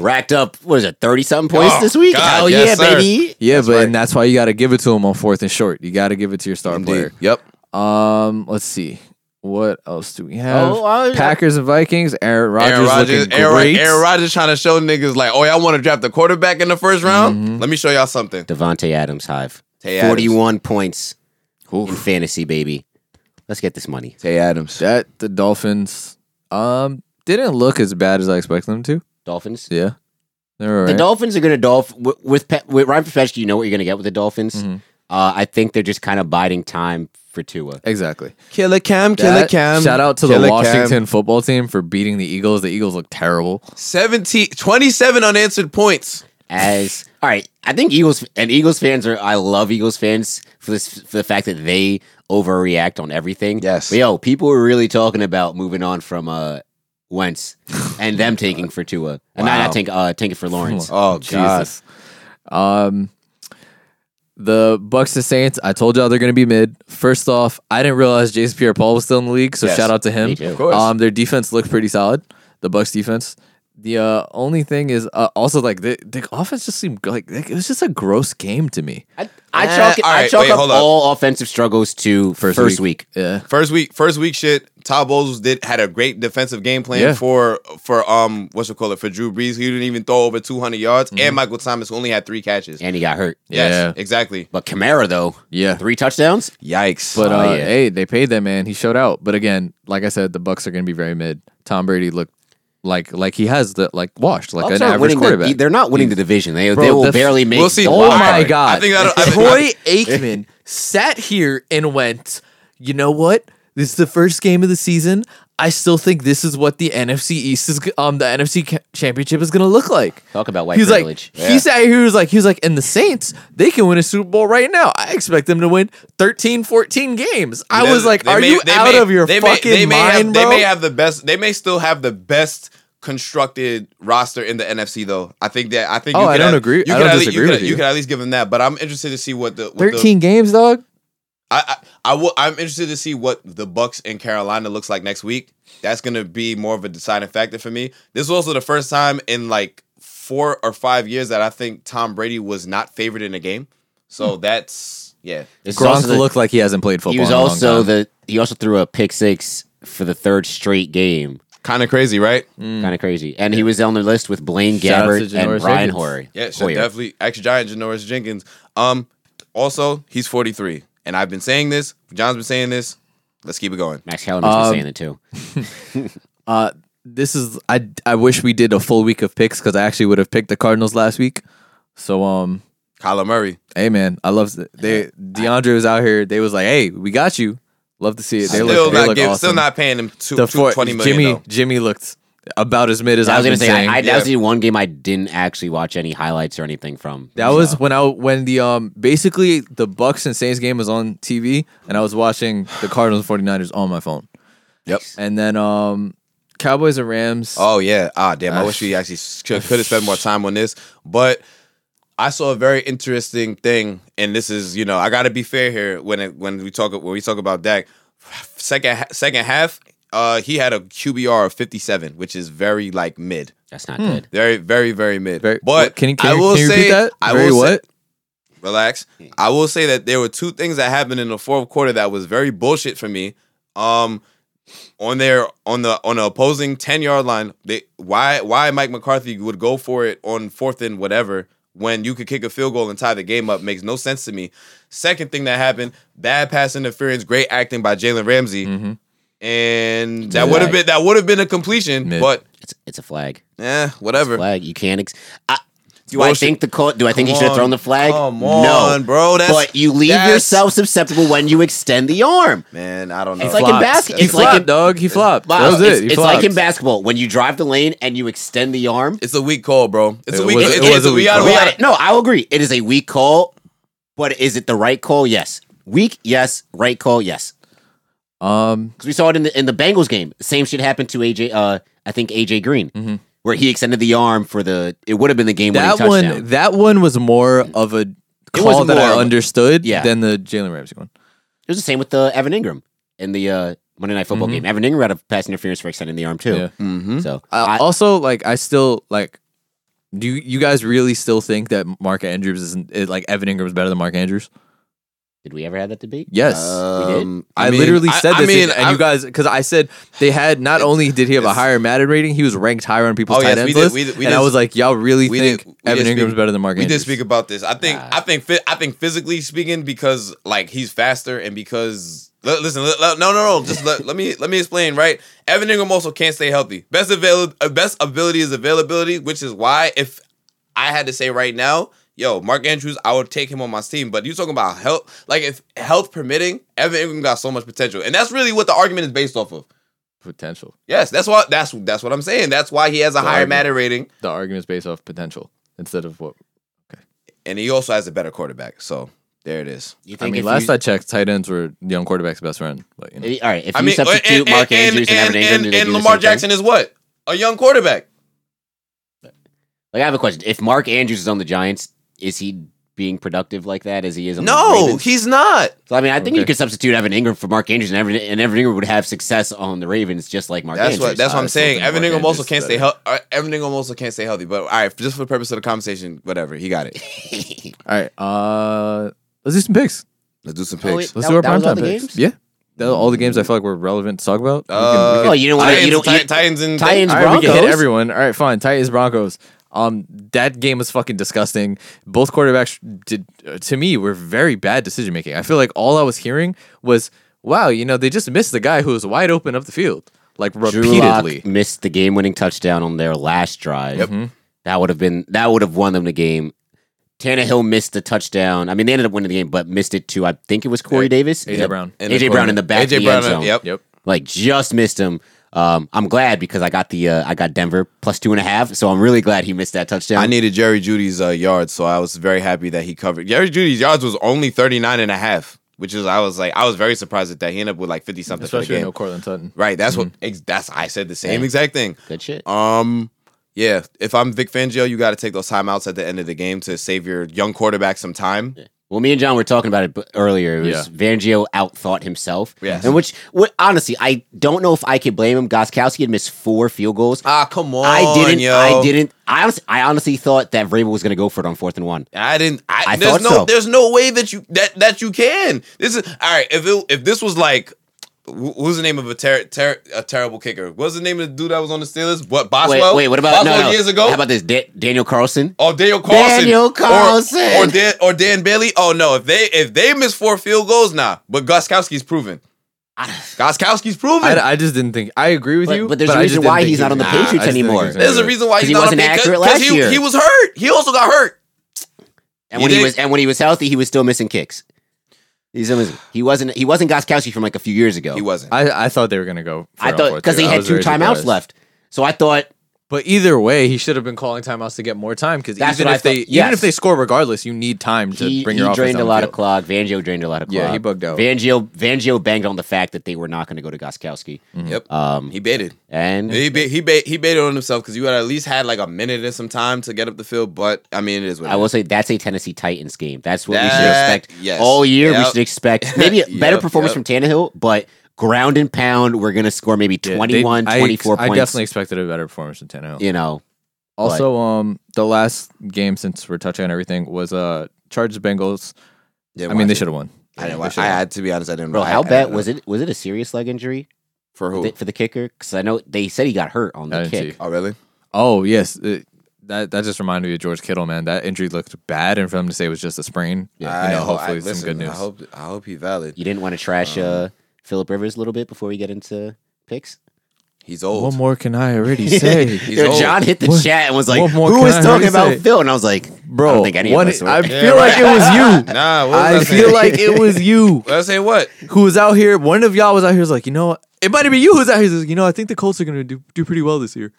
Speaker 2: Racked up, what is it, 30 something points
Speaker 3: Oh,
Speaker 2: this week?
Speaker 3: God,
Speaker 2: Hell
Speaker 3: yes,
Speaker 2: yeah,
Speaker 3: sir.
Speaker 2: baby.
Speaker 1: Yeah, but and that's why you got to give it to him on fourth and short. You got to give it to your star
Speaker 3: Indeed.
Speaker 1: player.
Speaker 3: Yep.
Speaker 1: Um, let's see. What else do we have?
Speaker 2: Oh, I-
Speaker 1: Packers and Vikings. Aaron Rodgers,
Speaker 3: Aaron Rodgers,
Speaker 1: looking
Speaker 3: Aaron,
Speaker 1: great.
Speaker 3: Aaron Rodgers trying to show niggas like, oh, y'all want to draft the quarterback in the first round?
Speaker 1: Mm-hmm.
Speaker 3: Let me show y'all something.
Speaker 2: Devontae Adams Hive.
Speaker 3: Tay Adams.
Speaker 2: 41 points in
Speaker 1: Oof.
Speaker 2: fantasy, baby. Let's get this money.
Speaker 3: Tay Adams.
Speaker 1: That the Dolphins um didn't look as bad as I expected them to.
Speaker 2: Dolphins.
Speaker 1: Yeah, they were
Speaker 2: The
Speaker 1: alright.
Speaker 2: Dolphins are going to dolph with with, Pe- with Ryan Petrushka. You know what you're going to get with the Dolphins.
Speaker 3: Mm-hmm.
Speaker 2: Uh, I think they're just kind of biding time for Tua.
Speaker 1: exactly.
Speaker 3: Killer Cam,
Speaker 1: That- Shout out to
Speaker 3: Killer
Speaker 1: the
Speaker 3: Cam.
Speaker 1: Washington football team for beating the Eagles. The Eagles look terrible.
Speaker 3: 17, 27 unanswered points.
Speaker 2: As all right, I think Eagles and Eagles fans are. I love Eagles fans for this for the fact that they overreact on everything.
Speaker 3: Yes.
Speaker 2: but yo, people were really talking about moving on from uh Wentz and them taking for Tua, and not,
Speaker 3: Wow.
Speaker 2: not take uh taking for Lawrence.
Speaker 3: Oh, God.
Speaker 1: Jesus. Um, the Bucks to Saints. I told y'all they're going to be mid. First off, I didn't realize Jason Pierre-Paul was still in the league, so
Speaker 3: Yes.
Speaker 1: shout out to him.
Speaker 2: Me too. Of
Speaker 3: course.
Speaker 1: Um, their defense looked pretty solid. The Bucks defense. The uh, only thing is uh, also like the, the offense just seemed like it was just a gross game to me.
Speaker 2: I, I
Speaker 3: Eh,
Speaker 2: chalk, it-
Speaker 3: all
Speaker 2: I
Speaker 3: right,
Speaker 2: chalk
Speaker 3: wait,
Speaker 2: up
Speaker 3: hold up.
Speaker 2: all offensive struggles to first, week.
Speaker 1: Yeah.
Speaker 3: First week, first week shit. Todd Bowles did had a great defensive game plan
Speaker 1: Yeah.
Speaker 3: for for um what's it called it for Drew Brees. He didn't even throw over two hundred yards, and Michael Thomas only had three catches.
Speaker 2: and he got hurt.
Speaker 3: yes,
Speaker 1: Mhm. Yeah.
Speaker 3: exactly.
Speaker 2: But Kamara though,
Speaker 1: Yeah.
Speaker 2: three touchdowns.
Speaker 3: Yikes!
Speaker 1: But
Speaker 2: Oh,
Speaker 1: uh,
Speaker 2: yeah.
Speaker 1: hey, they paid that man. He showed out. But again, like I said, the Bucks are going to be very mid. Tom Brady looked like like he has the like washed like
Speaker 2: Bucks
Speaker 1: an
Speaker 2: aren't
Speaker 1: average
Speaker 2: winning the- E,
Speaker 1: quarterback.
Speaker 2: they're not winning the division. They
Speaker 1: Bro,
Speaker 2: they will
Speaker 1: that's-
Speaker 2: barely make.
Speaker 3: We'll see.
Speaker 2: the
Speaker 3: Oh
Speaker 1: Oh
Speaker 2: wild
Speaker 1: my
Speaker 3: I-
Speaker 2: card.
Speaker 1: god!
Speaker 3: I think that'll- I think-
Speaker 1: Troy Aikman sat here and went. You know what? This is the first game of the season. I still think this is what the NFC East is, g- um, the NFC ca- Championship is going to look like.
Speaker 2: Talk about white
Speaker 1: He's
Speaker 2: privilege.
Speaker 1: like, he sat here. He was like, he was like, and the Saints, they can win a Super Bowl right now. I expect them to win 13, 14 games. I
Speaker 3: They-
Speaker 1: was like,
Speaker 3: they
Speaker 1: are
Speaker 3: may-
Speaker 1: you
Speaker 3: they
Speaker 1: out
Speaker 3: may-
Speaker 1: of your
Speaker 3: they may-
Speaker 1: fucking
Speaker 3: they may
Speaker 1: mind,
Speaker 3: have,
Speaker 1: bro?
Speaker 3: They may have the best. They may still have the best constructed roster in the NFC, though. I think that I think.
Speaker 1: Oh,
Speaker 3: you
Speaker 1: I
Speaker 3: could
Speaker 1: don't
Speaker 3: at-
Speaker 1: agree- I
Speaker 3: could
Speaker 1: don't
Speaker 3: at least-
Speaker 1: disagree
Speaker 3: could-
Speaker 1: with you.
Speaker 3: You could at least give them that, but I'm interested to see what the what the-
Speaker 1: games, dog.
Speaker 3: I, I, I will, I'm interested to see what the Bucks and Carolina looks like next week. That's gonna be more of a deciding factor for me. This was also the first time in like four or five years that I think Tom Brady was not favored in a game.
Speaker 1: Hmm.
Speaker 3: So that's yeah.
Speaker 2: It's
Speaker 1: Gronk
Speaker 2: also the-
Speaker 1: looked like he hasn't played football.
Speaker 2: he was
Speaker 1: in a long
Speaker 2: also
Speaker 1: time.
Speaker 2: the he also threw a pick six for the third straight game.
Speaker 3: Kind of crazy, right?
Speaker 2: Kind of crazy. And he was on the list with Blaine
Speaker 1: Hmm. Shout out to
Speaker 2: Gabbert and
Speaker 1: Janoris
Speaker 2: Brian
Speaker 1: Higgins.
Speaker 2: Hoyer.
Speaker 3: Yeah, so
Speaker 1: Oh,
Speaker 2: Hoyer.
Speaker 3: definitely. Actually, Giant Janoris Jenkins. Um, also he's 43, and I've been saying this. John's been saying this. Let's keep it going.
Speaker 2: Max Kellerman's been
Speaker 1: Um,
Speaker 2: saying it too.
Speaker 1: Uh, this is I. I wish we did a full week of picks because I actually would have picked the Cardinals last week. So um,
Speaker 3: Kyler Murray.
Speaker 1: hey man, I love they. DeAndre was out here. They was like, hey, we got you. Love to see it. They
Speaker 3: still
Speaker 1: look, they
Speaker 3: not
Speaker 1: look
Speaker 3: give,
Speaker 1: awesome.
Speaker 3: still not paying him two,
Speaker 1: the
Speaker 3: two
Speaker 1: four,
Speaker 3: 20 million.
Speaker 1: Jimmy
Speaker 3: though.
Speaker 1: Jimmy looked about as mid as
Speaker 2: I was
Speaker 1: I've
Speaker 2: gonna
Speaker 1: been
Speaker 2: say
Speaker 1: saying.
Speaker 2: I, I, that was
Speaker 3: yeah.
Speaker 2: the one game I didn't actually watch any highlights or anything from.
Speaker 1: that was when I when the um basically the Bucks and Saints game was on TV and I was watching the Cardinals and 49ers on my phone.
Speaker 3: Yep.
Speaker 1: And then um Cowboys and Rams.
Speaker 3: Oh yeah. Ah damn. I wish we actually could have spent more time on this, but I saw a very interesting thing, and this is you know I got to be fair here when it, when we talk when we talk about Dak. Second ha- second half, uh, he had a QBR of fifty seven, which is very like mid,
Speaker 2: That's
Speaker 1: Hmm.
Speaker 2: not good.
Speaker 3: very very very mid.
Speaker 1: Very-
Speaker 3: but
Speaker 1: can you can,
Speaker 3: I
Speaker 1: you-
Speaker 3: will
Speaker 1: can you
Speaker 3: say
Speaker 1: repeat that?
Speaker 3: I
Speaker 1: Very
Speaker 3: will say-
Speaker 1: what?
Speaker 3: relax.
Speaker 2: Hmm.
Speaker 3: I will say that there were two things that happened in the fourth quarter that was very bullshit for me. Um, on their on the on the opposing ten yard line, they why why Mike McCarthy would go for it on fourth and whatever when you could kick a field goal and tie the game up makes no sense to me. Second thing that happened, bad pass interference, great acting by Jalen Ramsey,
Speaker 2: Mm-hmm.
Speaker 3: and that would have been that would have been a completion,
Speaker 1: Mid.
Speaker 3: but
Speaker 2: It's it's a flag.
Speaker 3: eh, whatever.
Speaker 2: Flag. You can't. Ex- I, do I
Speaker 3: Bullshit.
Speaker 2: think the call? Do I think he
Speaker 3: Come
Speaker 2: should have
Speaker 3: on.
Speaker 2: thrown the flag?
Speaker 3: Come
Speaker 2: no,
Speaker 3: on, bro. That's-
Speaker 2: but you leave
Speaker 3: that's-
Speaker 2: yourself susceptible when you extend the arm.
Speaker 3: Man, I don't know.
Speaker 2: It's like in basketball.
Speaker 1: He
Speaker 2: It's
Speaker 1: flopped,
Speaker 2: like in,
Speaker 1: dog. He flopped.
Speaker 2: Miles,
Speaker 1: that was
Speaker 2: it's,
Speaker 1: it. He
Speaker 2: it's
Speaker 1: flopped.
Speaker 2: like in basketball when you drive the lane and you extend the arm.
Speaker 3: It's a weak call, bro. It's
Speaker 1: It
Speaker 3: a weak.
Speaker 1: was-
Speaker 3: it's-
Speaker 1: it
Speaker 3: it's-
Speaker 1: was a
Speaker 3: we
Speaker 1: weak
Speaker 3: gotta-
Speaker 1: call.
Speaker 3: we
Speaker 2: Well,
Speaker 3: gotta-
Speaker 2: I- no, I'll agree. It is a weak call, but is it the right call? Yes. Weak, yes. Right call, yes.
Speaker 1: um,
Speaker 2: Because we saw it in the in the Bengals game. Same shit happened to AJ. Uh, I think AJ Green, where he extended the arm for the. It would have been the game winning
Speaker 1: Mm-hmm. that
Speaker 2: touchdown.
Speaker 1: one. That one was more of a call
Speaker 2: was
Speaker 1: that
Speaker 2: more of
Speaker 1: I
Speaker 2: a-
Speaker 1: understood
Speaker 2: yeah.
Speaker 1: than the Jalen Ramsey one.
Speaker 2: it was the same with uh, Evan Ingram in the uh, Monday Night Football game. Evan Ingram had a pass interference for extending the arm too.
Speaker 1: Mm-hmm. Yeah.
Speaker 2: So
Speaker 1: I,
Speaker 2: I,
Speaker 1: Uh, also, like, I still like. Do you, you guys really still think that Mark Andrews isn't is, like Evan Ingram is better than Mark Andrews?
Speaker 2: did we ever have that debate?
Speaker 1: Yes.
Speaker 3: Um,
Speaker 1: I,
Speaker 3: mean,
Speaker 1: literally said
Speaker 3: I
Speaker 1: this,
Speaker 3: mean,
Speaker 1: and, and
Speaker 3: I-
Speaker 1: you guys, because I said they had not only did he have a
Speaker 3: it's-
Speaker 1: higher Madden rating, he was ranked higher on people's
Speaker 3: Oh,
Speaker 1: tight
Speaker 3: yes,
Speaker 1: ends
Speaker 3: we did-
Speaker 1: list,
Speaker 3: we did- we
Speaker 1: and
Speaker 3: did-
Speaker 1: I was like, y'all really
Speaker 3: we
Speaker 1: think
Speaker 3: did- we
Speaker 1: Evan
Speaker 3: did
Speaker 1: Ingram's
Speaker 3: speak-
Speaker 1: better than Mark
Speaker 3: we did
Speaker 1: Andrews?
Speaker 3: speak about this. I think I think phy- I think physically speaking because like he's faster and because l- listen l- l- no no no just let, let me let me explain right. Evan Ingram also can't stay healthy. Best avail uh, best ability is availability, which is why if I had to say right now, yo Mark Andrews, I would take him on my team. But you talking about health like if health permitting, Evan Ingram got so much potential, and that's really what the argument is based off of.
Speaker 1: potential.
Speaker 3: Yes, that's what that's that's what I'm saying. That's why he has a higher
Speaker 1: argument.
Speaker 3: matter rating,
Speaker 1: The argument is based off potential instead of what.
Speaker 3: and he also has a better quarterback. So there it is.
Speaker 2: You
Speaker 1: I
Speaker 2: if
Speaker 1: mean, last
Speaker 2: you-
Speaker 1: I checked, tight ends were young quarterback's best friend. But you know,
Speaker 2: all right, if you
Speaker 3: I mean,
Speaker 2: substitute
Speaker 3: and, and-
Speaker 2: Mark
Speaker 3: and-
Speaker 2: Andrews and, Evan
Speaker 3: and,
Speaker 2: Ingram, do
Speaker 3: and,
Speaker 2: they
Speaker 3: and
Speaker 2: do the
Speaker 3: Lamar
Speaker 2: same thing?
Speaker 3: Jackson is what a young quarterback.
Speaker 2: Like I have a question. If Mark Andrews is on the Giants, is he being productive like that as he is on the
Speaker 3: No,
Speaker 2: Ravens?
Speaker 3: he's not.
Speaker 2: So I mean, I think you
Speaker 1: Okay.
Speaker 2: could substitute Evan Ingram for Mark Andrews, and Evan, and Evan Ingram would have success on the Ravens, just like Mark
Speaker 3: That's
Speaker 2: Andrews. uh,
Speaker 3: what that's what
Speaker 1: I
Speaker 3: I'm
Speaker 1: still
Speaker 3: saying.
Speaker 1: think
Speaker 3: Evan
Speaker 1: Mark
Speaker 3: Ingram
Speaker 1: Andrews
Speaker 3: also
Speaker 1: is
Speaker 3: can't stay
Speaker 1: better.
Speaker 3: healthy. Evan Ingram also can't stay healthy. But all right, just for the purpose of the conversation, whatever. He got it.
Speaker 1: all right, uh, let's do some picks.
Speaker 3: Let's do some
Speaker 2: Oh,
Speaker 3: picks.
Speaker 2: wait.
Speaker 1: Let's
Speaker 2: That-
Speaker 1: do our
Speaker 2: that was all
Speaker 1: primetime
Speaker 2: the
Speaker 1: picks.
Speaker 2: games?
Speaker 1: Yeah, That- all the games I feel like were relevant to talk about. We
Speaker 3: Uh,
Speaker 1: can, we
Speaker 2: Oh, you don't want to.
Speaker 3: Titans-
Speaker 2: You don't.
Speaker 3: Ti-
Speaker 2: You,
Speaker 3: Titans and
Speaker 2: Titans,
Speaker 1: All right, we can hit
Speaker 2: Broncos?
Speaker 1: everyone. All right, fine. Titans Broncos. Um, that game was fucking disgusting. Both quarterbacks did uh, to me were very bad decision making. I feel like all I was hearing was, "Wow, you know, they just missed the guy who was wide open up the field, like
Speaker 2: Uh, Drew Lock
Speaker 1: repeatedly."
Speaker 2: missed the game-winning touchdown on their last drive.
Speaker 1: Mm-hmm.
Speaker 3: Yep.
Speaker 2: That would have been. That would have won them the game. Tannehill missed the touchdown. I mean, they ended up winning the game, but missed it to I think it was Corey Davis,
Speaker 1: AJ
Speaker 2: Yep.
Speaker 1: Brown.
Speaker 3: And
Speaker 2: AJ
Speaker 3: then
Speaker 2: Brown in the back of
Speaker 3: AJ
Speaker 2: the
Speaker 3: Brown
Speaker 2: end
Speaker 3: in-
Speaker 2: zone.
Speaker 3: Yep.
Speaker 1: Yep.
Speaker 2: like just missed him. Um, I'm glad because I got the uh, I got Denver plus two and a half, so I'm really glad he missed that touchdown.
Speaker 3: I needed Jerry Judy's uh, yards, so I was very happy that he covered. Jerry Judy's yards was only 39 and a half, which is I was like I was very surprised at that. He ended up with like 50 something for the
Speaker 1: Especially
Speaker 3: game.
Speaker 1: no Cortland Sutton.
Speaker 3: Right, that's what ex- that's I said the same
Speaker 2: Mm-hmm. Yeah.
Speaker 3: exact thing.
Speaker 2: Good shit.
Speaker 3: Um yeah, if I'm Vic Fangio, you got to take those timeouts at the end of the game to save your young quarterback some time
Speaker 2: Well, me and John were talking about it b- earlier. It was
Speaker 8: Yeah.
Speaker 2: Vangio outthought himself.
Speaker 3: Yes.
Speaker 2: And which, what, honestly, I don't know if I could blame him. Goskowski had missed four field goals.
Speaker 3: Ah, come on.
Speaker 2: I didn't.
Speaker 3: Yo.
Speaker 2: I didn't. I honestly, I honestly thought that Vrabel was going to go for it on fourth and one.
Speaker 3: I didn't. I,
Speaker 2: I
Speaker 3: there's
Speaker 2: thought
Speaker 3: no.
Speaker 2: so.
Speaker 3: There's no way that you that that you can. This is all right. If it, if this was like. wh- What was the name of a ter- ter- a terrible kicker? What was the name of the dude that was on the Steelers? What
Speaker 2: Wait,
Speaker 3: Boswell?
Speaker 2: wait, what about
Speaker 3: Boswell
Speaker 2: no, no.
Speaker 3: years ago?
Speaker 2: How about this, da- Daniel Carlson?
Speaker 3: Oh, Daniel Carlson.
Speaker 2: Daniel
Speaker 3: Or-
Speaker 2: Carlson.
Speaker 3: Or, Dan or Dan Bailey. Oh no, if they if they miss four field goals, nah. But Goskowski's proven. Goskowski's proven.
Speaker 1: I, I just didn't think. I agree with
Speaker 2: But-
Speaker 1: you,
Speaker 2: but there's
Speaker 1: I
Speaker 2: a
Speaker 1: just
Speaker 2: reason
Speaker 1: didn't
Speaker 2: why
Speaker 1: think
Speaker 2: he's
Speaker 1: he
Speaker 2: not on
Speaker 1: was-
Speaker 2: the
Speaker 1: I just
Speaker 2: Patriots
Speaker 1: didn't think
Speaker 2: anymore.
Speaker 1: Mm-hmm. he was
Speaker 3: There's a
Speaker 1: gonna do
Speaker 3: reason why
Speaker 2: Because
Speaker 3: he's
Speaker 2: he
Speaker 3: not
Speaker 2: wasn't
Speaker 3: a big- 'cause-
Speaker 2: accurate
Speaker 3: 'cause
Speaker 2: last
Speaker 3: he,
Speaker 2: year.
Speaker 3: He was hurt. He also got hurt.
Speaker 2: And
Speaker 3: You
Speaker 2: when he
Speaker 3: did-
Speaker 2: was and when he was healthy, he was still missing kicks. He's amazing. He wasn't. He wasn't Goskowski from like a few years ago.
Speaker 3: He wasn't.
Speaker 1: it. I, I thought they were gonna go. for
Speaker 2: I
Speaker 1: it on
Speaker 2: thought
Speaker 1: fourth,
Speaker 2: because
Speaker 1: too.
Speaker 2: they
Speaker 1: I
Speaker 2: had
Speaker 1: was
Speaker 2: two
Speaker 1: very
Speaker 2: timeouts
Speaker 1: surprised.
Speaker 2: left. So I thought
Speaker 1: But either way, he should have been calling timeouts to get more time because
Speaker 2: That's
Speaker 1: even
Speaker 2: what I
Speaker 1: if they
Speaker 2: thought. Yes.
Speaker 1: even if they score regardless, you need time to
Speaker 2: he,
Speaker 1: bring
Speaker 2: he
Speaker 1: your offense
Speaker 2: drained
Speaker 1: on
Speaker 2: a
Speaker 1: the
Speaker 2: lot of
Speaker 1: field.
Speaker 2: clock. Vangio drained a lot of clock.
Speaker 1: Yeah, he bugged out.
Speaker 2: Vangio Vangio banged on the fact that they were not going to go to Goskowski.
Speaker 1: Mm-hmm.
Speaker 3: Yep.
Speaker 2: Um,
Speaker 3: he baited.
Speaker 2: and
Speaker 3: He ba- he ba- he baited on himself because you had at least had like a minute and some time to get up the field. But I mean, it is what
Speaker 2: I
Speaker 3: it
Speaker 2: will
Speaker 3: is.
Speaker 2: say that's a Tennessee Titans game. That's what
Speaker 3: That-
Speaker 2: we should expect
Speaker 3: yes.
Speaker 2: all year. We
Speaker 3: Yep.
Speaker 2: should expect maybe a better
Speaker 3: Yep,
Speaker 2: performance
Speaker 3: yep.
Speaker 2: from Tannehill, but ground and pound, we're going to score maybe
Speaker 1: Yeah, they-
Speaker 2: 21,
Speaker 1: I ex-
Speaker 2: 24
Speaker 1: I
Speaker 2: points.
Speaker 1: definitely expected a better performance than Tannehill.
Speaker 2: you know,
Speaker 1: Also, um, the last game since we're touching on everything was uh Chargers Bengals.
Speaker 3: Didn't
Speaker 1: I mean,
Speaker 3: watch
Speaker 1: they
Speaker 3: it.
Speaker 1: should have won.
Speaker 3: I didn't watch. I had to be honest. I didn't.
Speaker 2: bro,
Speaker 3: I-
Speaker 2: how
Speaker 3: I
Speaker 2: bad
Speaker 3: didn't
Speaker 2: was
Speaker 3: know.
Speaker 2: it? Was it a serious leg injury
Speaker 3: for who?
Speaker 2: th- for the kicker? Because I know they said he got hurt on
Speaker 1: I
Speaker 2: the
Speaker 1: didn't
Speaker 2: kick.
Speaker 1: see.
Speaker 3: Oh really?
Speaker 1: Oh yes, it- that that just reminded me of George Kittle, man. That injury looked bad, and for them to say it was just a sprain,
Speaker 3: I
Speaker 1: you know,
Speaker 3: hope-
Speaker 1: hopefully
Speaker 3: I-
Speaker 1: some good
Speaker 3: listen,
Speaker 1: news.
Speaker 3: I hope I hope he valid.
Speaker 2: You didn't want to trash uh, Philip Rivers a little bit before we get into picks.
Speaker 3: He's old.
Speaker 1: what more can I already say,
Speaker 3: He's
Speaker 2: Yo,
Speaker 3: old.
Speaker 2: John hit the
Speaker 1: What-
Speaker 2: chat and was like,
Speaker 1: what more
Speaker 2: "Who
Speaker 1: can
Speaker 2: is
Speaker 1: I
Speaker 2: talking
Speaker 1: already
Speaker 2: about
Speaker 1: say?"
Speaker 2: Phil?" And I was like, "I
Speaker 1: bro?
Speaker 2: don't think any
Speaker 1: one-
Speaker 2: of us were.
Speaker 1: I
Speaker 3: Yeah,
Speaker 1: feel like
Speaker 3: right.
Speaker 1: it was you.
Speaker 3: Nah, what
Speaker 1: I
Speaker 3: was
Speaker 1: feel
Speaker 3: saying?
Speaker 1: like it was you
Speaker 3: I was saying what?
Speaker 1: who was out here. One of y'all was out here was like, you know, what? it might have been you who was out here. who's Like, you know, I think the Colts are gonna do do pretty well this year.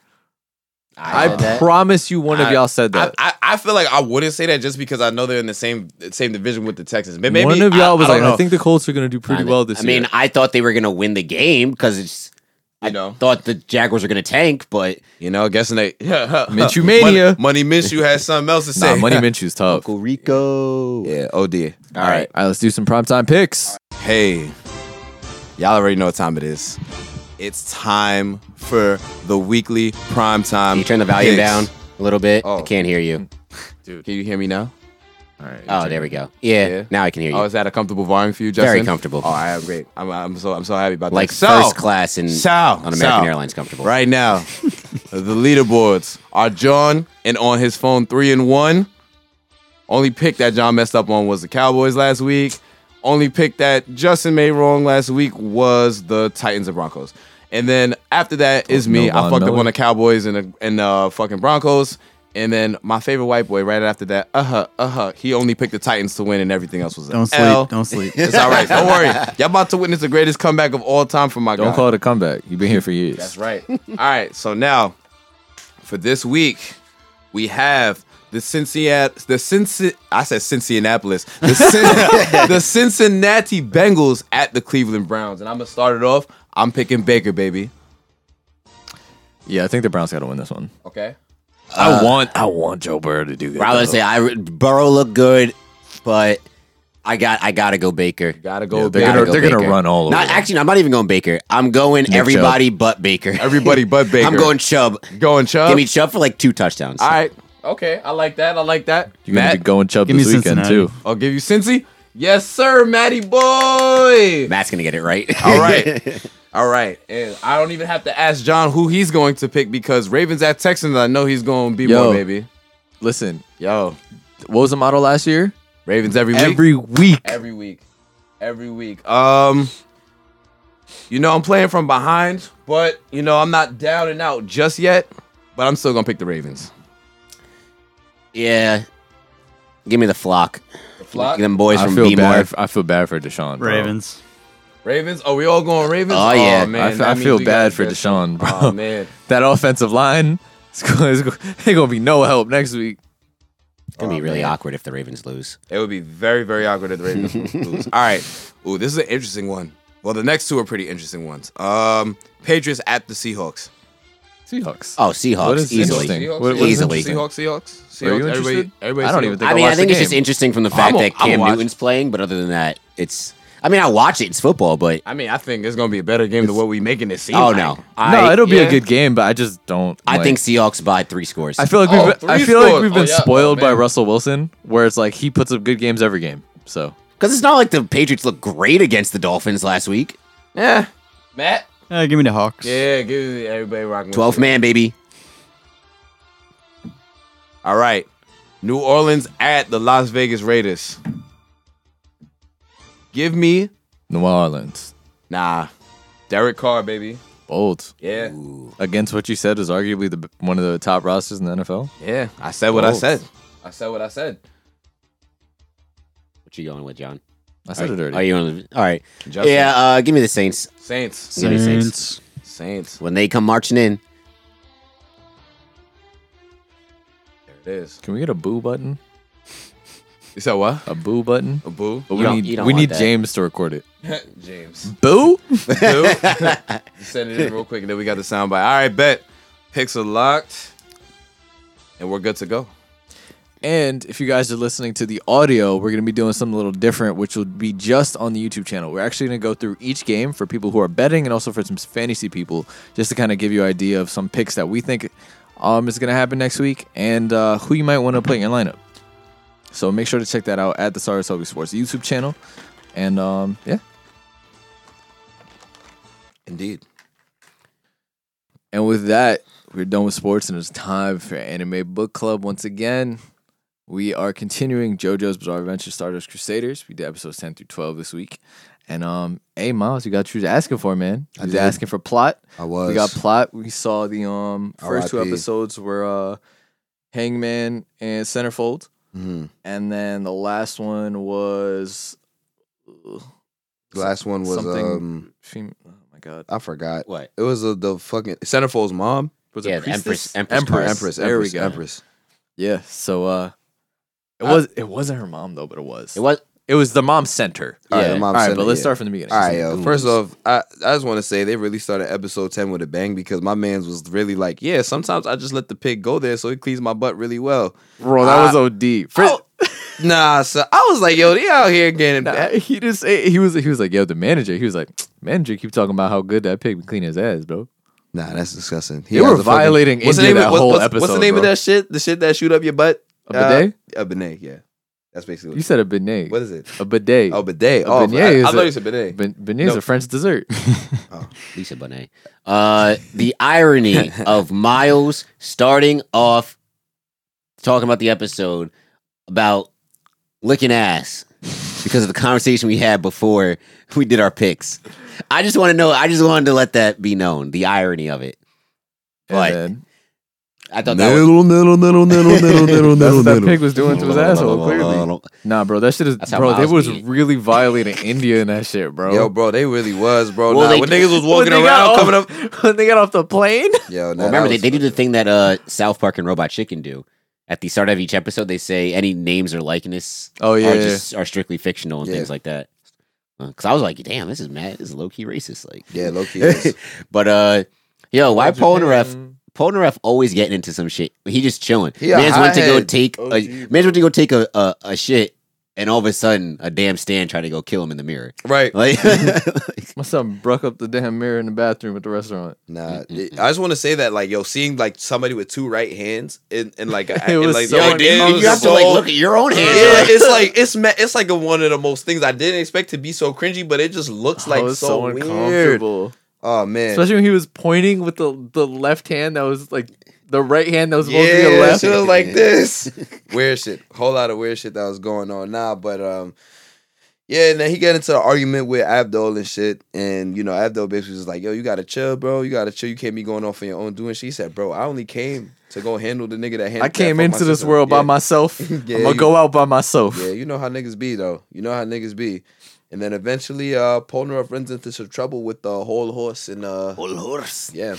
Speaker 1: I,
Speaker 2: said that.
Speaker 1: promise you, one of
Speaker 3: I-
Speaker 1: y'all said
Speaker 3: I,
Speaker 1: that.
Speaker 3: I, I feel like I wouldn't say that just because I know they're in the same same division with the Texans. May- Maybe
Speaker 1: one of y'all
Speaker 3: I,
Speaker 1: was
Speaker 3: I
Speaker 1: like,
Speaker 3: don't know.
Speaker 1: I think the Colts are gonna do pretty
Speaker 2: Kinda.
Speaker 1: well this
Speaker 2: I mean,
Speaker 1: year.
Speaker 2: I thought they were going to win the game because it's. I
Speaker 3: You know.
Speaker 2: thought the Jaguars were going to tank, but
Speaker 3: you know, guessing they Minshew
Speaker 1: Mania.
Speaker 3: Money, Money Minshew has something else to
Speaker 1: Nah,
Speaker 3: say.
Speaker 1: Money Minshew's tough.
Speaker 2: Uncle Rico.
Speaker 3: yeah, oh dear.
Speaker 2: All right.
Speaker 1: All right, let's do some primetime picks.
Speaker 3: Hey, y'all already know what time it is. It's time for the weekly prime time.
Speaker 2: Can you turn the volume
Speaker 3: picks.
Speaker 2: down a little bit?
Speaker 3: Oh.
Speaker 2: I can't hear you.
Speaker 3: Can you hear me now?
Speaker 1: All right.
Speaker 2: Oh, there we go. Yeah,
Speaker 3: Yeah.
Speaker 2: now I can hear you.
Speaker 3: Oh, is that a comfortable volume for you, Justin?
Speaker 2: Very comfortable.
Speaker 3: Oh, I am great. I'm, I'm so I'm so happy about
Speaker 2: like
Speaker 3: that.
Speaker 2: first class in,
Speaker 3: so,
Speaker 2: on American
Speaker 3: so.
Speaker 2: Airlines comfortable.
Speaker 3: Right now, the leaderboards are John and on his phone three and one. Only pick that John messed up on was the Cowboys last week. Only pick that Justin made wrong last week was the Titans and Broncos. And then after that is me.
Speaker 1: no
Speaker 3: I
Speaker 1: Von
Speaker 3: fucked up
Speaker 1: Miller.
Speaker 3: on the Cowboys and the, and the fucking Broncos. And then my favorite white boy right after that, uh huh, uh huh. He only picked the Titans to win and everything else was a
Speaker 4: Don't sleep.
Speaker 3: L.
Speaker 4: Don't sleep.
Speaker 3: It's all right. Don't worry. Y'all about to witness the greatest comeback of all time from my
Speaker 1: Don't
Speaker 3: guy.
Speaker 1: call it a comeback. You've been here for years.
Speaker 3: That's right. All right. So now, for this week, we have the Cincinnati, the Cinci, I said Cincinnati, the, Cin- the Cincinnati Bengals at the Cleveland Browns, and I'm gonna start it off. I'm picking Baker, baby.
Speaker 1: Yeah, I think the Browns got to win this one.
Speaker 3: Okay. Uh,
Speaker 1: I want, I want Joe Burrow to do good.
Speaker 2: I would say I Burrow looked good, but I got I gotta go Baker.
Speaker 3: Gotta
Speaker 1: Yeah,
Speaker 3: go.
Speaker 1: they're
Speaker 3: Baker.
Speaker 2: Gotta
Speaker 1: gonna-
Speaker 2: go Baker.
Speaker 1: run all over
Speaker 2: Not
Speaker 1: them.
Speaker 2: actually. I'm not even going Baker. I'm going everybody but Baker.
Speaker 3: Everybody but Baker.
Speaker 2: I'm going Chubb.
Speaker 3: Going Chubb.
Speaker 2: Give me Chubb for like two touchdowns.
Speaker 3: All right. Okay. I like that. I like that.
Speaker 1: You're gonna be
Speaker 3: Matt,
Speaker 1: going Chubb
Speaker 4: Give me
Speaker 1: this weekend
Speaker 4: Cincinnati.
Speaker 1: too.
Speaker 3: I'll give you Cincy. Yes, sir, Matty boy.
Speaker 2: Matt's gonna get it right.
Speaker 3: All right. All right. And I don't even have to ask John who he's going to pick because Ravens at Texans, I know he's going to be
Speaker 1: Yo.
Speaker 3: one, baby.
Speaker 1: Listen,
Speaker 3: Yo.
Speaker 1: what was the model last year?
Speaker 3: Ravens every week.
Speaker 1: Every week.
Speaker 3: every week. Every week. Um You know I'm playing from behind, but you know I'm not down and out just yet, but I'm still going to pick the Ravens.
Speaker 2: yeah. Give me the flock. The
Speaker 3: flock?
Speaker 2: Them boys
Speaker 1: I
Speaker 2: from
Speaker 1: feel
Speaker 2: B more.
Speaker 1: bad. I feel bad for Deshaun. bro.
Speaker 4: Ravens.
Speaker 3: Ravens? Oh, we all going Ravens?
Speaker 2: Oh, yeah.
Speaker 3: man,
Speaker 1: I f-
Speaker 3: that
Speaker 1: I
Speaker 3: means
Speaker 1: feel
Speaker 3: we gotta
Speaker 1: bad for
Speaker 3: get-
Speaker 1: Deshaun, bro.
Speaker 3: Oh man.
Speaker 1: That offensive line, it's gonna, it's gonna, it's gonna be no help next week.
Speaker 2: It's gonna be really awkward if the Ravens lose.
Speaker 3: It would be very, very awkward if the Ravens lose. All right. Ooh, this is an interesting one. Well, the next two are pretty interesting ones. Um, Patriots at the Seahawks.
Speaker 1: Seahawks.
Speaker 2: Oh, Seahawks
Speaker 1: What is
Speaker 2: easily.
Speaker 1: interesting?
Speaker 9: Seahawks,
Speaker 1: What- what
Speaker 9: Seahawks,
Speaker 1: is
Speaker 9: Seahawks,
Speaker 2: Easily.
Speaker 9: Seahawks,
Speaker 1: Are you
Speaker 9: Seahawks. Everybody,
Speaker 1: interested?
Speaker 9: everybody.
Speaker 1: I don't
Speaker 9: Seahawks.
Speaker 1: even think
Speaker 2: I mean, I
Speaker 1: watched
Speaker 2: think
Speaker 1: the
Speaker 2: it's just
Speaker 1: game.
Speaker 2: interesting from the
Speaker 1: I'm
Speaker 2: fact
Speaker 1: a-
Speaker 2: that
Speaker 1: I'm a
Speaker 2: Cam
Speaker 1: watch.
Speaker 2: Newton's playing, but other than that, it's. I mean, I watch it. It's football, but
Speaker 9: I mean, I think it's gonna be a better game than what we making it seem.
Speaker 2: oh
Speaker 9: like.
Speaker 2: no,
Speaker 1: no,
Speaker 2: I
Speaker 1: it'll be
Speaker 9: yeah.
Speaker 1: a good game, but I just don't.
Speaker 2: I
Speaker 1: like-
Speaker 2: think Seahawks by three scores.
Speaker 1: I feel like
Speaker 9: Oh,
Speaker 1: we've I
Speaker 9: three
Speaker 1: feel like
Speaker 9: scores.
Speaker 1: we've
Speaker 9: Oh,
Speaker 1: been
Speaker 9: yeah. Oh,
Speaker 1: spoiled by
Speaker 9: man.
Speaker 1: Russell Wilson, where it's like he puts up good games every game. So
Speaker 2: because it's not like the Patriots looked great against the Dolphins last week.
Speaker 9: Yeah, Matt.
Speaker 4: Uh, give me the Hawks.
Speaker 9: Yeah, give everybody rocking. with
Speaker 2: Twelfth
Speaker 9: you.
Speaker 2: man, baby.
Speaker 9: All right, New Orleans at the Las Vegas Raiders. Give me
Speaker 1: New Orleans,
Speaker 9: nah, Derek Carr, baby.
Speaker 1: bold
Speaker 9: Yeah,
Speaker 1: against what you said is arguably the one of the top rosters in the NFL.
Speaker 9: yeah. I said what I
Speaker 1: Colts.
Speaker 9: said. I said what I said.
Speaker 2: What you going with, John?
Speaker 1: I said it
Speaker 2: Are
Speaker 1: already.
Speaker 2: you on? The, all right.
Speaker 9: Justin.
Speaker 2: Yeah, uh, give me the Saints.
Speaker 9: Saints.
Speaker 2: Give me the Saints
Speaker 4: Saints.
Speaker 9: Saints.
Speaker 2: when they come marching in.
Speaker 9: There it is.
Speaker 1: Can we get a boo button?
Speaker 9: You said what?
Speaker 1: A boo button?
Speaker 9: A boo?
Speaker 1: But
Speaker 2: You don't-
Speaker 1: we
Speaker 2: you
Speaker 1: need
Speaker 2: don't
Speaker 1: we
Speaker 2: want
Speaker 1: need
Speaker 2: that.
Speaker 1: James to record it.
Speaker 9: James.
Speaker 1: Boo.
Speaker 9: Boo. Send it in real quick, and then we got the soundbite. All right, bet. Picks are locked, and we're good to go.
Speaker 1: And if you guys are listening to the audio, we're going to be doing something a little different, which will be just on the YouTube channel. We're actually going to go through each game for people who are betting and also for some fantasy people, just to kind of give you an idea of some picks that we think um, is going to happen next week and uh, who you might want to play in your lineup. So make sure to check that out at the Saratoga Sports YouTube channel. And um, yeah,
Speaker 9: Indeed.
Speaker 1: and with that, we're done with sports and it's time for Anime Book Club once again. We are continuing JoJo's Bizarre Adventure Stardust Crusaders. We did episodes 10 through 12 this week. And um, hey Miles, you got you was asking for, man. You was
Speaker 3: did.
Speaker 1: asking for plot.
Speaker 3: I was.
Speaker 1: We got plot. We saw the um first two
Speaker 3: RIP.
Speaker 1: episodes were uh Hangman and Centerfold.
Speaker 3: Mhm.
Speaker 1: And then the last one was
Speaker 3: The last one was
Speaker 1: something-
Speaker 3: um,
Speaker 1: fem- oh my god.
Speaker 3: I forgot.
Speaker 2: What?
Speaker 3: It was uh, the fucking
Speaker 9: Centerfold's mom.
Speaker 1: Was
Speaker 2: Yeah,
Speaker 1: it
Speaker 2: the Empress.
Speaker 1: Priestess?
Speaker 2: Empress.
Speaker 1: Empress.
Speaker 3: Empress.
Speaker 1: There
Speaker 3: Empress,
Speaker 1: we go.
Speaker 3: Empress.
Speaker 1: Yeah. So uh it
Speaker 3: I-
Speaker 1: was it wasn't her mom though, but it was.
Speaker 2: It was.
Speaker 1: It was Oh, the mom center.
Speaker 3: All right, the
Speaker 1: All
Speaker 3: mom
Speaker 1: right,
Speaker 3: center,
Speaker 1: but let's
Speaker 3: yeah.
Speaker 1: start from the beginning.
Speaker 3: All right, yo. First off, I, I just want to say they really started episode 10 with a bang because my man's was really like, yeah, sometimes I just let the pig go there so he cleans my butt really well.
Speaker 1: bro,
Speaker 3: that was
Speaker 1: OD.
Speaker 3: Oh, nah, so I was like, yo, they out here getting bad.
Speaker 1: he just eh, he was he was like, yo, the manager. He was like, manager, keep talking about how good that pig can clean his ass, bro.
Speaker 3: Nah, that's disgusting. He
Speaker 1: They were
Speaker 3: has a fucking-
Speaker 1: violating
Speaker 3: what's the
Speaker 1: India
Speaker 3: name
Speaker 1: that
Speaker 3: of, what-
Speaker 1: whole
Speaker 3: what's,
Speaker 1: episode.
Speaker 3: What's the name of
Speaker 1: bro.
Speaker 3: that shit? The shit that shoot up your butt?
Speaker 1: A bidet?
Speaker 3: Uh, a bidet, yeah. That's basically what,
Speaker 1: you said a benet.
Speaker 3: what is it?
Speaker 1: A bidet.
Speaker 3: Oh, bidet. Oh,
Speaker 1: beignet
Speaker 3: I, I
Speaker 1: is
Speaker 3: thought
Speaker 1: a-
Speaker 3: you said bidet.
Speaker 1: Ben- benet's a
Speaker 3: Nope.
Speaker 1: French dessert.
Speaker 2: Lisa Bonet. Uh, the irony of Miles starting off talking about the episode about licking ass because of the conversation we had before we did our picks. I just want to know. I just wanted to let that be known. The irony of it. But
Speaker 1: And
Speaker 2: I thought that was,
Speaker 3: niddle, niddle, niddle, niddle, niddle,
Speaker 1: that's what that
Speaker 3: niddle.
Speaker 1: pig was doing to his asshole. Clearly, nah, bro, that shit is
Speaker 2: That's how
Speaker 1: bro. They
Speaker 2: Miles
Speaker 1: was
Speaker 2: be.
Speaker 1: really violating India in that shit, bro.
Speaker 3: Yo, bro, they really was, bro.
Speaker 2: Well,
Speaker 3: nah,
Speaker 2: they-
Speaker 3: when niggas was
Speaker 1: When
Speaker 3: walking
Speaker 1: they
Speaker 3: around
Speaker 1: got
Speaker 3: coming
Speaker 1: off-
Speaker 3: up.
Speaker 1: when they got off the plane.
Speaker 3: Yo, nah,
Speaker 2: Well, remember
Speaker 3: that
Speaker 2: they,
Speaker 3: was
Speaker 2: they do the thing that uh, South Park and Robot Chicken do. At the start of each episode, they say any names or likeness
Speaker 1: Oh yeah,
Speaker 2: are
Speaker 1: yeah.
Speaker 2: just are strictly fictional and
Speaker 3: Yeah.
Speaker 2: things like that. Because I was like, damn, this is mad. This is low key racist. Like,
Speaker 3: Yeah, low key. is.
Speaker 2: but uh, yo, why Polnareff?
Speaker 1: Japan.
Speaker 2: Polnareff always getting into some shit. He just chilling.
Speaker 3: He a
Speaker 2: man's went to go
Speaker 3: hothead.
Speaker 2: take. a, man's went to go take a, a a shit, and all of a sudden, a damn stand tried to go kill him in the mirror.
Speaker 3: Right.
Speaker 2: Like,
Speaker 1: My son broke up the damn mirror in the bathroom at the restaurant.
Speaker 3: Nah, it- I just want to say that, like, yo, seeing like somebody with two right hands and, and like, a- and,
Speaker 1: was
Speaker 3: like,
Speaker 1: so
Speaker 3: the-
Speaker 2: yo,
Speaker 1: Yo,
Speaker 2: dude, you have to
Speaker 3: so-
Speaker 2: like look at your own hands.
Speaker 3: Yeah, it's like it's me- it's like a, one of the most things I didn't expect to be so cringy, but it just
Speaker 2: Oh,
Speaker 3: looks like
Speaker 1: I
Speaker 3: so,
Speaker 1: was Oh, so
Speaker 3: weird.
Speaker 1: uncomfortable.
Speaker 3: Oh man,
Speaker 1: Especially when he was pointing with the, the left hand that was like the right hand that was supposed to be the
Speaker 3: yeah,
Speaker 1: left.
Speaker 3: shit was like this. weird shit, whole lot of weird shit that was going on now, but um. Yeah, and then he got into an argument with Abdul and shit. And, you know, Abdul basically was like, yo, you gotta chill, bro. You gotta chill. You can't be going off on your own doing shit. He said, bro, I only came to go handle the nigga that handled
Speaker 1: I
Speaker 3: that
Speaker 1: came
Speaker 3: for my
Speaker 1: into this
Speaker 3: sister."
Speaker 1: world by
Speaker 3: Yeah.
Speaker 1: myself.
Speaker 3: Yeah,
Speaker 1: I'm gonna
Speaker 3: you-
Speaker 1: go out by myself.
Speaker 3: Yeah, you know how niggas be though. You know how niggas be. And then eventually uh Polnareff runs into some trouble with the whole horse and uh
Speaker 2: horse,
Speaker 3: yeah.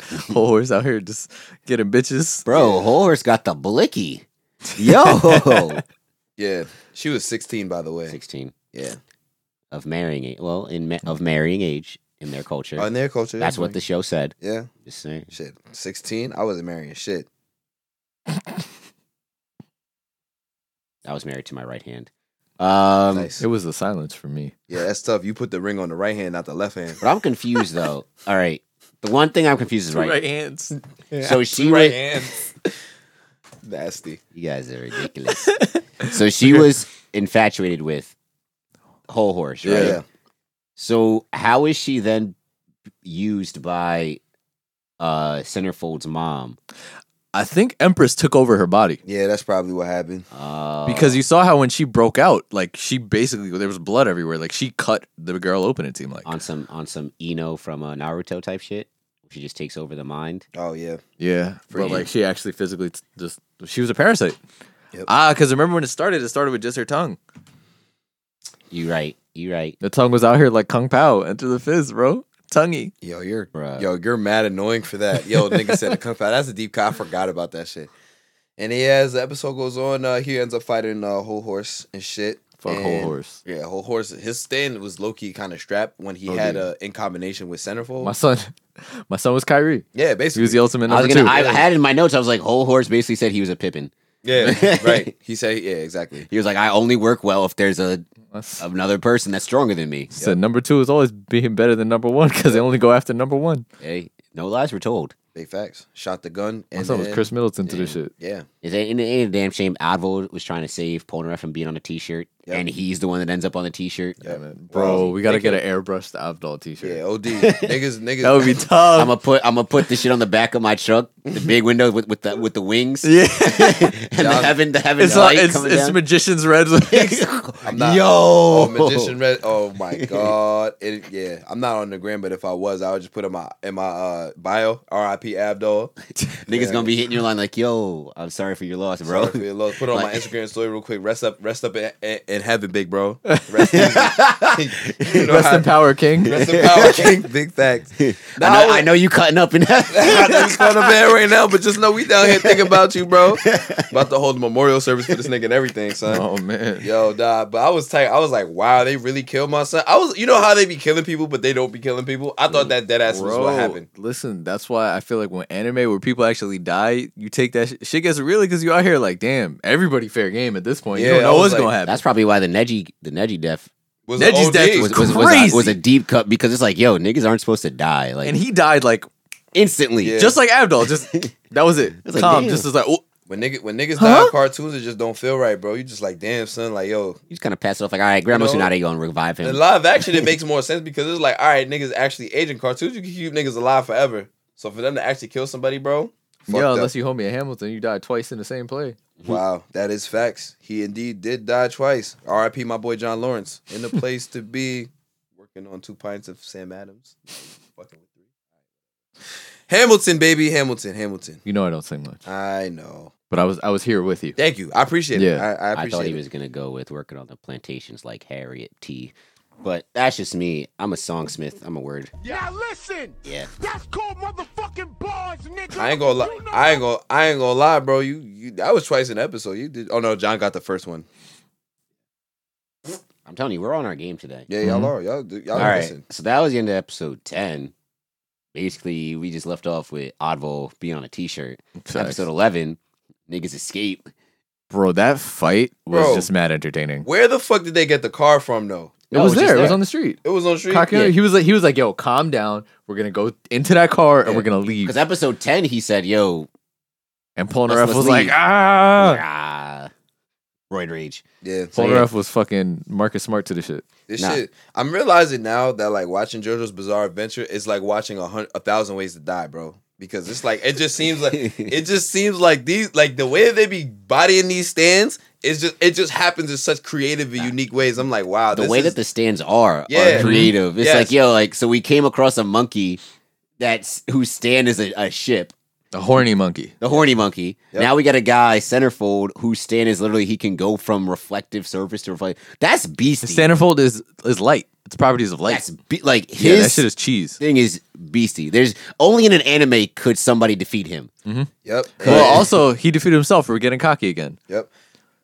Speaker 1: Whole horse out here just getting bitches.
Speaker 2: bro. Whole horse got the blicky. Yo,
Speaker 3: Yeah. She was 16 by the way.
Speaker 2: sixteen
Speaker 3: Yeah. Mm-hmm.
Speaker 2: of marrying age. Well, in ma- of marrying age. in their culture.
Speaker 3: in their culture.
Speaker 2: That's what the show said.
Speaker 3: Yeah.
Speaker 2: Just saying.
Speaker 3: Shit. 16? I wasn't marrying shit.
Speaker 2: I was married to my right hand. Um,
Speaker 3: nice.
Speaker 1: It was the silence for me.
Speaker 3: Yeah, that's tough. You put the ring on the right hand, not the left hand.
Speaker 2: But I'm confused though. All right. The one thing I'm confused is right.
Speaker 10: Right hands.
Speaker 2: So she
Speaker 10: Two right
Speaker 2: wa-
Speaker 10: hands.
Speaker 3: Nasty.
Speaker 2: You guys are ridiculous. so she was infatuated with whole horse, right?
Speaker 3: Yeah.
Speaker 2: So how is she then used by uh Centerfold's mom?
Speaker 1: I think Empress took over her body
Speaker 3: Yeah, that's probably what happened.
Speaker 2: Uh,
Speaker 1: because you saw how when she broke out, like she basically there was blood everywhere. Like she cut the girl open. It seemed like
Speaker 2: on some on some Eno from uh, Naruto type shit, she just takes over the mind.
Speaker 3: Oh, yeah.
Speaker 1: yeah, but
Speaker 2: you.
Speaker 1: like she actually physically t- just she was a parasite.
Speaker 3: Yep.
Speaker 1: Ah, because remember when it started? It started with just her tongue.
Speaker 2: You right, you right,
Speaker 1: The tongue was out here like Kung Pao. Enter the fizz, bro. Tonguey.
Speaker 3: Yo, you're
Speaker 2: Bruh.
Speaker 3: yo, you're mad annoying for that. Yo, nigga said to come out. That's a deep cut. I forgot about that shit. And he as the episode goes on, uh, he ends up fighting uh, whole horse and shit.
Speaker 1: Fuck whole
Speaker 3: And-
Speaker 1: horse.
Speaker 3: Yeah, whole horse. His stand was low key kind of strapped when he
Speaker 1: Oh,
Speaker 3: had
Speaker 1: dude.
Speaker 3: uh, in combination with centerfold.
Speaker 1: My son, my son was Kyrie.
Speaker 3: yeah,
Speaker 1: He
Speaker 3: basically
Speaker 1: was the ultimate
Speaker 2: I
Speaker 1: number
Speaker 2: was gonna.
Speaker 1: two.
Speaker 2: I, I had in my notes. I was like, whole horse basically said he was a Pippin.
Speaker 3: Yeah, right. He said, yeah, exactly.
Speaker 2: He was like, I only work well if there's a
Speaker 1: That's-
Speaker 2: another person that's stronger than me.
Speaker 1: said number two is always being better than number one because they only go after number one.
Speaker 2: Hey, no lies were told.
Speaker 3: Big facts. Shot the gun.
Speaker 1: My
Speaker 3: And
Speaker 1: son was
Speaker 3: then-
Speaker 1: Chris Middleton to this shit.
Speaker 3: Yeah,
Speaker 2: Is it ain't ain't a damn shame Advo was trying to save Polnareff from being on a t shirt
Speaker 3: Yep.
Speaker 2: and he's the one that ends up on the t shirt.
Speaker 3: yeah,
Speaker 1: Bro, we gotta
Speaker 3: Thank you.
Speaker 1: get an airbrushed Abdul t-shirt.
Speaker 3: Yeah, OD. niggas, niggas.
Speaker 1: That would be tough.
Speaker 2: I'm gonna put I'm gonna put the shit on the back of my truck, the big window with, with the with the wings. Yeah. and the
Speaker 3: Y'all-
Speaker 2: heaven the heaven
Speaker 1: it's
Speaker 2: light
Speaker 1: like, it's,
Speaker 2: coming
Speaker 1: it's
Speaker 2: down.
Speaker 1: magician's red wings.
Speaker 3: I'm not, Yo, magician red. Oh my god. It, yeah, I'm not on the gram, but if I was, I would just put in my in my uh, bio. R.I.P. Abdul.
Speaker 2: Niggas gonna be hitting your line like, yo, I'm sorry for your loss, bro.
Speaker 3: Sorry for your loss. Put it on my
Speaker 2: Like-
Speaker 3: Instagram story real quick. Rest up, rest up in, in, in heaven, big bro. Rest, in, you know
Speaker 1: Rest
Speaker 3: how-
Speaker 1: in power, king.
Speaker 3: Rest in power, king. Big facts.
Speaker 2: I, know, I know you cutting up in
Speaker 3: I know you kind of bad right now, but just know we down here thinking about you, bro. About to hold a memorial service for this nigga and everything, son.
Speaker 1: oh man.
Speaker 3: Yo, nah, but I was tight. I was like, wow, they really killed my son. I was, you know how they be killing people, but they don't be killing people. I thought that dead ass was
Speaker 1: Bro,
Speaker 3: what happened.
Speaker 1: listen, that's why I feel like when anime where people actually die, you take that sh- shit gets really because you out here like, damn, everybody fair game at this point. you
Speaker 3: Yeah,
Speaker 1: don't
Speaker 3: I
Speaker 1: know
Speaker 3: was
Speaker 1: what's
Speaker 3: like,
Speaker 1: gonna happen.
Speaker 2: That's probably why the Neji the Neji death
Speaker 3: Was
Speaker 1: Neji's
Speaker 3: OD.
Speaker 1: death
Speaker 2: was
Speaker 1: was-
Speaker 2: was, was, a, was
Speaker 1: Crazy.
Speaker 2: a deep cut because it's like, yo, niggas aren't supposed to die. Like
Speaker 1: and he died like
Speaker 2: instantly.
Speaker 3: Yeah.
Speaker 1: just like Abdul. Just that was it.
Speaker 2: It's like,
Speaker 1: Calm.
Speaker 2: damn.
Speaker 1: just was like, oh,
Speaker 3: when nigga when niggas
Speaker 1: Huh?
Speaker 3: die in cartoons, it just don't feel right, bro. You just like, damn, son, like yo.
Speaker 2: You just kind of pass it off like, all right, Grandma
Speaker 3: You know,
Speaker 2: Tsunade gonna revive him.
Speaker 3: In live action, it makes more sense because it's like, all right, niggas actually age in cartoons. You can keep niggas alive forever. So for them to actually kill somebody, bro. fucked
Speaker 1: yeah,
Speaker 3: up.
Speaker 1: unless you hold me a Hamilton, you died twice in the same play.
Speaker 3: Wow, that is facts. He indeed did die twice. R.I.P. My boy John Lawrence in the place to be, working on two pints of Sam Adams. Fucking with three. Hamilton, baby, Hamilton, Hamilton.
Speaker 1: You know I don't sing much,
Speaker 3: I know.
Speaker 1: but I was I was here with you.
Speaker 3: Thank you. I appreciate it.
Speaker 1: Yeah.
Speaker 3: I, I
Speaker 2: I,
Speaker 3: appreciate
Speaker 2: thought he
Speaker 3: it.
Speaker 2: was gonna go with working on the plantations like Harriet T. But that's just me. I'm a songsmith. I'm a word.
Speaker 6: Yeah, listen.
Speaker 2: Yeah.
Speaker 6: That's called motherfucking bars, nigga.
Speaker 3: I ain't gonna lie.
Speaker 6: You know
Speaker 3: I ain't gonna. I ain't gonna lie, bro. You, you. That was twice an episode. You did. Oh no, John got the first one.
Speaker 2: I'm telling you, we're on our game today.
Speaker 3: Yeah, y'all
Speaker 1: Mhm.
Speaker 3: are. Y'all, do- y'all
Speaker 2: Mm-hmm. All right.
Speaker 3: listen.
Speaker 2: So that was the end of episode ten. Basically, we just left off with Oddvol being on a T-shirt. Episode eleven, niggas escape.
Speaker 1: Bro, that fight was
Speaker 3: Bro.
Speaker 1: just mad entertaining.
Speaker 3: Where the fuck did they get the car from, though?
Speaker 1: It
Speaker 2: No,
Speaker 1: was
Speaker 2: it was just
Speaker 1: there. It was
Speaker 2: there.
Speaker 1: on the street.
Speaker 3: It was on the street.
Speaker 1: Cock- He was like, he was like, yo, calm down. We're gonna go into that car and
Speaker 3: Yeah.
Speaker 1: we're gonna leave.
Speaker 2: Because episode ten, he said, "Yo,
Speaker 1: and Polnareff
Speaker 2: Let's-
Speaker 1: was
Speaker 2: let's
Speaker 1: like,
Speaker 2: leave.
Speaker 1: ah.
Speaker 2: ah, roid rage."
Speaker 3: Yeah.
Speaker 1: Polnareff was fucking Marcus Smart to the shit.
Speaker 3: This
Speaker 2: Nah.
Speaker 3: shit, I'm realizing now that like watching JoJo's Bizarre Adventure is like watching a hundred, a thousand ways to die, bro. Because it's like it just seems like it just seems like these like the way they be bodying these stands is just it just happens in such creative and unique ways. I'm like, wow,
Speaker 2: the
Speaker 3: Uh, this
Speaker 2: way
Speaker 3: is-
Speaker 2: that the stands are
Speaker 3: Yeah. Mm-hmm.
Speaker 2: are creative. It's
Speaker 3: Yes.
Speaker 2: like yo, like so we came across a monkey that's whose stand is a, a ship,
Speaker 1: A horny monkey.
Speaker 2: the horny monkey. Now we got a guy centerfold whose stand is literally he can go from reflective surface to reflective. That's beastie.
Speaker 1: The centerfold is is light. It's properties of light.
Speaker 2: that's be- like his
Speaker 1: yeah, that shit is cheese.
Speaker 2: thing is beastie. There's only in an anime could somebody defeat him.
Speaker 3: yep,
Speaker 1: Well, also he defeated himself. We're getting cocky again.
Speaker 3: yep.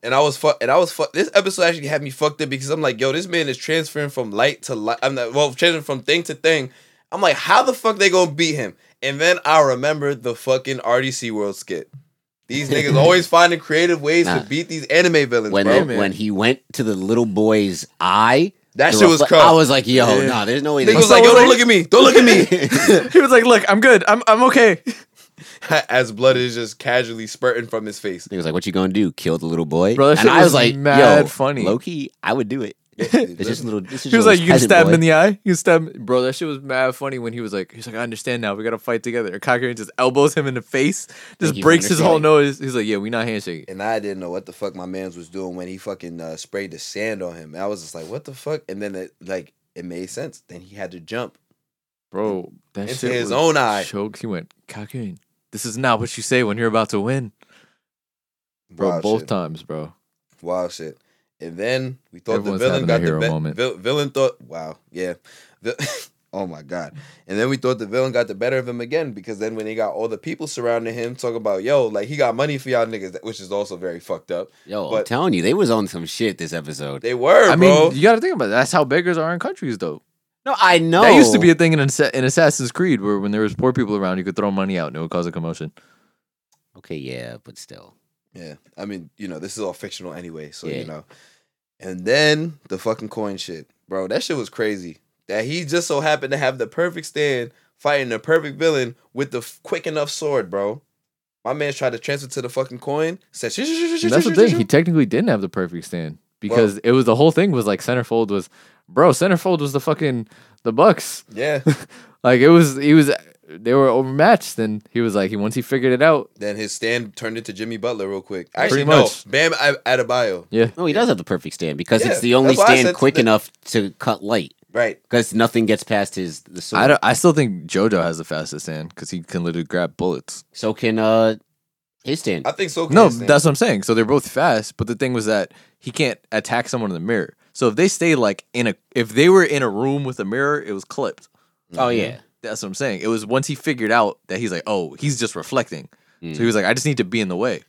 Speaker 3: And I was fuck. And I was fuck. This episode actually had me fucked up because I'm like, yo, this man is transferring from light to light. I'm not, well, transferring from thing to thing. I'm like, how the fuck they gonna beat him? And then I remember the fucking RDC World skit. These niggas always finding creative ways
Speaker 2: Nah.
Speaker 3: to beat these anime villains,
Speaker 2: when
Speaker 3: bro.
Speaker 2: the, when he went to the little boy's eye.
Speaker 3: That
Speaker 2: the
Speaker 3: shit was
Speaker 2: refle-
Speaker 3: cold.
Speaker 2: I was like, yo, no, nah, there's no way.
Speaker 3: Nigga
Speaker 2: They
Speaker 3: was like, yo, don't look at me. Don't look at me.
Speaker 1: He was like, "Look, I'm good. I'm I'm okay."
Speaker 3: As blood is just casually spurting from his face.
Speaker 2: He was like, "What you gonna do? Kill the little boy?"
Speaker 1: Bro, that
Speaker 2: and
Speaker 1: shit
Speaker 2: I was
Speaker 1: was
Speaker 2: like,
Speaker 1: mad
Speaker 2: "Yo,
Speaker 1: funny.
Speaker 2: Loki, I would do it." It's just a little. It's just
Speaker 1: He was
Speaker 2: a
Speaker 1: like, "You can
Speaker 2: peasant
Speaker 1: stab
Speaker 2: boy.
Speaker 1: him in the eye. You stab, him. bro." That shit was mad funny when he was like, "He's like, I understand now. We gotta fight together." Kakari just elbows him in the face, just
Speaker 2: you for
Speaker 1: breaks his whole
Speaker 2: understanding.
Speaker 1: nose. He's like, "Yeah, we not handshaking."
Speaker 3: and I didn't know what the fuck my man's was doing when he fucking uh, sprayed the sand on him. And I was just like, what the fuck? And then it like it made sense. Then he had to jump.
Speaker 1: Bro, that
Speaker 3: Into
Speaker 1: shit
Speaker 3: his
Speaker 1: was
Speaker 3: own eye.
Speaker 1: Choked. He went, Kakun, this is not what you say when you're about to win. Bro,
Speaker 3: Wild
Speaker 1: both
Speaker 3: shit.
Speaker 1: times, bro.
Speaker 3: Wild shit. And then we thought
Speaker 1: Everyone's
Speaker 3: the villain
Speaker 1: having a
Speaker 3: got the
Speaker 1: hero
Speaker 3: be-
Speaker 1: moment.
Speaker 3: vil- villain thought wow yeah, Vi- oh my god. And then we thought the villain got the better of him again because then when he got all the people surrounding him talk about yo like he got money for y'all niggas which is also very fucked up.
Speaker 2: Yo, I'm
Speaker 3: But-
Speaker 2: telling you, they was on some shit this episode.
Speaker 3: They were
Speaker 1: I
Speaker 3: bro.
Speaker 1: mean, you got to think about it. That's how beggars are in countries, though.
Speaker 2: No, I know.
Speaker 1: That used to be a thing in, Assa- in Assassin's Creed where when there was poor people around, you could throw money out and it would cause a commotion.
Speaker 2: okay, yeah, but still,
Speaker 3: Yeah. I mean, you know, this is all fictional anyway, so
Speaker 2: Yeah.
Speaker 3: you know. And then the fucking coin shit. Bro, that shit was crazy. That he just so happened to have the perfect stand fighting the perfect villain with the f- quick enough sword, bro. My man tried to transfer to the fucking coin, said shh, shh, shh, shh,
Speaker 1: And that's
Speaker 3: shh,
Speaker 1: the
Speaker 3: shh,
Speaker 1: thing.
Speaker 3: shh.
Speaker 1: He technically didn't have the perfect stand because it was the whole thing was like centerfold was, bro, centerfold was the fucking, the Bucks.
Speaker 3: Yeah.
Speaker 1: Like it was, he was, they were overmatched. And he was like, he once he figured it out,
Speaker 3: then his stand turned into Jimmy Butler real quick. Actually,
Speaker 1: Pretty
Speaker 3: no.
Speaker 1: much.
Speaker 3: Bam Ad- Adebayo.
Speaker 1: yeah.
Speaker 2: no, he does have the perfect stand because
Speaker 3: Yeah,
Speaker 2: it's the only
Speaker 3: that's why I
Speaker 2: stand
Speaker 3: said
Speaker 2: quick
Speaker 3: that-
Speaker 2: enough to cut light
Speaker 3: Right.
Speaker 2: because nothing gets past his the sword.
Speaker 1: I, don't, I still think JoJo has the fastest hand because he can literally grab bullets.
Speaker 2: so can uh his stand.
Speaker 3: I think so.
Speaker 1: No, that's what I'm saying. So they're both fast, but the thing was that he can't attack someone in the mirror. So if they stayed like in a, if they were in a room with a mirror, it was clipped.
Speaker 3: Mm-hmm.
Speaker 2: oh yeah,
Speaker 1: That's what I'm saying. It was once he figured out that he's like, oh, he's just reflecting.
Speaker 2: Mm.
Speaker 1: So
Speaker 3: Hmm.
Speaker 1: he was like, I just need to be in the way.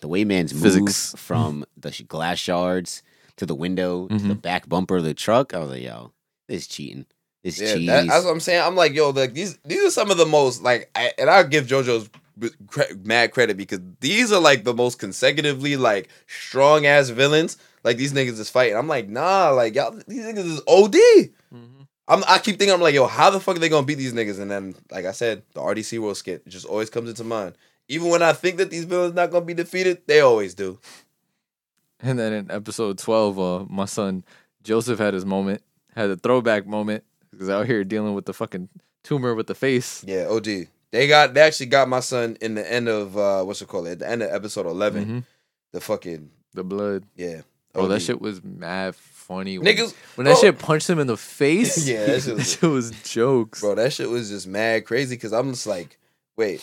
Speaker 2: the way man's
Speaker 1: Physics.
Speaker 2: move from the sh- glass shards to the window to
Speaker 1: Mm-hmm.
Speaker 2: the back bumper of the truck. I was like, yo, this is cheating. This is
Speaker 3: Yeah,
Speaker 2: cheese.
Speaker 3: that, that's what I'm saying. I'm like, yo, like these these are some of the most like, I, and I'll give JoJo's b- cre- mad credit because these are like the most consecutively like strong ass villains. Like these niggas is fighting. I'm like, nah, like y'all, these niggas is OD. I'm, I keep thinking, I'm like, yo, how the fuck are they gonna beat these niggas? And then, like I said, the RDC World skit just always comes into mind. Even when I think that these villains not gonna be defeated, they always do.
Speaker 1: And then in episode 12, uh, my son Joseph had his moment, had a throwback moment. He's out here dealing with the fucking tumor with the face.
Speaker 3: Yeah, OD. They got they actually got my son in the end of uh what's it called? At the end of episode 11
Speaker 1: Mhm.
Speaker 3: the fucking
Speaker 1: The blood.
Speaker 3: Yeah.
Speaker 1: Oh, that
Speaker 3: OD.
Speaker 1: shit was mad funny. When,
Speaker 3: Niggas-
Speaker 1: when that
Speaker 3: oh.
Speaker 1: shit punched him in the face.
Speaker 3: Yeah, that shit was-
Speaker 1: was jokes.
Speaker 3: Bro, that shit was just mad crazy because I'm just like, wait.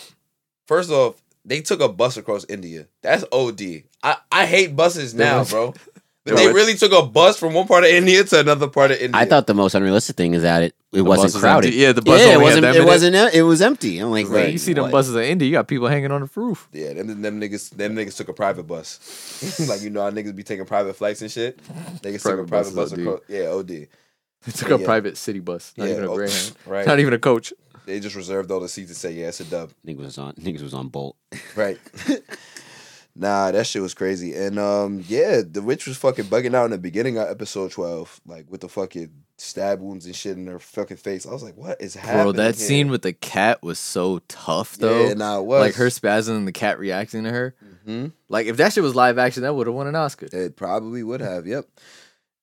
Speaker 3: First off, they took a bus across India. That's OD. I, I hate buses now, bro. But they really took a bus from one part of India to another part of India.
Speaker 2: I thought the most unrealistic thing is that it, it wasn't
Speaker 1: bus was
Speaker 2: crowded.
Speaker 1: empty. Yeah, the bus only
Speaker 2: Yeah, it
Speaker 1: had
Speaker 2: wasn't.
Speaker 1: them
Speaker 2: It
Speaker 1: in it.
Speaker 2: wasn't. em- It was empty. I'm like,
Speaker 1: Like,
Speaker 2: wait,
Speaker 1: you see them
Speaker 2: what?
Speaker 1: buses in India, you got people hanging on the roof.
Speaker 3: Yeah, them, them niggas, them niggas took a private bus. like you know, how niggas be taking private flights and shit. Niggas took a
Speaker 1: Private
Speaker 3: private
Speaker 1: buses,
Speaker 3: bus
Speaker 1: OD.
Speaker 3: across. Yeah, OD.
Speaker 1: They took a
Speaker 3: Yeah.
Speaker 1: private city bus, not
Speaker 3: Yeah,
Speaker 1: even a
Speaker 3: oh,
Speaker 1: Greyhound,
Speaker 3: right.
Speaker 1: not even a coach.
Speaker 3: They just reserved all the seats and said, "Yeah, it's a dub."
Speaker 2: Niggas was on. Niggas was on bolt.
Speaker 3: Right. nah, that shit was crazy. And um, yeah, the witch was fucking bugging out in the beginning of episode twelve, like with the fucking stab wounds and shit in her fucking face. I was like, what is happening?
Speaker 1: Bro, that
Speaker 3: here?
Speaker 1: scene with the cat was so tough though.
Speaker 3: Yeah, nah, it was.
Speaker 1: Like her spasming and the cat reacting to her.
Speaker 3: Mhm.
Speaker 1: Like if that shit was live action, that would have won an Oscar.
Speaker 3: It probably would have, yep.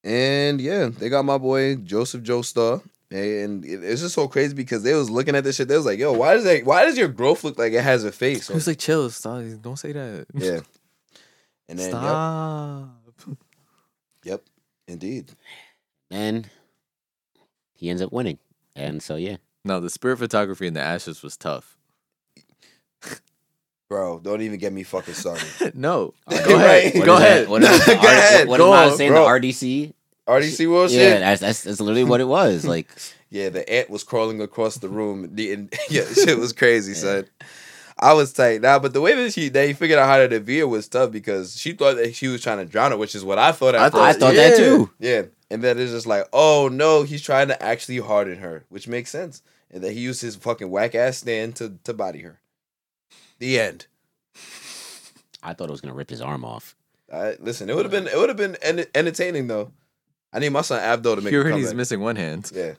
Speaker 3: And yeah, they got my boy Joseph Joestar. And it- it's just so crazy because they was looking at this shit. They was like, "Yo, why does that? Why does your growth look like it has a face?"
Speaker 1: It was like, chill, stop, don't say that.
Speaker 3: yeah. And then, yep,
Speaker 1: Stop.
Speaker 3: yep, indeed.
Speaker 2: And he ends up winning. And so yeah,
Speaker 1: No, the spirit photography in the ashes was tough.
Speaker 3: Bro, don't even get me fucking started.
Speaker 1: no. Go
Speaker 3: Right.
Speaker 1: ahead.
Speaker 3: What
Speaker 1: Go
Speaker 2: is
Speaker 1: ahead.
Speaker 2: That, what is
Speaker 3: Go ahead.
Speaker 2: What,
Speaker 3: Go
Speaker 2: am I
Speaker 3: on,
Speaker 2: saying?
Speaker 3: bro.
Speaker 2: The RDC.
Speaker 3: RDC World
Speaker 2: yeah,
Speaker 3: shit.
Speaker 2: That's, that's that's literally what it was. Like
Speaker 3: Yeah, the ant was crawling across the room. The, and, yeah, shit was crazy, son. I was tight now, but the way that she they figured out how to devere was tough because she thought that she was trying to drown her, which is what I thought. At
Speaker 2: I thought, I
Speaker 3: first.
Speaker 2: thought
Speaker 3: Yeah.
Speaker 2: that too.
Speaker 3: Yeah. And then it's just like, oh no, he's trying to actually harden her, which makes sense. And then he used his fucking whack ass stand to, to body her. The end.
Speaker 2: I thought it was gonna rip his arm off.
Speaker 3: I, listen, it would have been it would have been en- entertaining though. I need my son Abdo to make
Speaker 1: He
Speaker 3: a
Speaker 1: already is
Speaker 3: comeback.
Speaker 1: missing one hand.
Speaker 3: Yeah,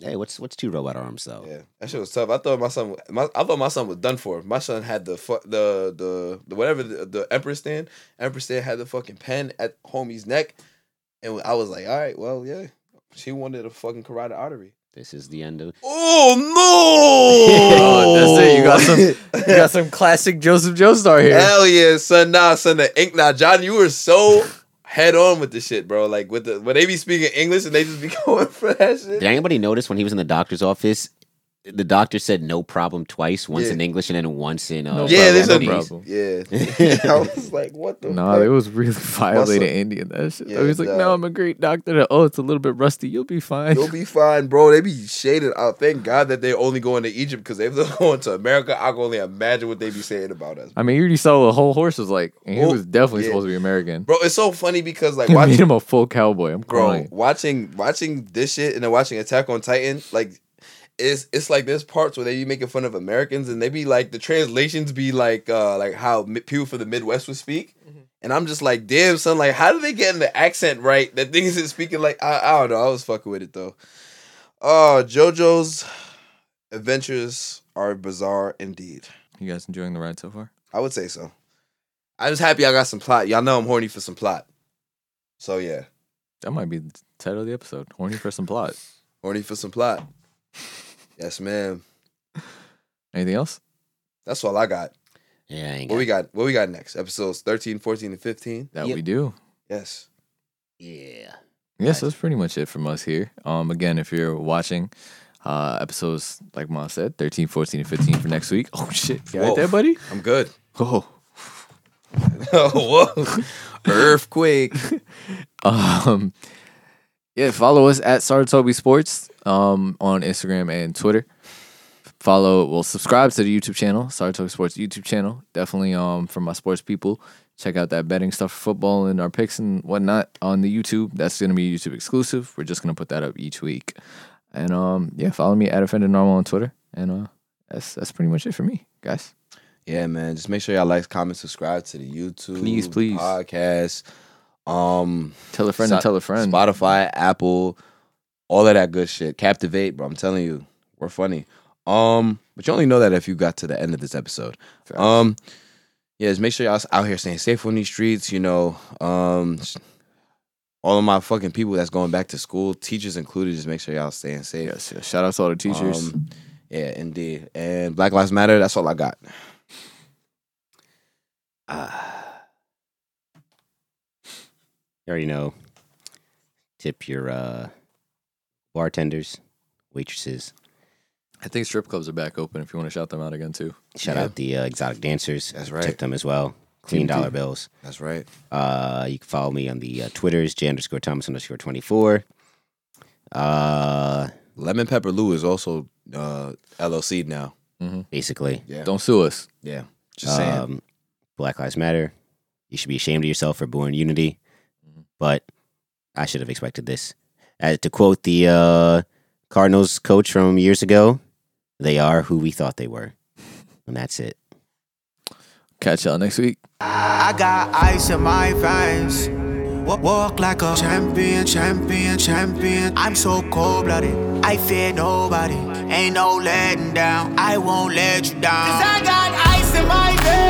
Speaker 2: Hey, what's what's two robot arms
Speaker 1: Oh.
Speaker 2: though?
Speaker 3: yeah, that shit was tough. I thought my son, my, I thought my son was done for. My son had the fu- the the, the whatever the, the Empress stand. Empress stand had the fucking pen at homie's neck, and I was like, all right, well, yeah, she wanted a fucking carotid artery.
Speaker 2: This is the end of.
Speaker 3: Oh
Speaker 1: That's it. You got some. You got some classic Joseph Joestar here.
Speaker 3: Hell yeah, son. Nah, son. The ink. Nah, John, you were so head on with the shit, bro. Like with the when they be speaking English and they just be going for that shit.
Speaker 2: Did anybody notice when he was in the doctor's office? The doctor said no problem twice, once
Speaker 3: Yeah.
Speaker 2: in English and then once in. Uh,
Speaker 1: No
Speaker 3: yeah,
Speaker 1: problem,
Speaker 3: there's
Speaker 1: no
Speaker 3: a
Speaker 2: Japanese.
Speaker 1: problem.
Speaker 3: Yeah, I was like, what the?
Speaker 1: No,
Speaker 3: fuck?
Speaker 1: they was really violating
Speaker 3: Muscle.
Speaker 1: Indian. That shit.
Speaker 3: Yeah,
Speaker 1: he was like,
Speaker 3: nah.
Speaker 1: "No, I'm a great doctor." Oh, it's a little bit rusty. You'll be fine.
Speaker 3: You'll be fine, bro. They be shaded out. Thank God that they only going to Egypt because if they're going to America, I can only imagine what they be saying about us.
Speaker 1: I mean, you already saw the whole horse was like, and he
Speaker 3: Oh,
Speaker 1: was definitely
Speaker 3: yeah.
Speaker 1: supposed to be American.
Speaker 3: Bro, it's so funny because like
Speaker 1: He
Speaker 3: watching
Speaker 1: made him a full cowboy. I'm
Speaker 3: bro
Speaker 1: crying.
Speaker 3: watching watching this shit and then watching attack on titan like it's it's like there's parts where they be making fun of americans and they be like the translations be like uh like how mi- people from the midwest would speak and i'm just like damn son like how did they get in the accent right that things is speaking like I, I don't know i was fucking with it though oh jojo's adventures are bizarre indeed
Speaker 1: You guys enjoying the ride so far?
Speaker 3: i would say so i'm just happy i got some plot y'all know i'm horny for some plot so yeah
Speaker 1: That might be the title of the episode. Horny for some plot.
Speaker 3: horny for some plot yes ma'am
Speaker 1: Anything else?
Speaker 3: That's all I got.
Speaker 2: Yeah, I ain't
Speaker 3: What we got? What we got next? Episodes 13, 14, and 15?
Speaker 1: That
Speaker 2: Yep.
Speaker 1: we do.
Speaker 3: Yes.
Speaker 2: Yeah.
Speaker 1: Yes, that's pretty much it from us here. Um, again, if you're watching uh, episodes, like Ma said, 13, 14, and 15 for next week. Oh, shit. You all right
Speaker 3: Whoa.
Speaker 1: there, buddy?
Speaker 3: I'm good. Oh,
Speaker 1: Oh.
Speaker 3: Whoa. Earthquake.
Speaker 1: Um, yeah, follow us at Saratobi Sports um, on Instagram and Twitter. Follow, well, subscribe to the YouTube channel, Saratobi Sports YouTube channel. Definitely um, for my sports people. Check out that betting stuff for football and our picks and whatnot on the YouTube. That's going to be YouTube exclusive. We're just going to put that up each week. And um, yeah, follow me at Offended Normal on Twitter. And uh, that's that's pretty much it for me, guys.
Speaker 3: Yeah, man. Just make sure y'all like, comment, subscribe to the YouTube.
Speaker 1: Please, please.
Speaker 3: Podcast. Um,
Speaker 1: Tell a friend
Speaker 3: Sa-
Speaker 1: and tell a friend.
Speaker 3: Spotify, Apple, all of that good shit. Captivate, bro. I'm telling you, we're funny. Um, but you only know that if you got to the end of this episode. Um, yeah, just make sure y'all out here staying safe on these streets. You know, um, s- all of my fucking people that's going back to school, teachers included. Just make sure y'all staying safe.
Speaker 1: Yes, yes. Shout out to all the teachers.
Speaker 3: Um, yeah, indeed. And Black Lives Matter. That's all I got.
Speaker 2: You already know. Tip your uh, bartenders, waitresses.
Speaker 1: I think strip clubs are back open if you want to shout them out again, too.
Speaker 2: Shout out the uh, exotic dancers.
Speaker 3: That's right.
Speaker 2: Tip them as well. Clean
Speaker 3: TBD.
Speaker 2: dollar bills.
Speaker 3: That's right.
Speaker 2: Uh, you can follow me on the uh, Twitters, J underscore Thomas underscore 24. Uh,
Speaker 3: Lemon Pepper Lou is also uh, LLC now.
Speaker 2: basically,
Speaker 3: Yeah.
Speaker 1: Don't sue us.
Speaker 3: yeah. Just saying.
Speaker 2: um, Black Lives Matter. You should be ashamed of yourself for born unity, but I should have expected this. As to quote the uh, Cardinals coach from years ago, they are who we thought they were. And that's it.
Speaker 1: Catch y'all next week.
Speaker 5: I got ice in my veins. Wa- Walk like a champion, champion, champion. I'm so cold blooded. I fear nobody. Ain't no letting down. I won't let you down. Cause I got ice in my veins.